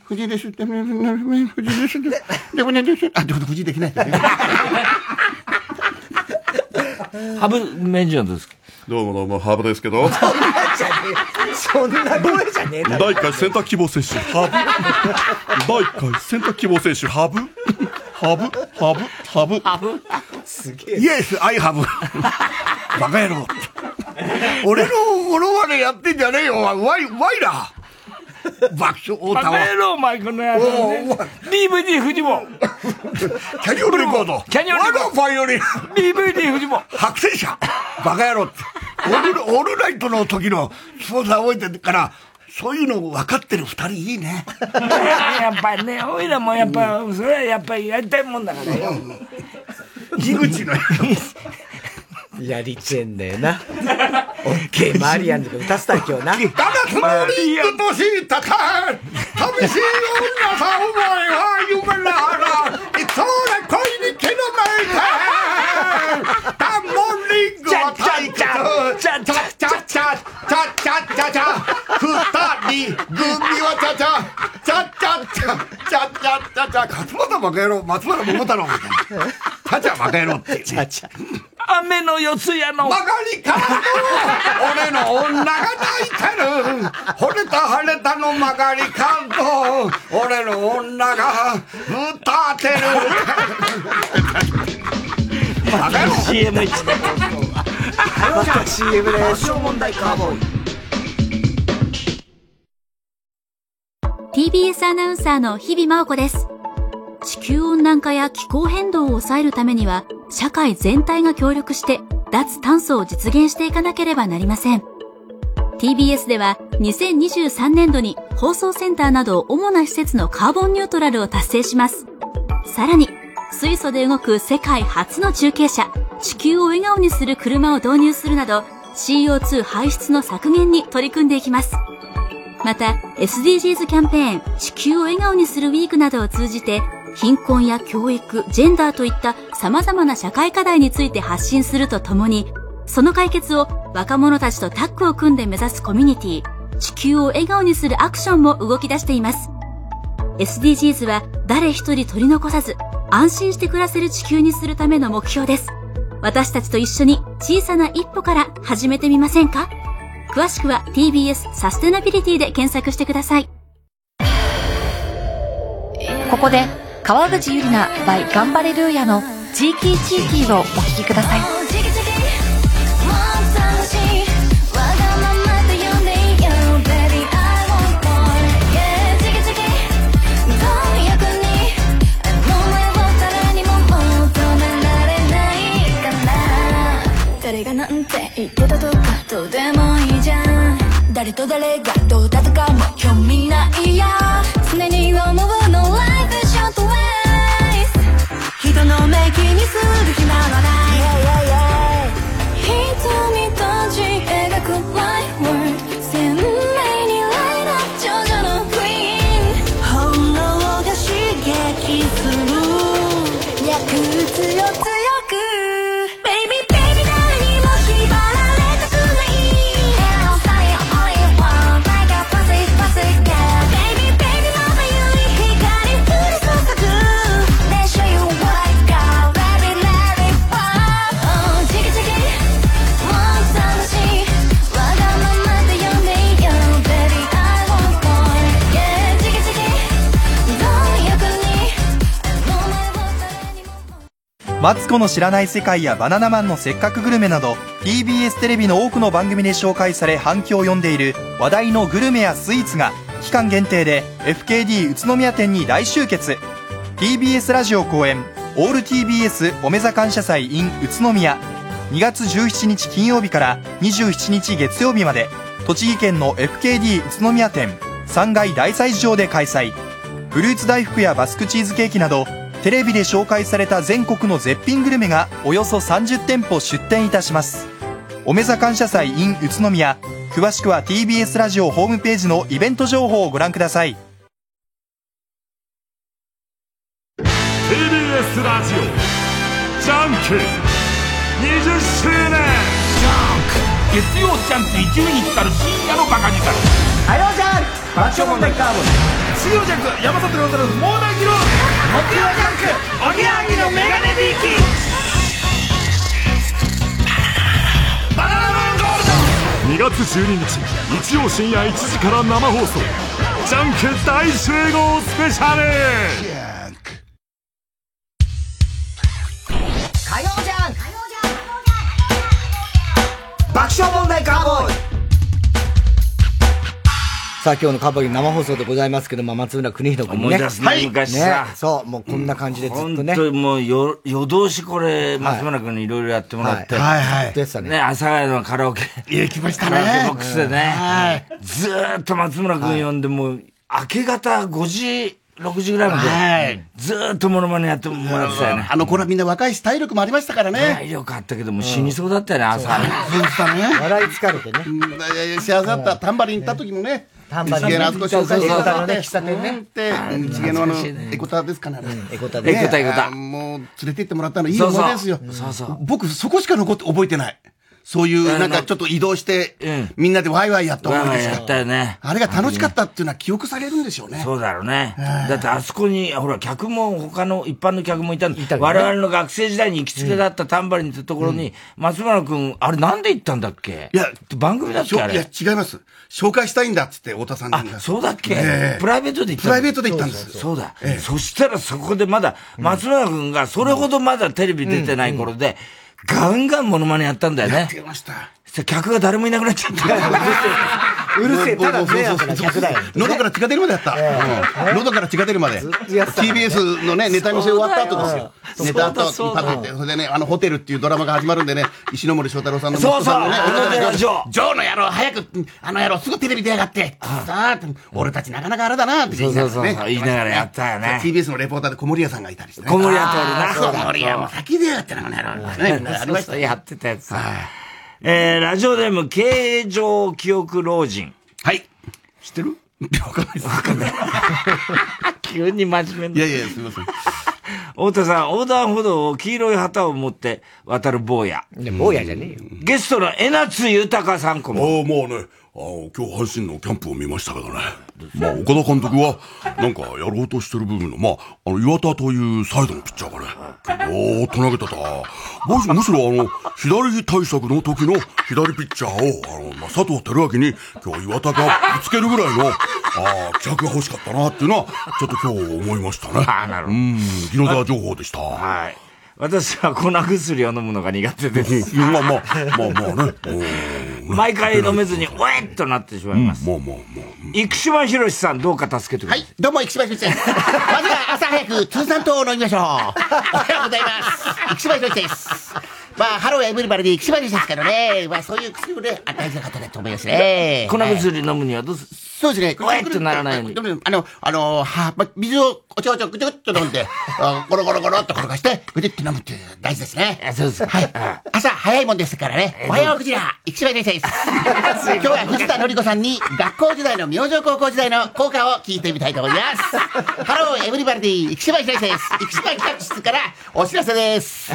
[SPEAKER 17] 藤井です。藤井です。でもね、です。あ、でも藤井できないですね。
[SPEAKER 2] ハブメンジはどうですか
[SPEAKER 27] どうもどうも、ハーブですけど。
[SPEAKER 1] そんな声じゃねえだろ
[SPEAKER 27] 第1回選択希望選手、ハブ。第1回選択希望選手、ハブ。ハブ、ハブ、ハブ。ハブ。
[SPEAKER 1] すげ
[SPEAKER 5] イエス、アイハブ。バカ野郎。俺のものまでやってんじゃねえよ。ワイ、ワイラー。爆笑太
[SPEAKER 2] バカ
[SPEAKER 5] 田
[SPEAKER 2] 野
[SPEAKER 5] は。
[SPEAKER 2] 郎、マイクのやつ
[SPEAKER 5] お
[SPEAKER 2] ね。DVD フジモン。
[SPEAKER 5] キャニオンレコード。
[SPEAKER 2] キャニオンレコード
[SPEAKER 5] ワゴンファイオリン。
[SPEAKER 2] DVD フジモン。
[SPEAKER 5] 白戦車。バカ野郎って。オール、オールナイトの時のスポンサー覚えてるから、そういうの分かってる二人いいね。
[SPEAKER 2] やっぱりね、 <laughs> おいらもやっぱ、それはやっぱりやりたいもんだからよ。
[SPEAKER 5] 井口の
[SPEAKER 1] やりてえんだよな。オッケー、マリアンとか歌ってた今日な。
[SPEAKER 5] だがつのリングとしたか寂しい女さお前は夢ならいつ俺恋に気のめいてダンボリングを退屈チャチャチャチャチャチャチャチャ二人組はチャチャチャチャチャチャチャチャチャ勝俣バカ野郎松原桃太郎みたいなチャチャバカ野郎ってチャ
[SPEAKER 1] チャ
[SPEAKER 2] 雨の四つ谷の。
[SPEAKER 5] 曲がり角俺の女が泣いてる惚れた晴れたの曲がり角俺の女が歌ってるバカ野郎
[SPEAKER 2] CM 一
[SPEAKER 1] また CM で
[SPEAKER 7] 爆笑問題カーボーイ
[SPEAKER 11] TBS アナウンサーの日々真央子です。地球温暖化や気候変動を抑えるためには、社会全体が協力して、脱炭素を実現していかなければなりません。 TBS では2023年度に放送センターなど主な施設のカーボンニュートラルを達成します。さらに、水素で動く世界初の中継車、地球を笑顔にする車を導入するなど、CO2 排出の削減に取り組んでいきます。また、SDGs キャンペーン、地球を笑顔にするウィークなどを通じて、貧困や教育、ジェンダーといった様々な社会課題について発信するとともに、その解決を若者たちとタッグを組んで目指すコミュニティ、地球を笑顔にするアクションも動き出しています。SDGs は誰一人取り残さず、安心して暮らせる地球にするための目標です。私たちと一緒に小さな一歩から始めてみませんか詳しくは TBS サステナビリティで検索してください。
[SPEAKER 21] ここで川口ゆりな by ガンバレルーヤの地域地域をお聞きください。
[SPEAKER 7] 誰がなんて言ってたとかどうでもいいじゃん誰と誰がどうだとかも興味ないや常に思うの Life is short ways 人の目気にする暇はない瞳閉じ描く Life Word 鮮明にライトアップ徐々の Green 本能が刺激する薬物を強く Baby baby 誰にも縛られたくない I'll say all you want like a pussy pussy girl Baby baby まばゆい光降り注ぐ Let's show you what I got Let it let it pop Oh チキチキもう楽しいわがままで呼んでいいよ Baby I want more Yeah チキチキ貪欲に
[SPEAKER 13] マツコの知らない世界やバナナマンのせっかくグルメなど TBS テレビの多くの番組で紹介され反響を呼んでいる話題のグルメやスイーツが期間限定で FKD 宇都宮店に大集結 TBS ラジオ公演「オール TBS おめざ感謝祭 in 宇都宮」2月17日金曜日から27日月曜日まで栃木県の FKD 宇都宮店3階大祭場で開催フルーツ大福やバスクチーズケーキなどテレビで紹介された全国の絶品グルメがおよそ30店舗出店いたしますおめざ感謝祭 in 宇都宮詳しくは TBS ラジオホームページのイベント情報をご覧ください
[SPEAKER 5] TBS ラジオジャンク20周年ジャンク月曜ジャンクに10に光る深夜のバカ力火曜ジャンク爆笑問題カーボン水曜ジャンク山里亮太の猛大議論木曜ジャンクおぎやはぎのメガネビーキバナナマンゴールド
[SPEAKER 27] 2月12日日曜深夜1時から生放送ジャンク大集合スペシャル
[SPEAKER 16] 火曜じゃん爆笑問題カーボーイ
[SPEAKER 1] さあ今日のカバギ生放送でございますけど、まあ、松村邦弘君も
[SPEAKER 2] 思い
[SPEAKER 1] ね。
[SPEAKER 2] 出すね昔さ
[SPEAKER 1] ねそう、もうこんな感じでずっとね。
[SPEAKER 2] 本当もうよ夜通しこれ、松村君にいろいろやってもらって。
[SPEAKER 1] はいはいはいやってたね
[SPEAKER 2] ね、阿佐ヶ谷のカラオケ。行きました
[SPEAKER 1] ね
[SPEAKER 2] カラオケボックスでね。
[SPEAKER 1] は
[SPEAKER 2] ずーっと松村君呼んで、もう、明け方5時、6時ぐらいまで。ずーっとモノマネやってもらってたよね。
[SPEAKER 17] あの頃はみんな若いし体力もありましたからね。
[SPEAKER 2] 体力あったけど、もう死にそうだったよね、朝。
[SPEAKER 17] そうでしたね。
[SPEAKER 1] 笑い疲れてね。
[SPEAKER 17] 幸せだった。タンバリン行った時もね。
[SPEAKER 1] タンバリン
[SPEAKER 17] 日芸のあそこ紹介してもらって。
[SPEAKER 1] そうそうそうそうね喫
[SPEAKER 17] 茶店ね。日芸のあの、エコタですかね。
[SPEAKER 1] エコタ
[SPEAKER 2] でエコタエコタ
[SPEAKER 17] もう連れて行ってもらったのいい思い出ですよ。
[SPEAKER 2] そうそう。
[SPEAKER 17] 僕、そこしか残って覚えてない。そういう、なんかちょっと移動して、みんなでワイワイやった思い出
[SPEAKER 2] ワイワ
[SPEAKER 17] し
[SPEAKER 2] イや
[SPEAKER 17] か
[SPEAKER 2] ったよね。
[SPEAKER 17] あれが楽しかったっていうのは記憶されるんでしょうね。
[SPEAKER 2] そうだろうね。だってあそこに、ほら、客も他の一般の客もいたんだ。我々の学生時代に行きつけだったタンバリンってところに、松村くん、あれなんで行ったんだっけ
[SPEAKER 17] いや、
[SPEAKER 2] 番組だっけ
[SPEAKER 17] しょ
[SPEAKER 2] あれ
[SPEAKER 17] いや、違います。紹介したいんだっつって、太田さんに。あ、
[SPEAKER 2] そうだっけプライベートで行った
[SPEAKER 17] プライベートで行ったんです。
[SPEAKER 2] そうだ。そしたらそこでまだ、松村くんがそれほどまだテレビ出てない頃で、ガンガンモノマネやったんだよね。
[SPEAKER 17] ました。
[SPEAKER 2] そしたら客が誰もいなくなっちゃった。
[SPEAKER 17] <laughs>
[SPEAKER 1] うるせえ
[SPEAKER 5] もう
[SPEAKER 1] ただ
[SPEAKER 5] もう
[SPEAKER 1] 迷惑な客だよ
[SPEAKER 5] そうそうそう喉から血が出るまでやった。うん喉から血が出るまで。TBS のね、ネタ見せ終わった後ですよ。
[SPEAKER 1] そうだ
[SPEAKER 5] ネ
[SPEAKER 1] よ
[SPEAKER 5] タ後、
[SPEAKER 1] そう
[SPEAKER 5] 食
[SPEAKER 1] だ
[SPEAKER 5] べて、それでね、あの、ホテルっていうドラマが始まるんでね、石ノ森章太郎さんの息子さんのね、
[SPEAKER 1] そうそう
[SPEAKER 5] 俺たちが
[SPEAKER 1] ジョ
[SPEAKER 5] ジョーの野郎、早く、あの野郎、すぐテレビ出やがって、さあ、俺たちなかなかあれだな、って言いなが
[SPEAKER 2] そ
[SPEAKER 5] らね
[SPEAKER 2] うそうそう言いながらやったよね
[SPEAKER 5] そう TBS のレポーターで小森屋さんがいたりしてね。
[SPEAKER 2] 小森屋っておるな
[SPEAKER 5] あー
[SPEAKER 2] そうだ
[SPEAKER 5] 小森屋も先出やがってな、この野郎。ねみんなありましたよ
[SPEAKER 2] やってたやつ。えー、ラジオネーム、形状記憶老人。
[SPEAKER 5] はい。
[SPEAKER 2] 知ってるわかんないです。わかんない。急に真面目
[SPEAKER 5] いやいや、すみません。
[SPEAKER 2] 太田さん、横断歩道を黄色い旗を持って渡る坊や。
[SPEAKER 1] 坊やじゃねえよ。
[SPEAKER 2] ゲストの江夏豊さんこも。
[SPEAKER 18] ああ、まあね、あの今日阪神のキャンプを見ましたけどね。まあ、岡田監督は、なんかやろうとしてる部分の、まあ、あの、岩田というサイドのピッチャーがね、よーっと投げてた。むしむしろ、あの、左対策の時の左ピッチャーを、あの、まあ、佐藤輝明に、今日岩田がぶつけるぐらいの、ああ、気迫が欲しかったなっていうのは、ちょっと今日思いましたね。ああ、なるほど。うん、ギノザ情報でした。
[SPEAKER 2] はい。私は粉薬を飲むのが苦手です。
[SPEAKER 18] まあまあ、まあまあね。
[SPEAKER 2] <laughs> 毎回飲めずに、おえっとなってしまいます。
[SPEAKER 18] もうもうも
[SPEAKER 2] う。生島ひろしさん、どうか助けてください。
[SPEAKER 5] どうも、生島ひろしです。
[SPEAKER 2] <laughs>
[SPEAKER 5] まずは朝早く、通算糖を飲みましょう。おはようございます。生島ひろしです。まあ、ハローやエブリバルで生島ひろしですからね。まあ、そういう薬もね、あ大事な方だと思いますね。
[SPEAKER 2] 粉薬飲むにはどうす
[SPEAKER 5] そうですね。
[SPEAKER 2] おえっとならないように
[SPEAKER 5] でもあの、あの、は、ま、水をおちょこちょこちょこちょっと飲んで、あゴロゴロゴロっと転がして、ぐでって飲むっていう大事ですね。そうです。はい。朝早いもんですからね。おはよう、クジラ。生島先生です。今日は藤田紀子さんに、学校時代の明星高校時代の効果を聞いてみたいと思います。ハロー、エブリバディ、生島先生です。生島企画室からお知ら
[SPEAKER 2] <laughs>
[SPEAKER 5] せです。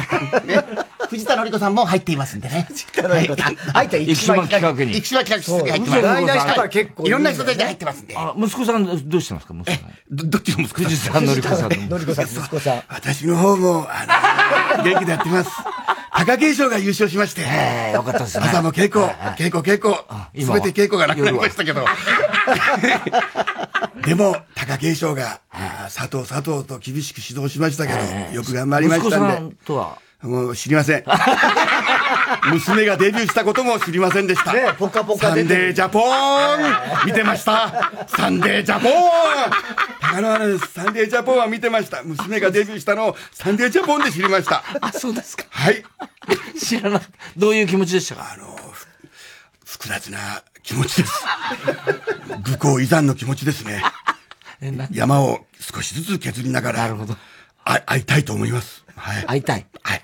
[SPEAKER 5] ね藤田紀子さんも入っていますんでね。
[SPEAKER 1] 紀子さん入った生島企画に
[SPEAKER 5] 生島企画室に入ってま
[SPEAKER 1] そう
[SPEAKER 5] す。
[SPEAKER 1] 外来人が結構い
[SPEAKER 5] い
[SPEAKER 1] る
[SPEAKER 5] ろ
[SPEAKER 1] ん
[SPEAKER 5] ん
[SPEAKER 1] だ
[SPEAKER 5] な
[SPEAKER 1] よね
[SPEAKER 5] 人たちが入ってますんで。
[SPEAKER 2] あ、息子さん、どうしてますか息子さん。
[SPEAKER 5] ど、どっちの息子さん
[SPEAKER 2] 藤田のりこさんの。
[SPEAKER 1] のりこさん、息子さん。
[SPEAKER 2] <laughs>
[SPEAKER 5] 私の方も、あの、元気でやってます。貴景勝が優勝しまして。
[SPEAKER 2] よかったですね
[SPEAKER 5] 朝も稽古、稽古稽古、
[SPEAKER 2] 今は
[SPEAKER 5] すべて稽古がなくなりましたけど。でも、貴景勝が、あー佐藤佐藤と厳しく指導しましたけど、よく頑張りまし
[SPEAKER 2] 息子
[SPEAKER 5] た
[SPEAKER 2] さ
[SPEAKER 5] ん
[SPEAKER 2] ん
[SPEAKER 5] で。
[SPEAKER 2] とは。
[SPEAKER 5] もう知りま
[SPEAKER 2] <laughs>
[SPEAKER 5] せん。娘がデビューしたことも知りませんでした。ポカポサ
[SPEAKER 1] 出
[SPEAKER 5] ン
[SPEAKER 1] てる
[SPEAKER 5] デージャポーン見てましたサンデージャポーン高野原です。サンデージャポーンは見てました。娘がデビューしたのをサンデージャポーンで知りました。
[SPEAKER 2] あ、そうですか。
[SPEAKER 5] はい。
[SPEAKER 2] 知らなどういう気持ちでしたか
[SPEAKER 5] あの、ふ複雑な気持ちです。愚行遺産の気持ち <laughs> ですね。山を少しずつ削りながら、なるほど。あ会いたいと思います。はい。会いたい。はい。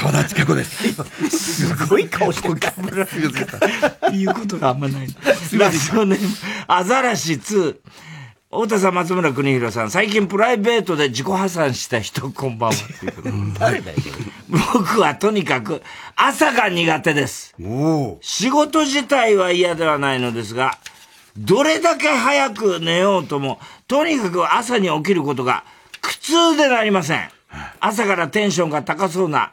[SPEAKER 5] 沢田千佳子です。すごい顔してる。
[SPEAKER 2] 言うことがあんまない。ラジオネーム、アザラシ2。太田さん、松村邦弘さん、最近プライベートで自己破産した人、こんばんは。ということで僕はとにかく朝が苦手です。仕事自体は嫌ではないのですが、どれだけ早く寝ようとも、とにかく朝に起きることが苦痛でなりません。朝からテンションが高そうな、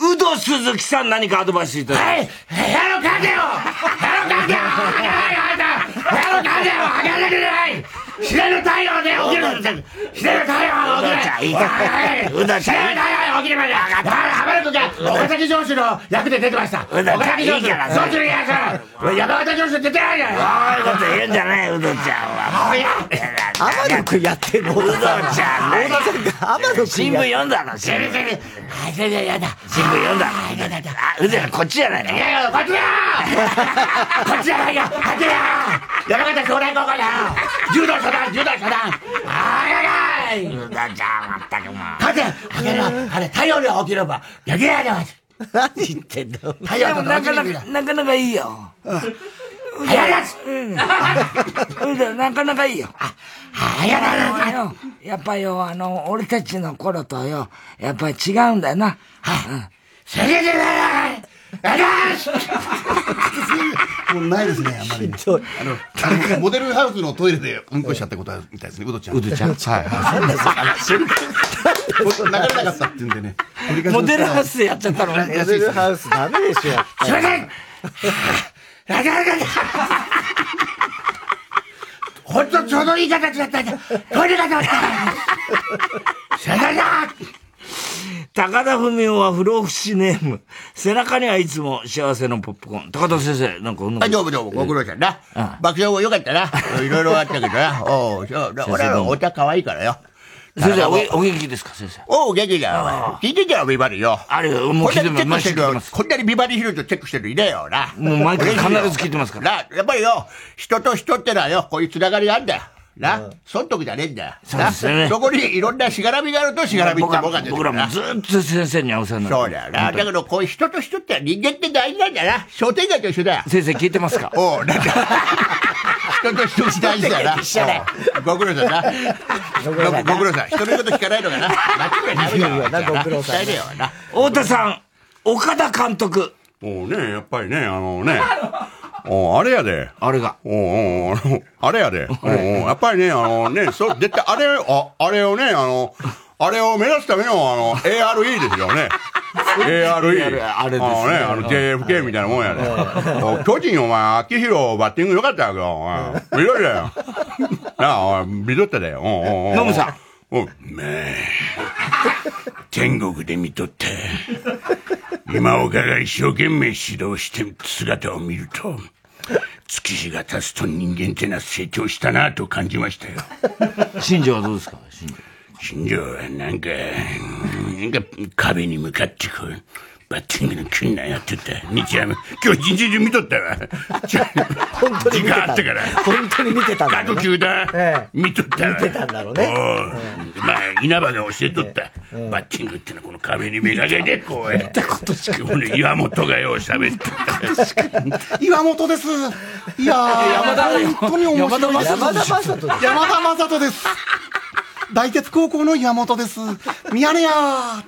[SPEAKER 2] 有働鈴木さん何かアドバイスいただけます
[SPEAKER 5] 早く書けよ早く書けよ早く書けよ上がらなきゃいけない左の太陽で起きるんだ左の太陽が起きる
[SPEAKER 2] うどんちゃん
[SPEAKER 5] 左の太陽が起きるまで上がった浜田君が岡崎城主の役で出てました
[SPEAKER 2] うどんちゃん
[SPEAKER 5] 岡崎城
[SPEAKER 2] いい
[SPEAKER 5] 主
[SPEAKER 2] から
[SPEAKER 5] 城主の役から山形城主出てないじゃ
[SPEAKER 2] そういうこと
[SPEAKER 5] ん
[SPEAKER 2] 言うんじゃないうどんちゃんは。もうやって
[SPEAKER 1] 天野くんやってんの
[SPEAKER 2] うどんちゃんね
[SPEAKER 1] 太田さんが天野くんやってんの
[SPEAKER 2] 新聞読んだの新
[SPEAKER 5] 新
[SPEAKER 2] 聞
[SPEAKER 5] 聞
[SPEAKER 2] 新聞
[SPEAKER 5] あそれじゃやだ
[SPEAKER 2] 読んだのあ、うどんちゃんこっちじゃないの
[SPEAKER 5] いやいやこっちだよこっちじゃないよあっちだよ山形兄弟高校だよ柔道初段柔道初段あいやいやいう
[SPEAKER 2] どんちゃんまったくもう。
[SPEAKER 5] 風あげろあれ太陽に起きればやけやでます
[SPEAKER 1] 何言ってんの
[SPEAKER 5] 太陽
[SPEAKER 2] でも
[SPEAKER 5] の
[SPEAKER 2] な
[SPEAKER 5] 起
[SPEAKER 2] か
[SPEAKER 5] きる
[SPEAKER 2] な
[SPEAKER 5] 日だ
[SPEAKER 2] か、なかなかいいよ。
[SPEAKER 5] 早いやつ
[SPEAKER 2] うん。うどんなかなかいいよ。あ、
[SPEAKER 5] 早
[SPEAKER 2] いよ。やっぱよ、あの、俺たちの頃とよ、やっぱ違うんだよな。はい。
[SPEAKER 5] それじゃないやだしもうないですね、あんまり。あの、あのモデルハウスのトイレでうんこしちゃったことあるみたいですね、うどちゃん。
[SPEAKER 2] うどちゃん
[SPEAKER 5] はい
[SPEAKER 2] <laughs>
[SPEAKER 5] はい。流れなかったって言うんでね。
[SPEAKER 2] モデルハウスやっちゃったの
[SPEAKER 1] モデルハウスダメでしょ。
[SPEAKER 5] すいませんなかなかだ <laughs> ほんとちょうどいい形だったんだトイレがどうだそれだ
[SPEAKER 2] 高田文夫は不老不死ネーム。背中にはいつも幸せのポップコーン。高田先生、なんか
[SPEAKER 22] あ、どうもどうも、ご苦労さんな。爆笑も良かったな。いろいろあったけどな。おう、そう、だ
[SPEAKER 2] <laughs> 先生
[SPEAKER 22] 俺
[SPEAKER 2] どう
[SPEAKER 22] ら
[SPEAKER 2] も
[SPEAKER 22] お茶可愛いからよ。
[SPEAKER 2] 先生、おお元気ですか、先生。
[SPEAKER 22] おう、元気だよ。聞いてんじゃん、ビバリーよ。あれ、
[SPEAKER 2] もう聞いてます
[SPEAKER 22] こんなにチェックしてる
[SPEAKER 2] 毎週聞いて
[SPEAKER 22] よ。こんなにビバリーヒルズチェックしてるいねえよな。。
[SPEAKER 2] もう毎回必ず聞いてますから
[SPEAKER 22] <laughs> な、やっぱりよ、人と人ってのはよ、こういうつながりがあんだよ。な、損得じゃねえんだよ。
[SPEAKER 2] そうですよね
[SPEAKER 22] なそこにいろんなしがらみがあるとしがらみって
[SPEAKER 2] 僕ら
[SPEAKER 22] 僕は出てく
[SPEAKER 2] 僕
[SPEAKER 22] る
[SPEAKER 2] ら
[SPEAKER 22] な
[SPEAKER 2] もずっと先生にお世話になって。
[SPEAKER 22] そうだよな。だけど、こういう人と人って人間って大事なんだな。商店街と一緒だよ。
[SPEAKER 2] 先生聞いてますか
[SPEAKER 22] おう、なんだ。人と人大事だよな。
[SPEAKER 2] 一緒だよ
[SPEAKER 22] おうご苦労さんな。ご苦労さん。人の言うこと聞かないのがな。間違いないよな。
[SPEAKER 2] ご苦労さん
[SPEAKER 22] 伝えねえよな。
[SPEAKER 2] 太田さん、岡田監督。
[SPEAKER 18] もうね、やっぱりね、あのね、おうあれやで。
[SPEAKER 2] あれが。
[SPEAKER 18] おうおうあの、あれやで。おうおうやっぱりね、あのね、そう、絶対あれ、あ、あれをね、あの、あれを目指すための、あの、ARE ですよね。ARE。
[SPEAKER 2] あれですね
[SPEAKER 18] あのね、あの JFK みたいなもんやで。おう巨人、お前、秋広バッティング良かったよ、お前。ビドリだ
[SPEAKER 2] <laughs>
[SPEAKER 18] よ。なあ、おいビドったで。おうおうおう
[SPEAKER 2] ノムさ
[SPEAKER 18] ん。うん、め天国で見とって、今岡が一生懸命指導してる姿を見ると、月日が経つと人間ってのは成長したなぁと感じましたよ。
[SPEAKER 2] 新庄はどうですか新庄。
[SPEAKER 18] 新庄はなんか、なんか壁に向かってこう、バッティングの訓練やってた。日ハム、今日一日中見とったわ。
[SPEAKER 5] 当
[SPEAKER 18] 本
[SPEAKER 5] に見てた
[SPEAKER 18] 時間あったから。
[SPEAKER 5] 本当に見てたんだろうね
[SPEAKER 18] 各球団、見とったわ。
[SPEAKER 5] 見てたんだろうね
[SPEAKER 18] <laughs> おうまあ、稲葉が教えとった、バッティングってのはこの壁にめがけて、こうやったことしか。この岩本がよう喋って
[SPEAKER 17] 岩本です。いや
[SPEAKER 18] 山田
[SPEAKER 17] ー、本当に面白いです。
[SPEAKER 18] 山田雅人
[SPEAKER 17] 山田雅人です。大鉄高校の岩本です。ミヤネヤー。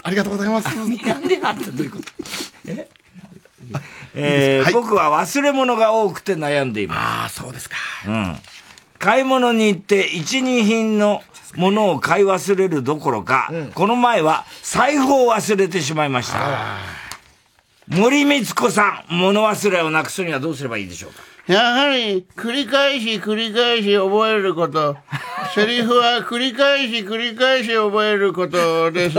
[SPEAKER 17] ありがとうございます。ミヤネヤーどういうこと
[SPEAKER 2] えー僕は忘れ物が多くて悩んでいます。ああ、そうですか。うん。買い物に行って、一、二品のものを買い忘れるどころか、この前は財布を忘れてしまいました。森光子さん、物忘れをなくすにはどうすればいいでしょうか
[SPEAKER 22] やはり、繰り返し繰り返し覚えること。セリフは繰り返し繰り返し覚えることです。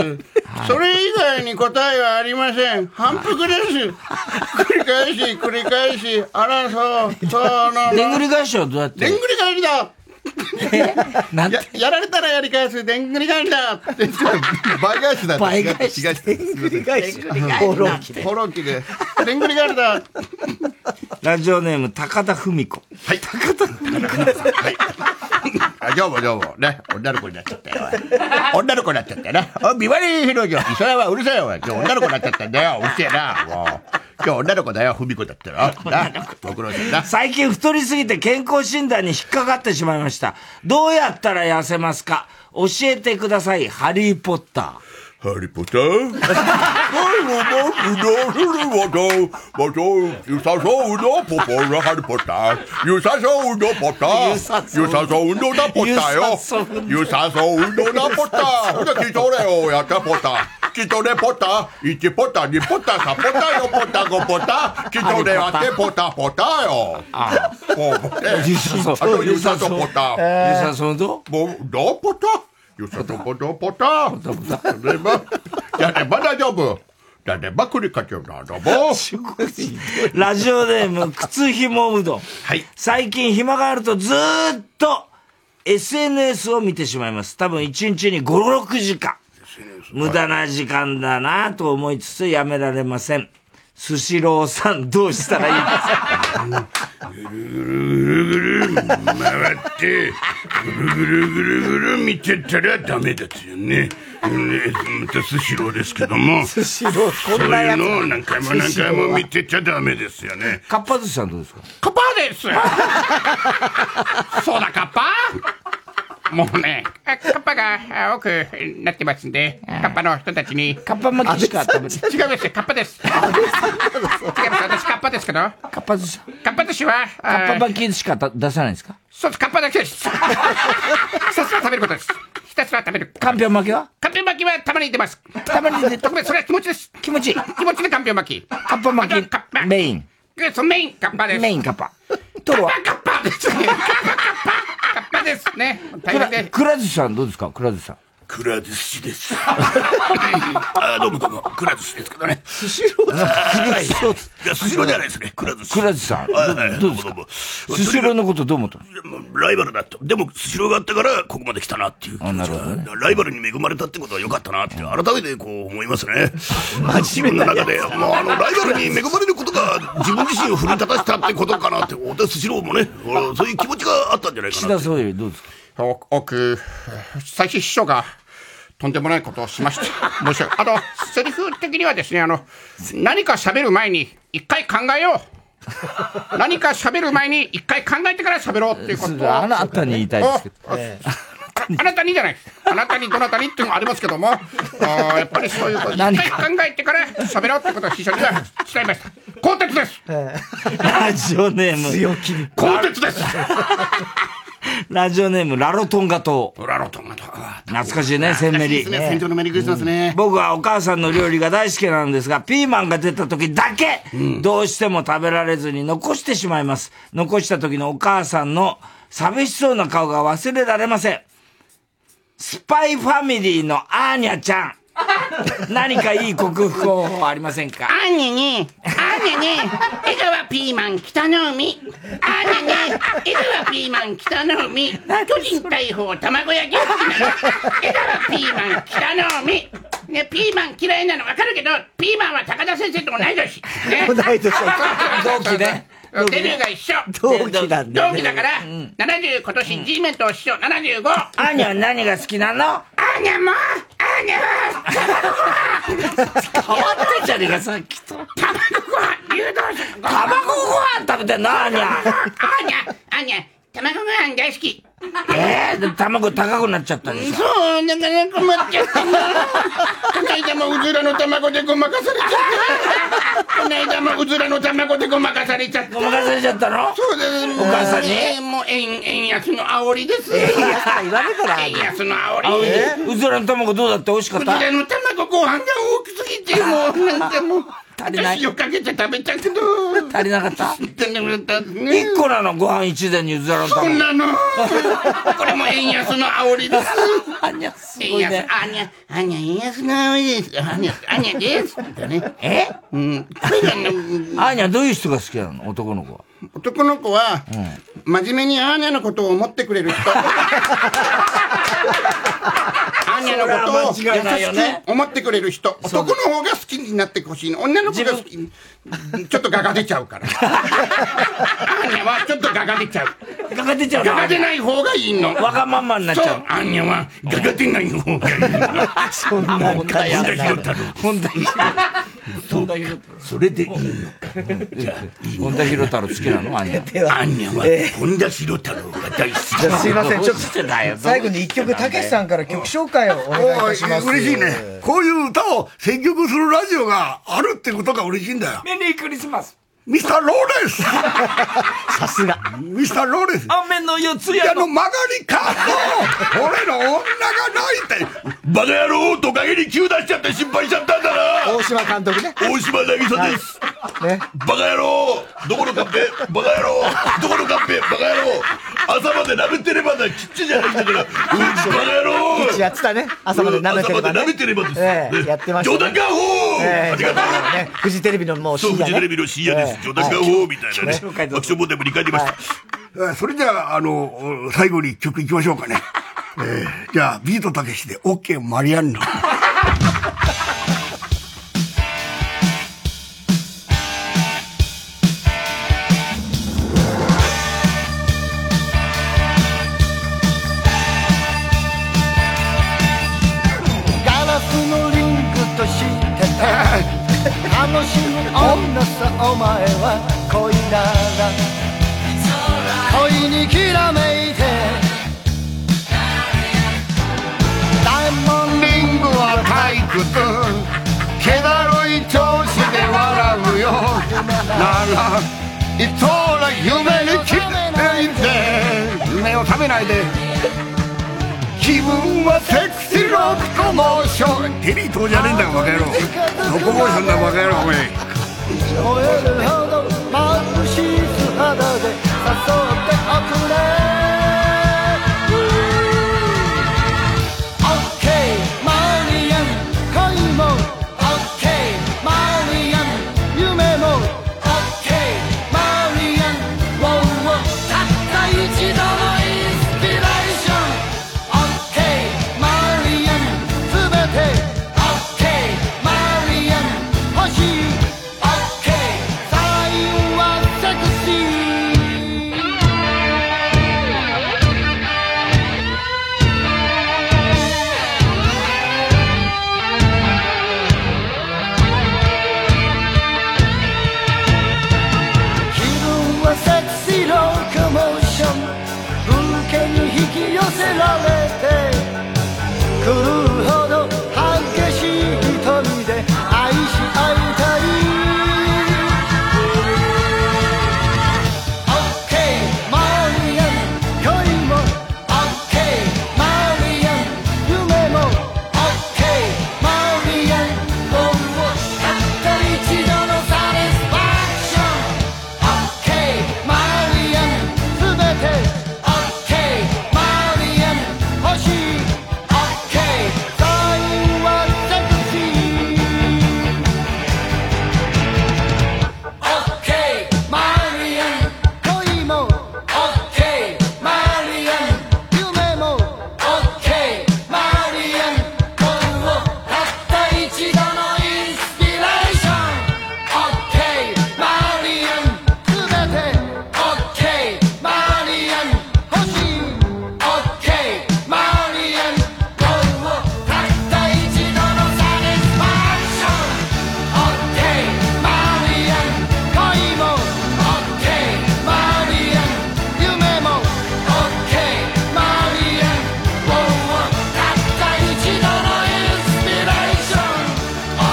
[SPEAKER 22] それ以外に答えはありません。反復です。繰り返し繰り返し、あらそう、そうなの。
[SPEAKER 2] でんぐり返しはどうやっ
[SPEAKER 22] でんぐ
[SPEAKER 2] て
[SPEAKER 22] り返りだ
[SPEAKER 2] なん
[SPEAKER 22] ややられたらやり返す、でんぐり返りだって
[SPEAKER 17] 倍返しだ
[SPEAKER 22] 倍返
[SPEAKER 17] し。でんぐり
[SPEAKER 22] 返し
[SPEAKER 2] <laughs>
[SPEAKER 17] ほろき
[SPEAKER 22] で。ほろきで。でんぐり返りだ
[SPEAKER 2] ラジオネーム、高田文子。はい。高田文子。
[SPEAKER 22] あ、どうもどうも。ね、女の子になっちゃったよ。おい女の子になっちゃったよな。おいビバリーヒルズ。磯山はうるさいよ。おい今日女の子になっちゃったんだよ。うるせえな。もう。今日女の
[SPEAKER 18] <laughs>
[SPEAKER 22] 子だよ。文子だっ
[SPEAKER 2] <laughs>
[SPEAKER 22] たら。な。ご苦労さんな。
[SPEAKER 2] 最近太りすぎて健康診断に引っかかってしまいました。どうやったら痩せますか教えてください、ハリーポッタ
[SPEAKER 18] ー。ハリーポッターはい、もう、もう、どうするわと、わと、ゆさそうのポポラハリーポッター。ゆさそうのポッター。ゆさそうのだポッターよ。ゆさそうのだポッター。ほら、きとれよ、やったポッター。きとれポッター。1ポッター、2ポッター、3ポッター、4ポッター、5ポッター。きとれあってポッター、ポッターよ。ああ。もう、ね、
[SPEAKER 2] ゆさそう
[SPEAKER 18] あとゆさそうポッター。
[SPEAKER 2] ゆさそうど
[SPEAKER 18] もう、どうポッターよさとポタポタ。やれば、やれば大丈夫。やれば繰り返るな、どう
[SPEAKER 2] <laughs>
[SPEAKER 18] も。
[SPEAKER 2] ー。ラジオネー
[SPEAKER 22] <laughs>
[SPEAKER 2] ム、靴ひもうどん。はい。最近暇があるとずーっと SNS を見てしまいます。多分1日に5、6時間。無駄な時間だなと思いつつやめられません。スシローさん、どうしたらいいですか
[SPEAKER 18] ぐるぐるぐる回って、ぐるぐるぐるぐる見てたらダメですよね。ねまたスシローですけども。
[SPEAKER 5] スシローこんなやつ
[SPEAKER 18] そういうのを何回も何回も見てちゃダメですよね。
[SPEAKER 2] かっぱ寿司さんどうですか
[SPEAKER 18] カッパーですそうだ、カッパーもうね、
[SPEAKER 3] あカッパがあ多くなってますんで、カッパの人たちに。カ
[SPEAKER 2] ッパ巻きしか食べ
[SPEAKER 3] 違うです、カッパです。違うです、私カッパですけど。カ
[SPEAKER 2] ッパ寿司。
[SPEAKER 3] カッパ寿司は、
[SPEAKER 2] かっぱ
[SPEAKER 3] あ
[SPEAKER 2] 巻きしかた出さないんですか
[SPEAKER 3] そうです、カッパだけです。ひ <laughs> たすら食べることです。ひたすら食べる。
[SPEAKER 2] かんぴょん巻きは
[SPEAKER 3] かんぴょん巻きはたまに出ます。
[SPEAKER 2] たまに出て
[SPEAKER 3] 特別、それは気持ちです。
[SPEAKER 2] 気持ちいい。
[SPEAKER 3] 気持ちでかんぴょん巻き。
[SPEAKER 2] カッパ巻き、メイン。
[SPEAKER 3] でそのメイン、カッパです。
[SPEAKER 2] メインカッパ。トロは
[SPEAKER 3] カッパですね。
[SPEAKER 2] く
[SPEAKER 3] 大
[SPEAKER 2] ら
[SPEAKER 3] 変で。
[SPEAKER 2] くら寿司さんどうですかくら寿司さん。
[SPEAKER 5] くら寿司です。あーどうもどうも、くら寿司ですけどね。スシローはい。いや、スシローではないですね。くら寿司。
[SPEAKER 2] 倉地さん、
[SPEAKER 5] はいはい
[SPEAKER 2] どどうです
[SPEAKER 5] どうも
[SPEAKER 2] かスシローのことどう思ったの
[SPEAKER 5] ライバルだった。でも、スシローがあったから、ここまで来たなっていう気持ちが、ライバルに恵まれたってことは良かったなって、改めてこう思いま
[SPEAKER 1] <laughs>
[SPEAKER 5] すね。自分の中で、もうあの、ライバルに恵まれることが、自分自身を奮い立たせたってことかなって、おスシローもね、俺そういう気持ちがあったんじゃないか
[SPEAKER 2] 岸
[SPEAKER 1] <laughs>
[SPEAKER 2] 田
[SPEAKER 5] なって。
[SPEAKER 2] 総理、どうですか
[SPEAKER 17] お奥、最初秘書がとんでもないことをし
[SPEAKER 2] <laughs>
[SPEAKER 17] ました。申し訳あの、セリフ的にはですね、あの、何か喋る前に一回考えよう。何か喋る前に一回考えてから喋ろうってい
[SPEAKER 2] <laughs>
[SPEAKER 17] うことを。
[SPEAKER 2] あなたに言いたいですけど。
[SPEAKER 17] あなたにじゃない。あなたにどなたにっていうのもありますけども、あーやっぱりそういうこと、一回
[SPEAKER 2] <laughs> 何
[SPEAKER 17] 考えてから喋ろうってことは非常に伝え
[SPEAKER 2] <laughs>
[SPEAKER 17] ました。鋼鉄です。
[SPEAKER 2] ラジオネーム。強
[SPEAKER 1] 気に。
[SPEAKER 2] 鋼鉄ですラジオネーム、ラロトンガ島。ラロトンガ島。懐かしいね、センメリ。
[SPEAKER 17] 懐かしいですね船上のメリークリスマスね
[SPEAKER 2] うん僕はお母さんの料理が大好きなんですが、ピーマンが出た時だけ、どうしても食べられずに残してしまいます。残した時のお母さんの寂しそうな顔が忘れられません。スパイファミリーのアーニャちゃん。何かいい克服方法ありませんか
[SPEAKER 3] アーニャね、アーニャね、江川ピーマン北の海。アーニャね、江川ピーマン北の海。巨人大砲卵焼き好きなの。江川ピーマン北の海。ね、ピーマン嫌いなの分かるけど、ピーマンは高田先生と同い年。ね、
[SPEAKER 1] 同い年
[SPEAKER 3] <laughs> 同
[SPEAKER 2] 期ね。
[SPEAKER 3] デビューが一緒。
[SPEAKER 1] 同期なんだ
[SPEAKER 3] 同期だから、70今年 G メント師匠75。ア
[SPEAKER 2] ーニャは何が好きなのア
[SPEAKER 3] ーニャも、アーニ
[SPEAKER 2] 変
[SPEAKER 3] ャ
[SPEAKER 2] わってんじゃねえか、さっきと。卵ご飯、卵ご飯食べてんのアーニャ。
[SPEAKER 3] あにゃ、あにゃ、卵ご飯大好き。
[SPEAKER 2] えー、で卵高くなっちゃったでしょ。
[SPEAKER 3] そう、なかなか困っちゃったな。こな
[SPEAKER 2] <laughs>
[SPEAKER 3] いだもうずらの卵でごまかされちゃった。こないだもうずらの卵でごまかされちゃった。
[SPEAKER 2] ごまかされちゃったの
[SPEAKER 3] そうです。
[SPEAKER 2] お母さんに
[SPEAKER 3] えーもう円、円安の煽りです。
[SPEAKER 2] 円安
[SPEAKER 3] 言われから。円安の煽り。
[SPEAKER 2] あうずらの卵どうだって美味しか
[SPEAKER 3] う
[SPEAKER 2] っ
[SPEAKER 3] ずら
[SPEAKER 2] た
[SPEAKER 3] の卵ご飯が大きすぎて、もう、なんかもう。
[SPEAKER 2] 足りない
[SPEAKER 3] 私をかけて食べたけど。
[SPEAKER 2] 足りなかった
[SPEAKER 3] 足りなかったね。
[SPEAKER 2] 一個なの、ご飯一膳にうずらの
[SPEAKER 3] そ
[SPEAKER 2] 卵。
[SPEAKER 3] んなの。これも円安の煽りです。
[SPEAKER 2] <laughs> あにゃ、す
[SPEAKER 3] 円安、あにゃ、あにゃ、円安の煽りです。あにゃ、あにゃです。だね。えうん。
[SPEAKER 2] アーニャどういう人が好きなの男の子は。
[SPEAKER 17] 男の子は、真面目にアーニャのことを思ってく
[SPEAKER 2] <laughs>
[SPEAKER 17] れる人。アーニャのことを
[SPEAKER 2] それは間違いない
[SPEAKER 17] 優
[SPEAKER 2] よ
[SPEAKER 17] し
[SPEAKER 2] ね
[SPEAKER 17] く思ってくれる人。男の方が好きになってほしいの。女の子が好きに。ちょっとガが出ちゃうから。
[SPEAKER 3] アーニャはちょっとガが出ちゃう。
[SPEAKER 2] ガが出ちゃう
[SPEAKER 3] ガが出ない方がいいの。
[SPEAKER 2] わがままになっちゃう
[SPEAKER 3] そアーニャはガが出ない方がいいの。
[SPEAKER 1] そんな
[SPEAKER 3] 本田
[SPEAKER 1] やだ
[SPEAKER 3] 博太郎。
[SPEAKER 2] 本田
[SPEAKER 3] そうかそれでいいのか。じゃあいいの
[SPEAKER 2] 本田博太郎好きなのアーニャ。
[SPEAKER 3] アーニャは本田博太郎が大好き。
[SPEAKER 1] じゃあすいません、ち
[SPEAKER 2] ど
[SPEAKER 1] ょっ
[SPEAKER 2] うしてだよ
[SPEAKER 1] と、最後に一曲、たけしさんから曲紹介をお願いいたします。
[SPEAKER 22] おー嬉しいね。こういう歌を選曲するラジオがあるってことが嬉しいんだよ。
[SPEAKER 2] メリークリスマス。
[SPEAKER 22] ミスターローレンス
[SPEAKER 1] <laughs> さすが。
[SPEAKER 22] ミスターローレンス
[SPEAKER 2] 雨の四つ
[SPEAKER 22] 谷の曲がりカット俺の女が泣いて
[SPEAKER 5] バカ野郎トカゲに急出しちゃって心配しちゃったんだな
[SPEAKER 1] 大島監督ね。
[SPEAKER 5] 大島渚です、
[SPEAKER 1] ね。
[SPEAKER 5] バカ野郎どこのカンペバカ野郎どこのカンペバカ野郎朝まで舐めてればだちっちゃいじゃないんだからうんバカ野郎
[SPEAKER 1] うちやってたね。朝まで舐めてれば、ね。
[SPEAKER 5] 朝まで舐めてればです
[SPEAKER 1] ええやってました、
[SPEAKER 5] 冗談かアホ
[SPEAKER 1] ええ
[SPEAKER 5] ありがとう
[SPEAKER 1] ね。フジテレビのもう
[SPEAKER 5] そう
[SPEAKER 1] 深夜、
[SPEAKER 5] フ
[SPEAKER 1] ね。
[SPEAKER 5] ジテレビの深夜です、
[SPEAKER 1] ええ
[SPEAKER 5] 冗談かアホみたいなね爆笑問題も2回出ました、
[SPEAKER 22] えーそれじゃあ、あの、お最後に曲いきましょうか <laughs> ね。えーじゃあ、ビートたけしで OK マリアンナ。
[SPEAKER 7] ガラスのリングとしてた楽しむ女さお前は恋なら恋にきらめいてダイヤモンドリングは
[SPEAKER 22] 退屈気だるい調子で笑うよならいつら夢に切れて夢を食べないで気分はセクシーロックモーションテリー島じゃねえんだよバ <laughs> カ野郎ロコモーションだバカ野郎おめえ
[SPEAKER 7] 燃えるほど眩しい素肌で誘っておくれ OK き寄せられて狂うほど激しい瞳で愛し合いたい OK マリアン恋も OK マリアン夢も OK マリアン本をたった一度のサティスファクション OK マリアン全て OK マリアン欲しい OK サインはセクシー OK マリアン恋も OK マリアン夢も OK マリアン本をたった一度のインスピレーション OK マリアン全て OK マリアン欲しい OK マリアン恋をたった一度のサティスファクション OK マリアン恋も OK マリアン夢も OK マリアン本をたった一度のインスピレーション OK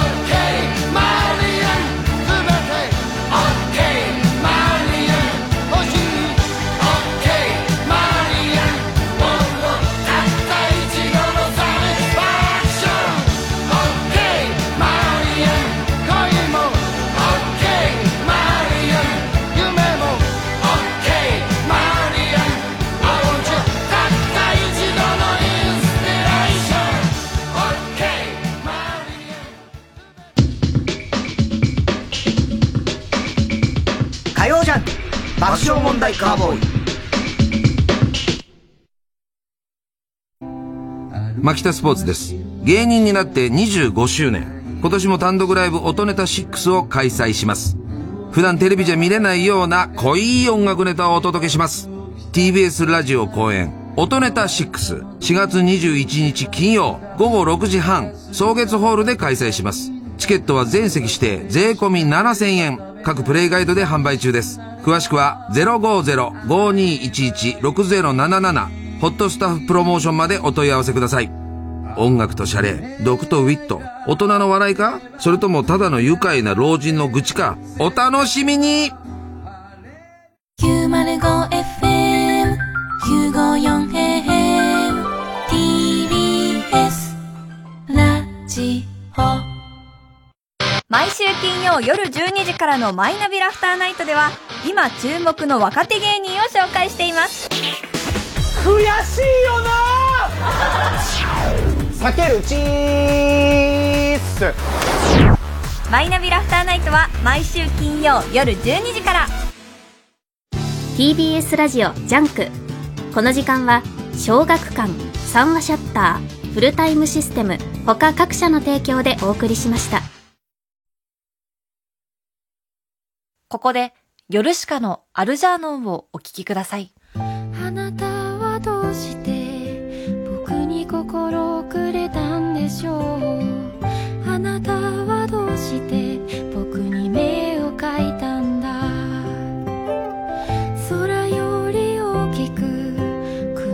[SPEAKER 7] マリアン全て OK マリアン欲しい OK マリアンもうたった一度のサティスファクション OK マリアン恋も OK マリアン夢も OK マリアン青じゃたった一度のインスピレーション OK マリアン
[SPEAKER 16] 火曜ジャンク爆笑問題カーボーイ
[SPEAKER 24] マキタスポーツです。芸人になって25周年。今年も単独ライブ音ネタ6を開催します。普段テレビじゃ見れないような濃い音楽ネタをお届けします。TBS ラジオ公演、音ネタ6、4月21日金曜午後6時半、草月ホールで開催します。チケットは全席指定、税込み7000円。各プレイガイドで販売中です。詳しくは050-5211-6077ホットスタッフプロモーションまでお問い合わせください。音楽とシャレ、毒とウィット、大人の笑いかそれともただの愉快な老人の愚痴かお楽しみに
[SPEAKER 10] 905FM 954AM TBS ラジオ
[SPEAKER 19] 毎週金曜夜12時からのマイナビラフターナイトでは、今注目の若手芸人を紹介しています。
[SPEAKER 16] 悔しいよな避けるチース
[SPEAKER 19] マイナビラフターナイトは毎週金曜夜12時から。
[SPEAKER 4] TBS ラジオジャンクこの時間は小学館三話シャッターフルタイムシステム他各社の提供でお送りしました
[SPEAKER 11] ここで、ヨルシカのアルジャーノンをお聞きください。
[SPEAKER 21] あなたはどうして僕に心をくれたんでしょうあなたはどうして僕に目を描いたんだ空より大きく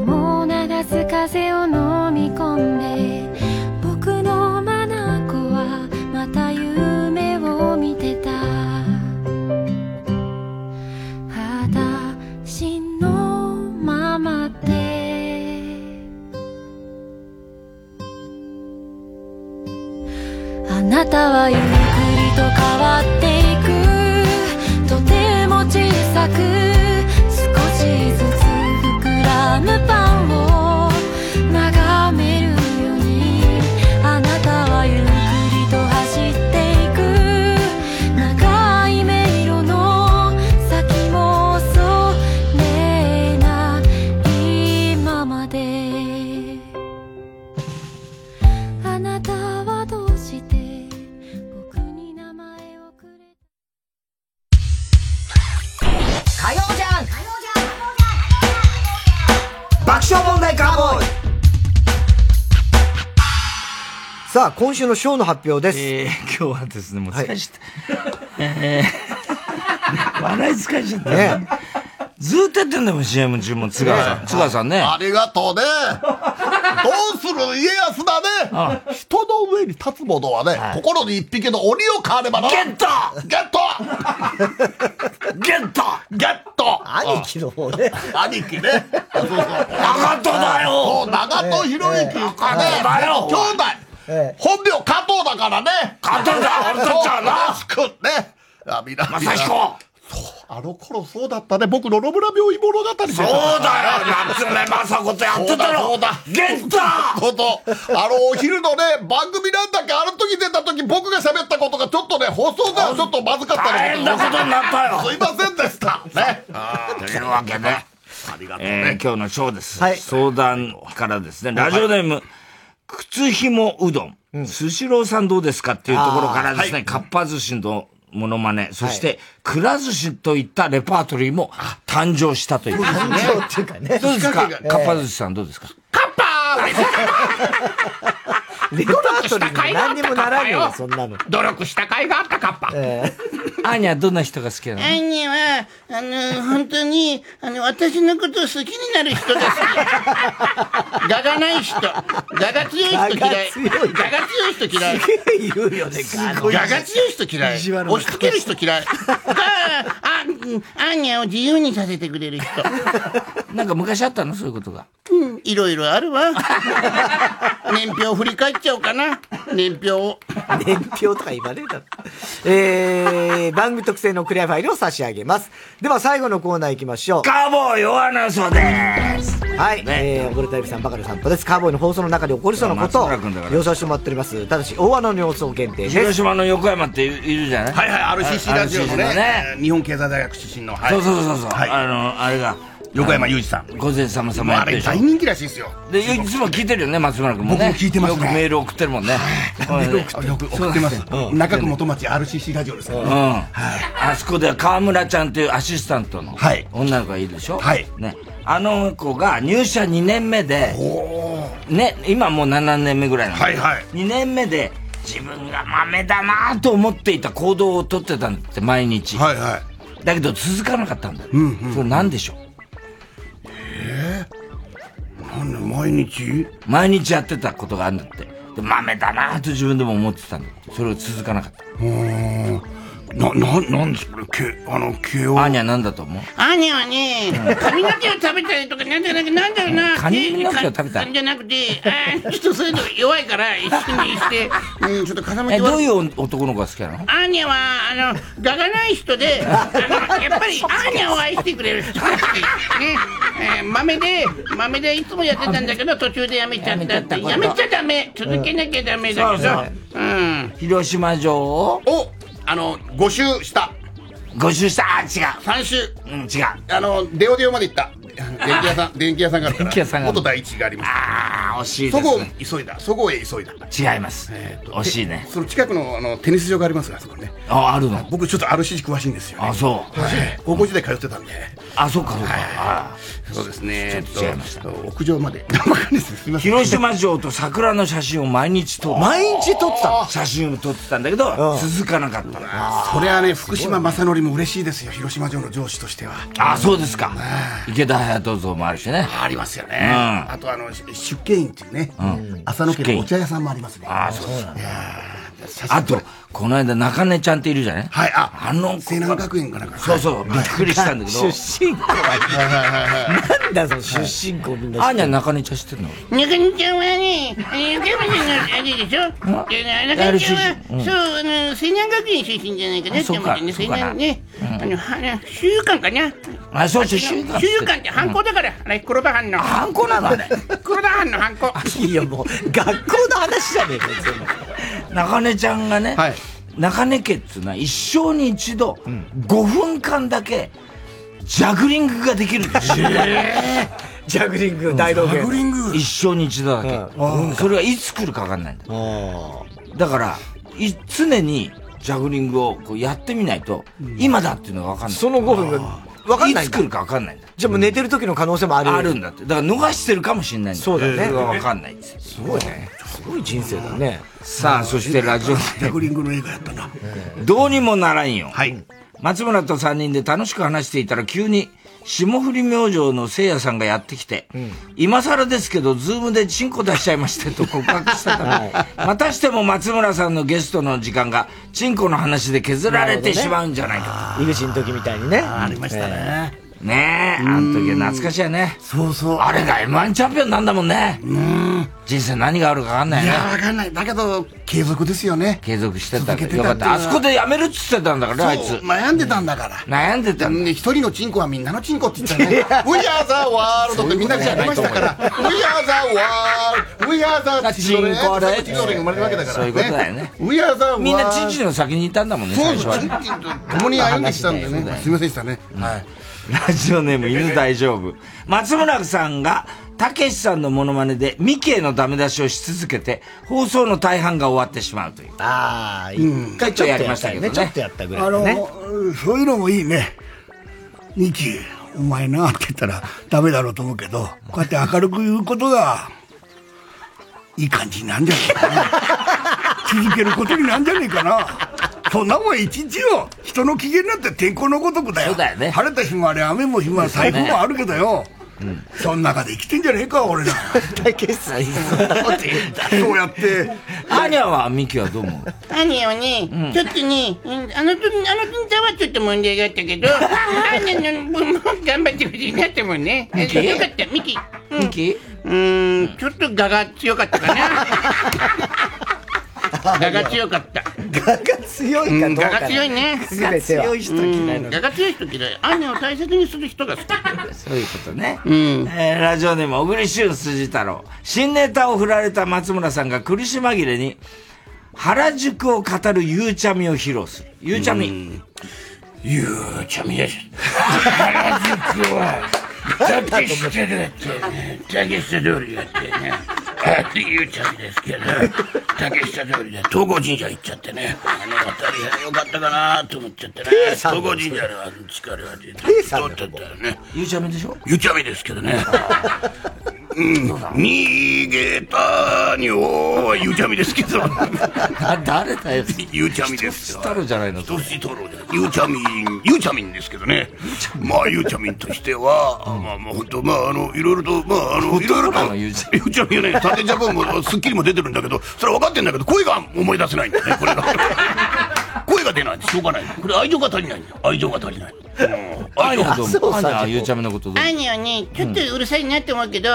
[SPEAKER 21] 雲を流す風を飲み込んで僕の眼はまた夢を見てた私のままであなたはゆっくりと変わっていくとても小さく少しずつ膨らむパンを眺めるようにあなたはゆっくりと走っていく長い迷路の先もそれないままであなたはどうして僕に名前をくれた火曜じゃん
[SPEAKER 1] 爆笑問題カーボーイさあ、今週のショーの発表です。
[SPEAKER 2] 今日はですね、もう疲れちゃった。
[SPEAKER 1] 笑い疲れちゃった
[SPEAKER 2] ねずっとやってんだもん、CM 中も。津川さん。津川さんね。
[SPEAKER 5] ありがとうね。どうする家康だね。人の上に立つ者はね、心に一匹の鬼を飼わねばならん。ゲットゲットゲットゲット兄貴の方ね。兄貴ね。あそうそう。長
[SPEAKER 2] 門だよ
[SPEAKER 5] そう、長門博之ね。
[SPEAKER 2] 長門だよ
[SPEAKER 5] 兄弟。本名加藤だからね。
[SPEAKER 2] 加藤だ俺たちはな
[SPEAKER 5] そうよろしくね。あ、みんな。
[SPEAKER 2] まさしこ
[SPEAKER 5] あの頃そうだったね。僕の野村病院物語で
[SPEAKER 2] そうだよ夏目雅子とやってたろ
[SPEAKER 5] そうだそうだ
[SPEAKER 2] ゲッター
[SPEAKER 5] こと。あの、お昼のね、番組なんだっけ、あの時出た時、僕が喋ったことがちょっとね、放送ではちょっとまずかったの
[SPEAKER 2] 大変なことになったよ
[SPEAKER 5] すいませんでした。ね。
[SPEAKER 2] というわけで、えー今日のショーです、
[SPEAKER 5] はい
[SPEAKER 2] 相談からですね、ラジオネーム、靴ひもうどん、スシローさんどうですかっていうところからですね、かっぱ寿司のモノマネ、そして、くら寿司といったレパートリーも誕生したということですね。
[SPEAKER 1] 誕生っていうかね
[SPEAKER 2] どうですか、
[SPEAKER 1] <laughs> ええ
[SPEAKER 2] かっぱ寿司さんどうですか
[SPEAKER 1] レパートリーに何にもならん
[SPEAKER 3] どうだ
[SPEAKER 1] よ
[SPEAKER 3] っ、た
[SPEAKER 1] そんなの。
[SPEAKER 3] 努力した甲斐があったカッパ。
[SPEAKER 2] アーニャどんな人が好きなの
[SPEAKER 3] アンニは、あの、本当に、あの、私のことを好きになる <laughs> 人が好き。我がない人。我が強い人嫌い。
[SPEAKER 5] 我が強い
[SPEAKER 3] 我が強い人嫌い。
[SPEAKER 5] すげえ言うよね
[SPEAKER 3] す
[SPEAKER 5] 我
[SPEAKER 3] ごい
[SPEAKER 5] が強い人嫌い。
[SPEAKER 3] 意地悪な
[SPEAKER 5] 押し付ける人嫌い。
[SPEAKER 3] ああ、うんアンニャを自由にさせてくれる人。
[SPEAKER 2] なんか昔あったのそういうことが。
[SPEAKER 3] うん、いろいろあ
[SPEAKER 2] <laughs>
[SPEAKER 3] るわ。年表振り返っちゃおうかな。年表を。
[SPEAKER 1] 年表とか言わねえだろ。えー、番組特製のクリアファイルを差し上げます。では最後のコーナー行きましょう。
[SPEAKER 2] カーボーイ弱な嘘です
[SPEAKER 1] はい、えー、おごるたびさん、バカルさんぽです。カーボーイの放送の中で起こりそうなことを
[SPEAKER 2] 松村君だから
[SPEAKER 1] 了承してもらっております。ただし、大穴の様子を限定です。
[SPEAKER 2] 広島の横山っているじゃない
[SPEAKER 1] はいはい
[SPEAKER 2] あ
[SPEAKER 1] RCC ラジオのね
[SPEAKER 2] ね
[SPEAKER 5] 日本経済大学出身の。はい
[SPEAKER 2] そうそうそうそう、
[SPEAKER 5] はい
[SPEAKER 2] あのあれが
[SPEAKER 5] 横山裕二さん
[SPEAKER 2] 午前様様
[SPEAKER 5] もう
[SPEAKER 2] やっ
[SPEAKER 5] あ
[SPEAKER 2] てる
[SPEAKER 5] れ
[SPEAKER 2] でしょ
[SPEAKER 5] 大人気らしいですよ。
[SPEAKER 2] でいつも聞いてるよね松村君もね
[SPEAKER 5] 僕も聞いてますね
[SPEAKER 2] よくメール送ってるもんね
[SPEAKER 5] メール送ってよく送ってます
[SPEAKER 2] う。ん
[SPEAKER 5] 中区元町 RCC ラジオですか
[SPEAKER 2] うん、
[SPEAKER 5] らね。
[SPEAKER 2] あそこで川村ちゃんっていうアシスタントの女の子がいるでしょ、はいね、あの子が入社2年目で、ね、今もう7年目ぐらいなんだけど、
[SPEAKER 5] はいはい
[SPEAKER 2] 2年目で自分がマメだなと思っていた行動をとってたんだって毎日、はいはい、だけど続かなかったんだ、うんそれなんでしょう
[SPEAKER 5] なんで毎日
[SPEAKER 2] 毎日やってたことがあるんだってで豆だなと自分でも思ってたんだってそれを続かなかった
[SPEAKER 5] うーんな、な、なんですかね、け、あの、慶応。
[SPEAKER 2] アーニャなんだと思う
[SPEAKER 3] アーニャはね、髪の毛を食べたりとか、なんじゃなくなんだろうな。
[SPEAKER 2] 髪の毛を食べた
[SPEAKER 3] かじゃなくて、あーちょっとそういうの弱いから、一緒にして、うん、ちょっと風向き
[SPEAKER 2] え
[SPEAKER 3] 悪い
[SPEAKER 2] どういう男の子が好きなの
[SPEAKER 3] アーニャは、あの、我がない人で、あの、やっぱりアーニャを愛してくれる人が好き。ね。えー豆で、豆でいつもやってたんだけど、途中でやめちゃったって。やめちゃダメ続けなきゃダメだけど。うん
[SPEAKER 2] 広島城を
[SPEAKER 5] おあの、5周した。
[SPEAKER 2] 5周したあ違う
[SPEAKER 5] 3周。
[SPEAKER 2] うん、違う。
[SPEAKER 5] あの、デオデオまで行った。電気屋さん、電気屋さんがあるから。
[SPEAKER 2] 電気屋さんがある
[SPEAKER 5] 元第一があります。
[SPEAKER 2] ああ、惜しい
[SPEAKER 5] そ
[SPEAKER 2] です
[SPEAKER 5] こを
[SPEAKER 2] ね
[SPEAKER 5] 急いだ。そこへ急いだ。
[SPEAKER 2] 違います
[SPEAKER 5] えーと
[SPEAKER 2] 惜しいね
[SPEAKER 5] でその近くのあのテニス場がありますが、そこね。
[SPEAKER 2] ああるの
[SPEAKER 5] 僕ちょっと RCC 詳しいんですよ、ね。
[SPEAKER 2] あそう
[SPEAKER 5] はい高校時代通ってたんで。
[SPEAKER 2] あそうかそうか、
[SPEAKER 5] そうですね。
[SPEAKER 2] ちょっと違いま
[SPEAKER 5] した。屋上まで。 <laughs> わかんないです。すみません。
[SPEAKER 2] 広島城と桜の写真を毎日撮って
[SPEAKER 5] 毎日撮ってたの
[SPEAKER 2] 写真を撮ってたんだけど続かなかった
[SPEAKER 5] それはね、福島正則も嬉しいですよ。広島城の上司としては。
[SPEAKER 2] あそうですか池田隼人像もあるしね
[SPEAKER 5] ありますよね。
[SPEAKER 2] うん
[SPEAKER 5] あとあの、し出家院っていうね、朝の家のお茶屋さんもありますね。
[SPEAKER 2] ああそうですねあとこの間中根ちゃんっているじゃない
[SPEAKER 5] はい、あ、
[SPEAKER 2] あの
[SPEAKER 5] 西南学園かなんか。
[SPEAKER 2] そうそうびっくりしたんだけど
[SPEAKER 1] 出身校はなんだその出身校みんな
[SPEAKER 2] あーにゃん中根ちゃん知ってるの
[SPEAKER 3] 中根ちゃんはね、あの横山さんのあれでしょでね中根ちゃんは
[SPEAKER 2] RCC、うん
[SPEAKER 3] そう、あの、西南学院出身じゃないかなって思ってね、
[SPEAKER 2] そうかそう
[SPEAKER 3] 西
[SPEAKER 2] かな
[SPEAKER 3] 南ね、あの、はな週刊かな。
[SPEAKER 2] あそうそう週刊
[SPEAKER 3] 週刊って犯行だから、あれ、黒田藩の。
[SPEAKER 2] 犯行なのあれ
[SPEAKER 3] 黒田藩の犯行。
[SPEAKER 1] いいよ、もう、学校の話じゃねえかよ、全部
[SPEAKER 2] 中根ちゃんがね、中根家っつうのは一生に一度5分間だけジャグリングができるんですよ
[SPEAKER 1] <laughs> ジャグリング大道芸ジャグリン
[SPEAKER 2] グ一生に一度だけ、それはいつ来るか分かんないんだだからい常にジャグリングをこうやってみないと、今だっていうのが分かんないその5分が分かんないいつ来るか分かんないんだ
[SPEAKER 1] じゃあもう寝てる時の可能性もある。
[SPEAKER 2] あるんだってだから逃してるかもしれないんだ
[SPEAKER 1] そうだね
[SPEAKER 2] それが分かんないですす
[SPEAKER 1] ごいね。すごい人生だね。
[SPEAKER 2] さあそしてラジオネーム
[SPEAKER 5] グリングの映画やったな。
[SPEAKER 2] どうにもならんよ。松村と3人で楽しく話していたら急に、霜降り明星のせいやさんがやってきて、今更ですけど、ズームでチンコ出しちゃいましてと告白したから、またしても松村さんのゲストの時間が、チンコの話で削られてしまうんじゃないかと。井口の時みたいにね。ありましたね。ねえ、あの時は懐かしいよね。そうそう。あれが M1 チャンピオンなんだもんね。人生何があるかわかんない
[SPEAKER 8] い
[SPEAKER 2] ね
[SPEAKER 8] や、。わかんない。だけど、継続ですよね。
[SPEAKER 2] 継続してた
[SPEAKER 8] 続けて
[SPEAKER 2] よ
[SPEAKER 8] た
[SPEAKER 2] か
[SPEAKER 8] っ
[SPEAKER 2] って
[SPEAKER 8] いうの
[SPEAKER 2] た。
[SPEAKER 8] は
[SPEAKER 2] あそこでやめるっつってたんだからね、あい
[SPEAKER 8] そ
[SPEAKER 2] つ。
[SPEAKER 8] う悩んでたんだから。
[SPEAKER 2] 悩んでた
[SPEAKER 8] んで、一人のチンコはみんなのチンコって言ってたね。We <laughs> are the world ってみんなでやりましたから。We are the world! We are the
[SPEAKER 2] チンコで
[SPEAKER 8] チンコで生まれるわけだから。
[SPEAKER 2] そういうことだよね。
[SPEAKER 8] We are the world!
[SPEAKER 2] みんなチンチンの先にいたんだもんね、
[SPEAKER 8] そう
[SPEAKER 2] 最初はね。
[SPEAKER 8] 共に歩んできたんで
[SPEAKER 2] そうだ
[SPEAKER 8] ね
[SPEAKER 2] よ。
[SPEAKER 8] すみませんでしたね。
[SPEAKER 2] はい。ラジオネーム犬大丈夫。松村さんが、たけしさんのモノマネで、ミケのダメ出しをし続けて、放送の大半が終わってしまうという。ああ、
[SPEAKER 1] 一回ちょっとや
[SPEAKER 2] や
[SPEAKER 1] った
[SPEAKER 2] り
[SPEAKER 1] よね
[SPEAKER 2] ましたけどね。
[SPEAKER 1] ちょっとやったぐ
[SPEAKER 2] あ
[SPEAKER 1] らいだね
[SPEAKER 2] の、
[SPEAKER 23] そういうのもいいね。ミキ、お前なって言ったらダメだろうと思うけど、こうやって明るく言うことが、いい感じになんじゃねえかな。続けることになんじゃねえかな。そんなもん一日を人の機嫌なんて天候のごとくだよ。晴れた日もあれ、雨も日もあれ、
[SPEAKER 2] そうだね
[SPEAKER 23] 台風もあるけどよ。そん中で生きてんじゃねえか、俺ら。
[SPEAKER 1] たけしさん、
[SPEAKER 23] そうやって。
[SPEAKER 2] アーニャはミキはどう思う
[SPEAKER 3] 兄よね、
[SPEAKER 2] うん
[SPEAKER 3] ちょっとね、うんあのと、あのとんちゃんはちょっと問題があったけど、兄の分も頑張ってほしいなって思うね。
[SPEAKER 2] ミキ
[SPEAKER 3] よかった、ミキ。うん
[SPEAKER 2] ミキ
[SPEAKER 3] うーん、ちょっと我が強かったかな。我が強かった。
[SPEAKER 1] 我が強
[SPEAKER 3] う
[SPEAKER 1] いかど
[SPEAKER 3] ん
[SPEAKER 1] うか
[SPEAKER 3] 我
[SPEAKER 1] だ。
[SPEAKER 3] が強いね。
[SPEAKER 1] 全ては。
[SPEAKER 3] うん我が強い人嫌い。兄を大切にする人が好き。
[SPEAKER 2] そういうことね。えーラジオネーム、小栗旬辻太郎。新ネタを振られた松村さんが苦し紛れに、原宿を語るゆうちゃみを披露する。ゆうちゃみ。ゆうちゃみです。
[SPEAKER 3] 原宿
[SPEAKER 2] は
[SPEAKER 3] 竹下通りやって竹下通りやってねあゆうちゃんですけど竹下通りで東郷神社行っちゃってねあの辺りはよかったかなと思っちゃってね
[SPEAKER 2] ペイさん
[SPEAKER 3] 東
[SPEAKER 2] の
[SPEAKER 3] 郷神社の近くは取ってたよね
[SPEAKER 2] ゆうちゃみでしょ
[SPEAKER 3] ゆうちゃみですけどね
[SPEAKER 17] うん、逃げたにおはゆうちゃみですけど。
[SPEAKER 2] 誰だよ。
[SPEAKER 17] ゆうちゃみです。太
[SPEAKER 2] 郎じゃないの。
[SPEAKER 17] 太し太郎じゃない。ゆうちゃみん、ゆうちゃみんですけどね。まあゆうちゃみんとしては、まあまあ本当まああのいろいろとまああのいろいろとゆうちゃみんね、縦ジャパンもスッキリも出てるんだけど、それは分かってんだけど声が思い出せないんだよねこれが。声が出ないんでしょうがない。これ愛情が足りないんだよ。愛情が足りない。うん
[SPEAKER 2] アー
[SPEAKER 17] 愛
[SPEAKER 2] ニャ
[SPEAKER 17] 情
[SPEAKER 2] は
[SPEAKER 17] が
[SPEAKER 2] どう
[SPEAKER 17] 足り
[SPEAKER 2] 思う
[SPEAKER 17] な
[SPEAKER 2] アーニャは
[SPEAKER 17] い
[SPEAKER 2] ゆうちゃみのことどう思う
[SPEAKER 3] 兄はねちょっとうるさいなって思う
[SPEAKER 1] <laughs>
[SPEAKER 3] けど、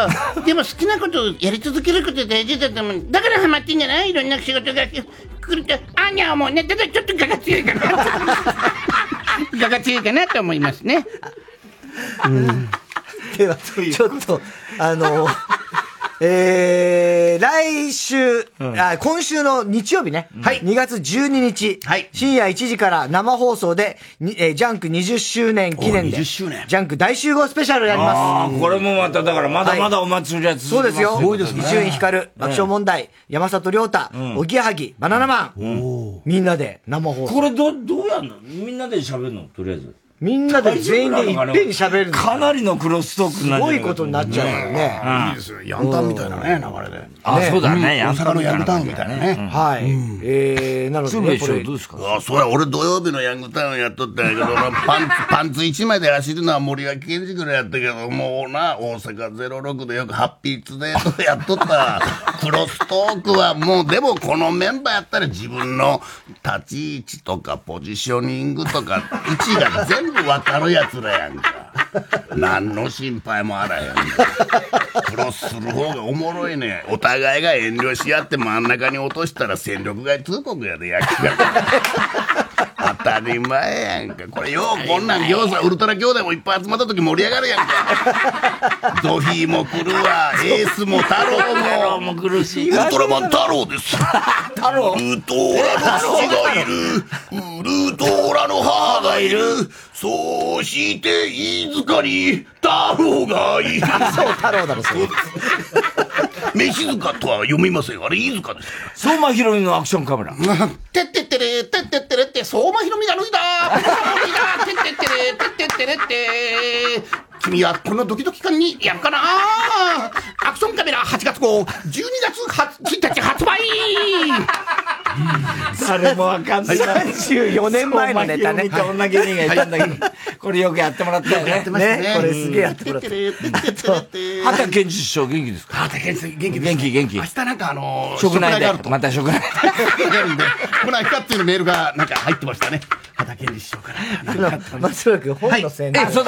[SPEAKER 3] でも好きなことをやり続けること大事だと思うだからハマってんじゃないいろんな仕事が来ると兄はもうねただちょっと我が強
[SPEAKER 1] <laughs>
[SPEAKER 3] いかな我が強いかなと思いますね
[SPEAKER 1] では、ちょっと、あの、えー、来週、あ、今週の日曜日ね。はい。2月12日。深夜1時から生放送で、にえージャンク20周年記念で。周年。ジャンク大集合スペシャルやり
[SPEAKER 2] あ
[SPEAKER 1] ま
[SPEAKER 2] あ、
[SPEAKER 1] す。
[SPEAKER 2] これもまた、だからまだまだ
[SPEAKER 1] はい
[SPEAKER 2] お祭りは続き
[SPEAKER 1] そうですよ。伊集院光
[SPEAKER 2] る
[SPEAKER 1] 爆笑問題、山里亮太、おぎやはぎ、バナナマン。みんなで生放送。
[SPEAKER 2] これど、どうやんのみんなで喋るのとりあえず。
[SPEAKER 1] みんなで全員でいっぺんに喋る
[SPEAKER 2] かなりのクロストークになっちゃう
[SPEAKER 1] すごいことになっちゃうよね
[SPEAKER 2] うん
[SPEAKER 1] いいですよ
[SPEAKER 8] ヤンタンみたいなね、流れで。
[SPEAKER 2] あそうだね
[SPEAKER 8] ん
[SPEAKER 2] ヤン
[SPEAKER 8] 大
[SPEAKER 2] タ
[SPEAKER 8] 阪
[SPEAKER 2] ン
[SPEAKER 8] の
[SPEAKER 2] みたい
[SPEAKER 8] ヤ
[SPEAKER 2] な
[SPEAKER 8] ンタンみたいなね。
[SPEAKER 1] はい。えー、なので、ね、これ、
[SPEAKER 2] ですか
[SPEAKER 17] あそりゃ俺土曜日のヤングタウンやっとったんやけどな
[SPEAKER 1] <laughs>
[SPEAKER 17] パンツパンツ1枚で走るのは森脇健児ぐらいやったけどもうな大阪06でよくハッピーツデーとやっ
[SPEAKER 1] <laughs>
[SPEAKER 17] とったクロストークはもうでもこのメンバーやったら自分の立ち位置とかポジショニングとか位置が全部わかるやつらや
[SPEAKER 1] <laughs>
[SPEAKER 17] んか何の心配もあらへんクロスする方がおもろいねお互いが遠慮し合って真ん中に落としたら戦力外通告やで野球が。当たり前やんかこれようこんなん餃子ウルトラ兄弟もいっぱい集まった時盛り上がるやんかドヒーも来るわエースも太郎も
[SPEAKER 2] 苦しい
[SPEAKER 17] ウルトラマン太郎です
[SPEAKER 2] 太郎
[SPEAKER 17] ウルトラの父がいるウルトラの母がいるそして飯塚に太郎がいるそう
[SPEAKER 1] 太郎だろそう
[SPEAKER 17] です飯塚とは読みませんあれ飯塚です
[SPEAKER 2] 相馬ひろみのアクションカメラ。
[SPEAKER 16] てってってれてってってれって相馬ひろみが脱いだ脱いだてってってれてってってれって君はこのドキドキ感にやるかなアクションカメラ8月号12月1日発売
[SPEAKER 2] 誰もわかんない。
[SPEAKER 1] 34年前のネタね
[SPEAKER 2] 相馬ひろみと女芸人がいたんだけど、これよくやってもらったよね。
[SPEAKER 1] やってましたねこれすげえやって
[SPEAKER 2] もらった。畑健二師匠元気ですか
[SPEAKER 17] 畑健二元気です
[SPEAKER 2] 元気元気
[SPEAKER 17] 明。日なんかあのー、
[SPEAKER 2] 食内
[SPEAKER 17] がある
[SPEAKER 2] で、また食内で。
[SPEAKER 17] があるんで、来ないかっていうメールがなんか入ってましたね。畑健二師匠から。
[SPEAKER 1] 松浦君、本の宣伝。
[SPEAKER 17] はいあのーど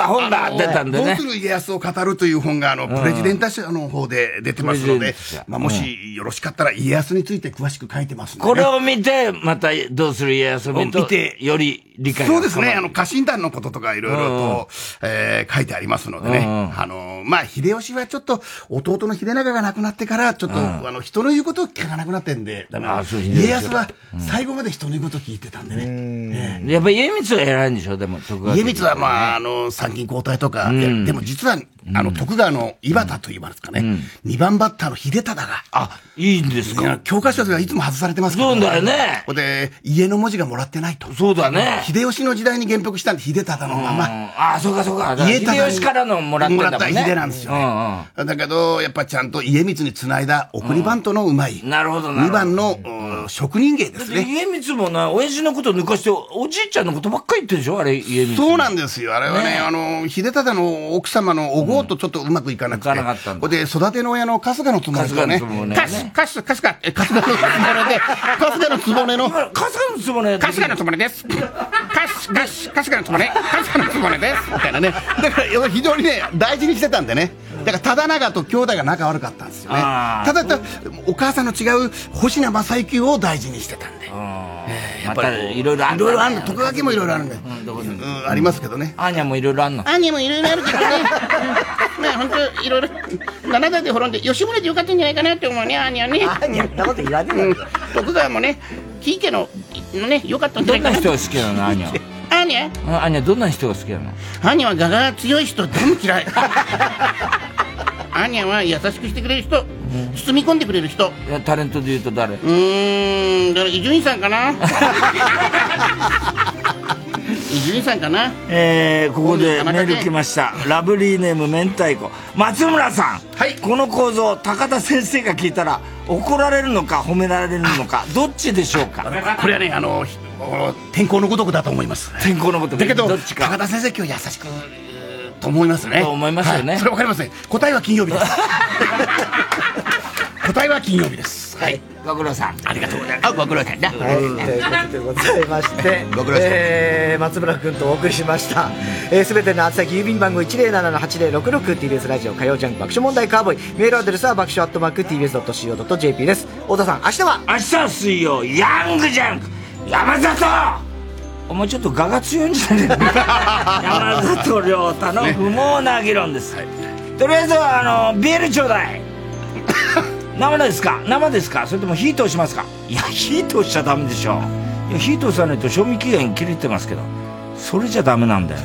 [SPEAKER 17] うす
[SPEAKER 1] る
[SPEAKER 17] る家康を語るという本が、あの、プレジデンタ社の方で出てますの
[SPEAKER 2] プレ
[SPEAKER 17] で
[SPEAKER 2] ジデンタ社、
[SPEAKER 17] まあ、もしよろしかったら家康について詳しく書いてますんでね。
[SPEAKER 2] これを見て、またどうする家康を見
[SPEAKER 17] 見て
[SPEAKER 2] て、より理解が
[SPEAKER 17] そうですね。
[SPEAKER 2] 深ま
[SPEAKER 17] あの、
[SPEAKER 2] る
[SPEAKER 17] 家臣団のこととかいろいろ
[SPEAKER 2] うんうん
[SPEAKER 17] と、えー書いてありますのでね。
[SPEAKER 2] うんうん
[SPEAKER 17] あの、まあ、秀吉はちょっと、弟の秀長が亡くなってから、ちょっと、
[SPEAKER 2] うん
[SPEAKER 17] あの、人の言うことを聞かなくなってんで、ダメなんです
[SPEAKER 2] あそう秀吉
[SPEAKER 17] 家康は
[SPEAKER 2] うん
[SPEAKER 17] 最後まで人の言うことを聞いてたんでね。ええ
[SPEAKER 2] やっぱ家光は偉いんでしょ、でも、徳川
[SPEAKER 17] 家光は、まあ、あの、参勤交代とか、
[SPEAKER 2] うん
[SPEAKER 17] いやでも実は、あの、徳川の井端と言いますかね、二2番バッターの秀忠が、あ、
[SPEAKER 2] いいんですか
[SPEAKER 17] 教科書ではいつも外されてますけど、
[SPEAKER 2] そうだよね
[SPEAKER 17] ここで、家の文字がもらってないと。
[SPEAKER 2] そうだね
[SPEAKER 17] 秀吉の時代に元服したんで、秀忠のまま。
[SPEAKER 2] ああ、そうかそうか。
[SPEAKER 17] 家忠に
[SPEAKER 2] 秀吉からのもらってんだもんね。
[SPEAKER 17] もらった秀なんですよねだけど、やっぱちゃんと家光につないだ送りバントのうまい。
[SPEAKER 2] なるほどなるほど
[SPEAKER 17] 2番の、うん職人芸です
[SPEAKER 2] で
[SPEAKER 17] ね。
[SPEAKER 2] 家光もな、親父のこと抜かして、おじいちゃんのことばっかり言ってるでしょあれ、家光。
[SPEAKER 17] そうなんですよ。あれはね、
[SPEAKER 2] ね
[SPEAKER 17] あの、秀忠の奥様のおごうとちょっとうまくいかなくて。これで、育ての親の春日のつもりとね。
[SPEAKER 2] 春日の局ね
[SPEAKER 17] かすかすかすかえ春日のつもりで、春日のつもりの。春
[SPEAKER 2] 日のつもり
[SPEAKER 17] 春日のつもりです。かすかすかすのつもり。春日のつもりです。みたいなね。だから、非常にね、大事にしてたんでね。だから、忠長と兄弟が仲悪かったんですよね。
[SPEAKER 2] あー
[SPEAKER 17] ただただ、お母さんの違う星名正幸を大事にしてたんで。
[SPEAKER 2] またいろいろある。
[SPEAKER 17] いろいろあるんだ。徳川家もいろいろあるんだよ。
[SPEAKER 2] うん
[SPEAKER 17] ありますけどね。
[SPEAKER 2] アーニャもいろいろあんの。
[SPEAKER 3] 兄もいろいろあるけどね。うんまあ本当いろいろ七代で滅んで吉村でよかったんじゃないかなって思うね兄はね。兄はそんなこといらねえ。徳川もね、木池ののねよかったんじゃ
[SPEAKER 2] ど
[SPEAKER 3] ない
[SPEAKER 2] んな
[SPEAKER 3] か
[SPEAKER 2] 人。が
[SPEAKER 3] な
[SPEAKER 2] 好きなの、アーニャ
[SPEAKER 17] <laughs>
[SPEAKER 3] 兄は
[SPEAKER 2] は。アーニャ、どんな人が好きなの
[SPEAKER 3] 兄は我が強い人全部嫌い。兄は優しくしてくれる人、包み込んでくれる人。
[SPEAKER 2] いやタレントで言うと誰
[SPEAKER 3] うーん、だから伊集院さん
[SPEAKER 2] <laughs>
[SPEAKER 3] かな。伊集院さんかな。
[SPEAKER 2] えー、ここでメール来ました。ラブリーネーム明太子。松村さん。はい。この構造、高田先生が聞いたら、怒られるのか褒められるのか、どっちでしょうか
[SPEAKER 17] これはね、あの、ひ天候のごとくだと思います。
[SPEAKER 2] 天候のごと
[SPEAKER 17] だけど、
[SPEAKER 2] どっちか
[SPEAKER 17] 高田先生今日優しく、えーと思いますね。
[SPEAKER 2] と思いますよね
[SPEAKER 17] はいそれわかりません。答えは金曜
[SPEAKER 2] <laughs>
[SPEAKER 17] 日です。答えは金曜日です。はい。
[SPEAKER 2] ご苦労さん。
[SPEAKER 17] ありがとうございます。あ、ご苦労さんだ。
[SPEAKER 1] はい、ということでございまして、えー松村君とお送りしました。えーすべ、ての宛先郵便番号 107-8066TBS ラジオ火曜ジャンク爆笑問題カーボーイ。メールアドレスは爆笑アットマーク TBS.CO.JP です。太田さん、明日は
[SPEAKER 2] 明日は水曜、ヤングジャンク山里お前ちょっと我が強いんじゃねえの山里亮太の不毛な議論です、とりあえずはあのビールちょうだい生ですか生ですかそれとも火通しますかいや火通しちゃダメでしょいや火通さないと賞味期限切れてますけどそれじゃダメなんだよ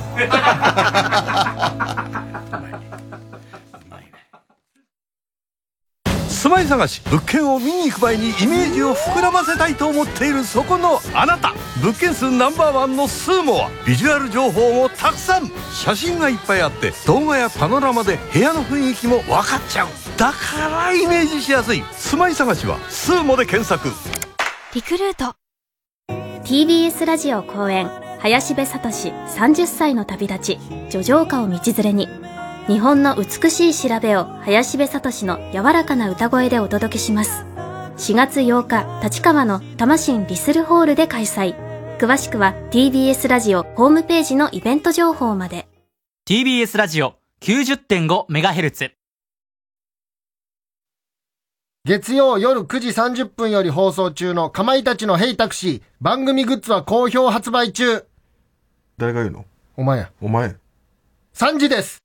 [SPEAKER 27] 住まい探し物件を見に行く前にイメージを膨らませたいと思っているそこのあなた物件数ナンバーワンのスーモはビジュアル情報もたくさん写真がいっぱいあって動画やパノラマで部屋の雰囲気も分かっちゃうだからイメージしやすい住まい探しはスーモで検索
[SPEAKER 4] リクルート TBS ラジオ公演林部聡30歳の旅立ち叙情歌を道連れに日本の美しい調べを林部聡の柔らかな歌声でお届けします4月8日立川の魂リスルホールで開催詳しくは TBS ラジオホームページのイベント情報まで
[SPEAKER 10] TBS ラジオ 90.5MHz
[SPEAKER 6] 月曜夜9時30分より放送中のかまいたちのヘイタクシー番組グッズは好評発売中
[SPEAKER 28] 誰が言うの
[SPEAKER 6] お前や
[SPEAKER 28] お前
[SPEAKER 6] 3時です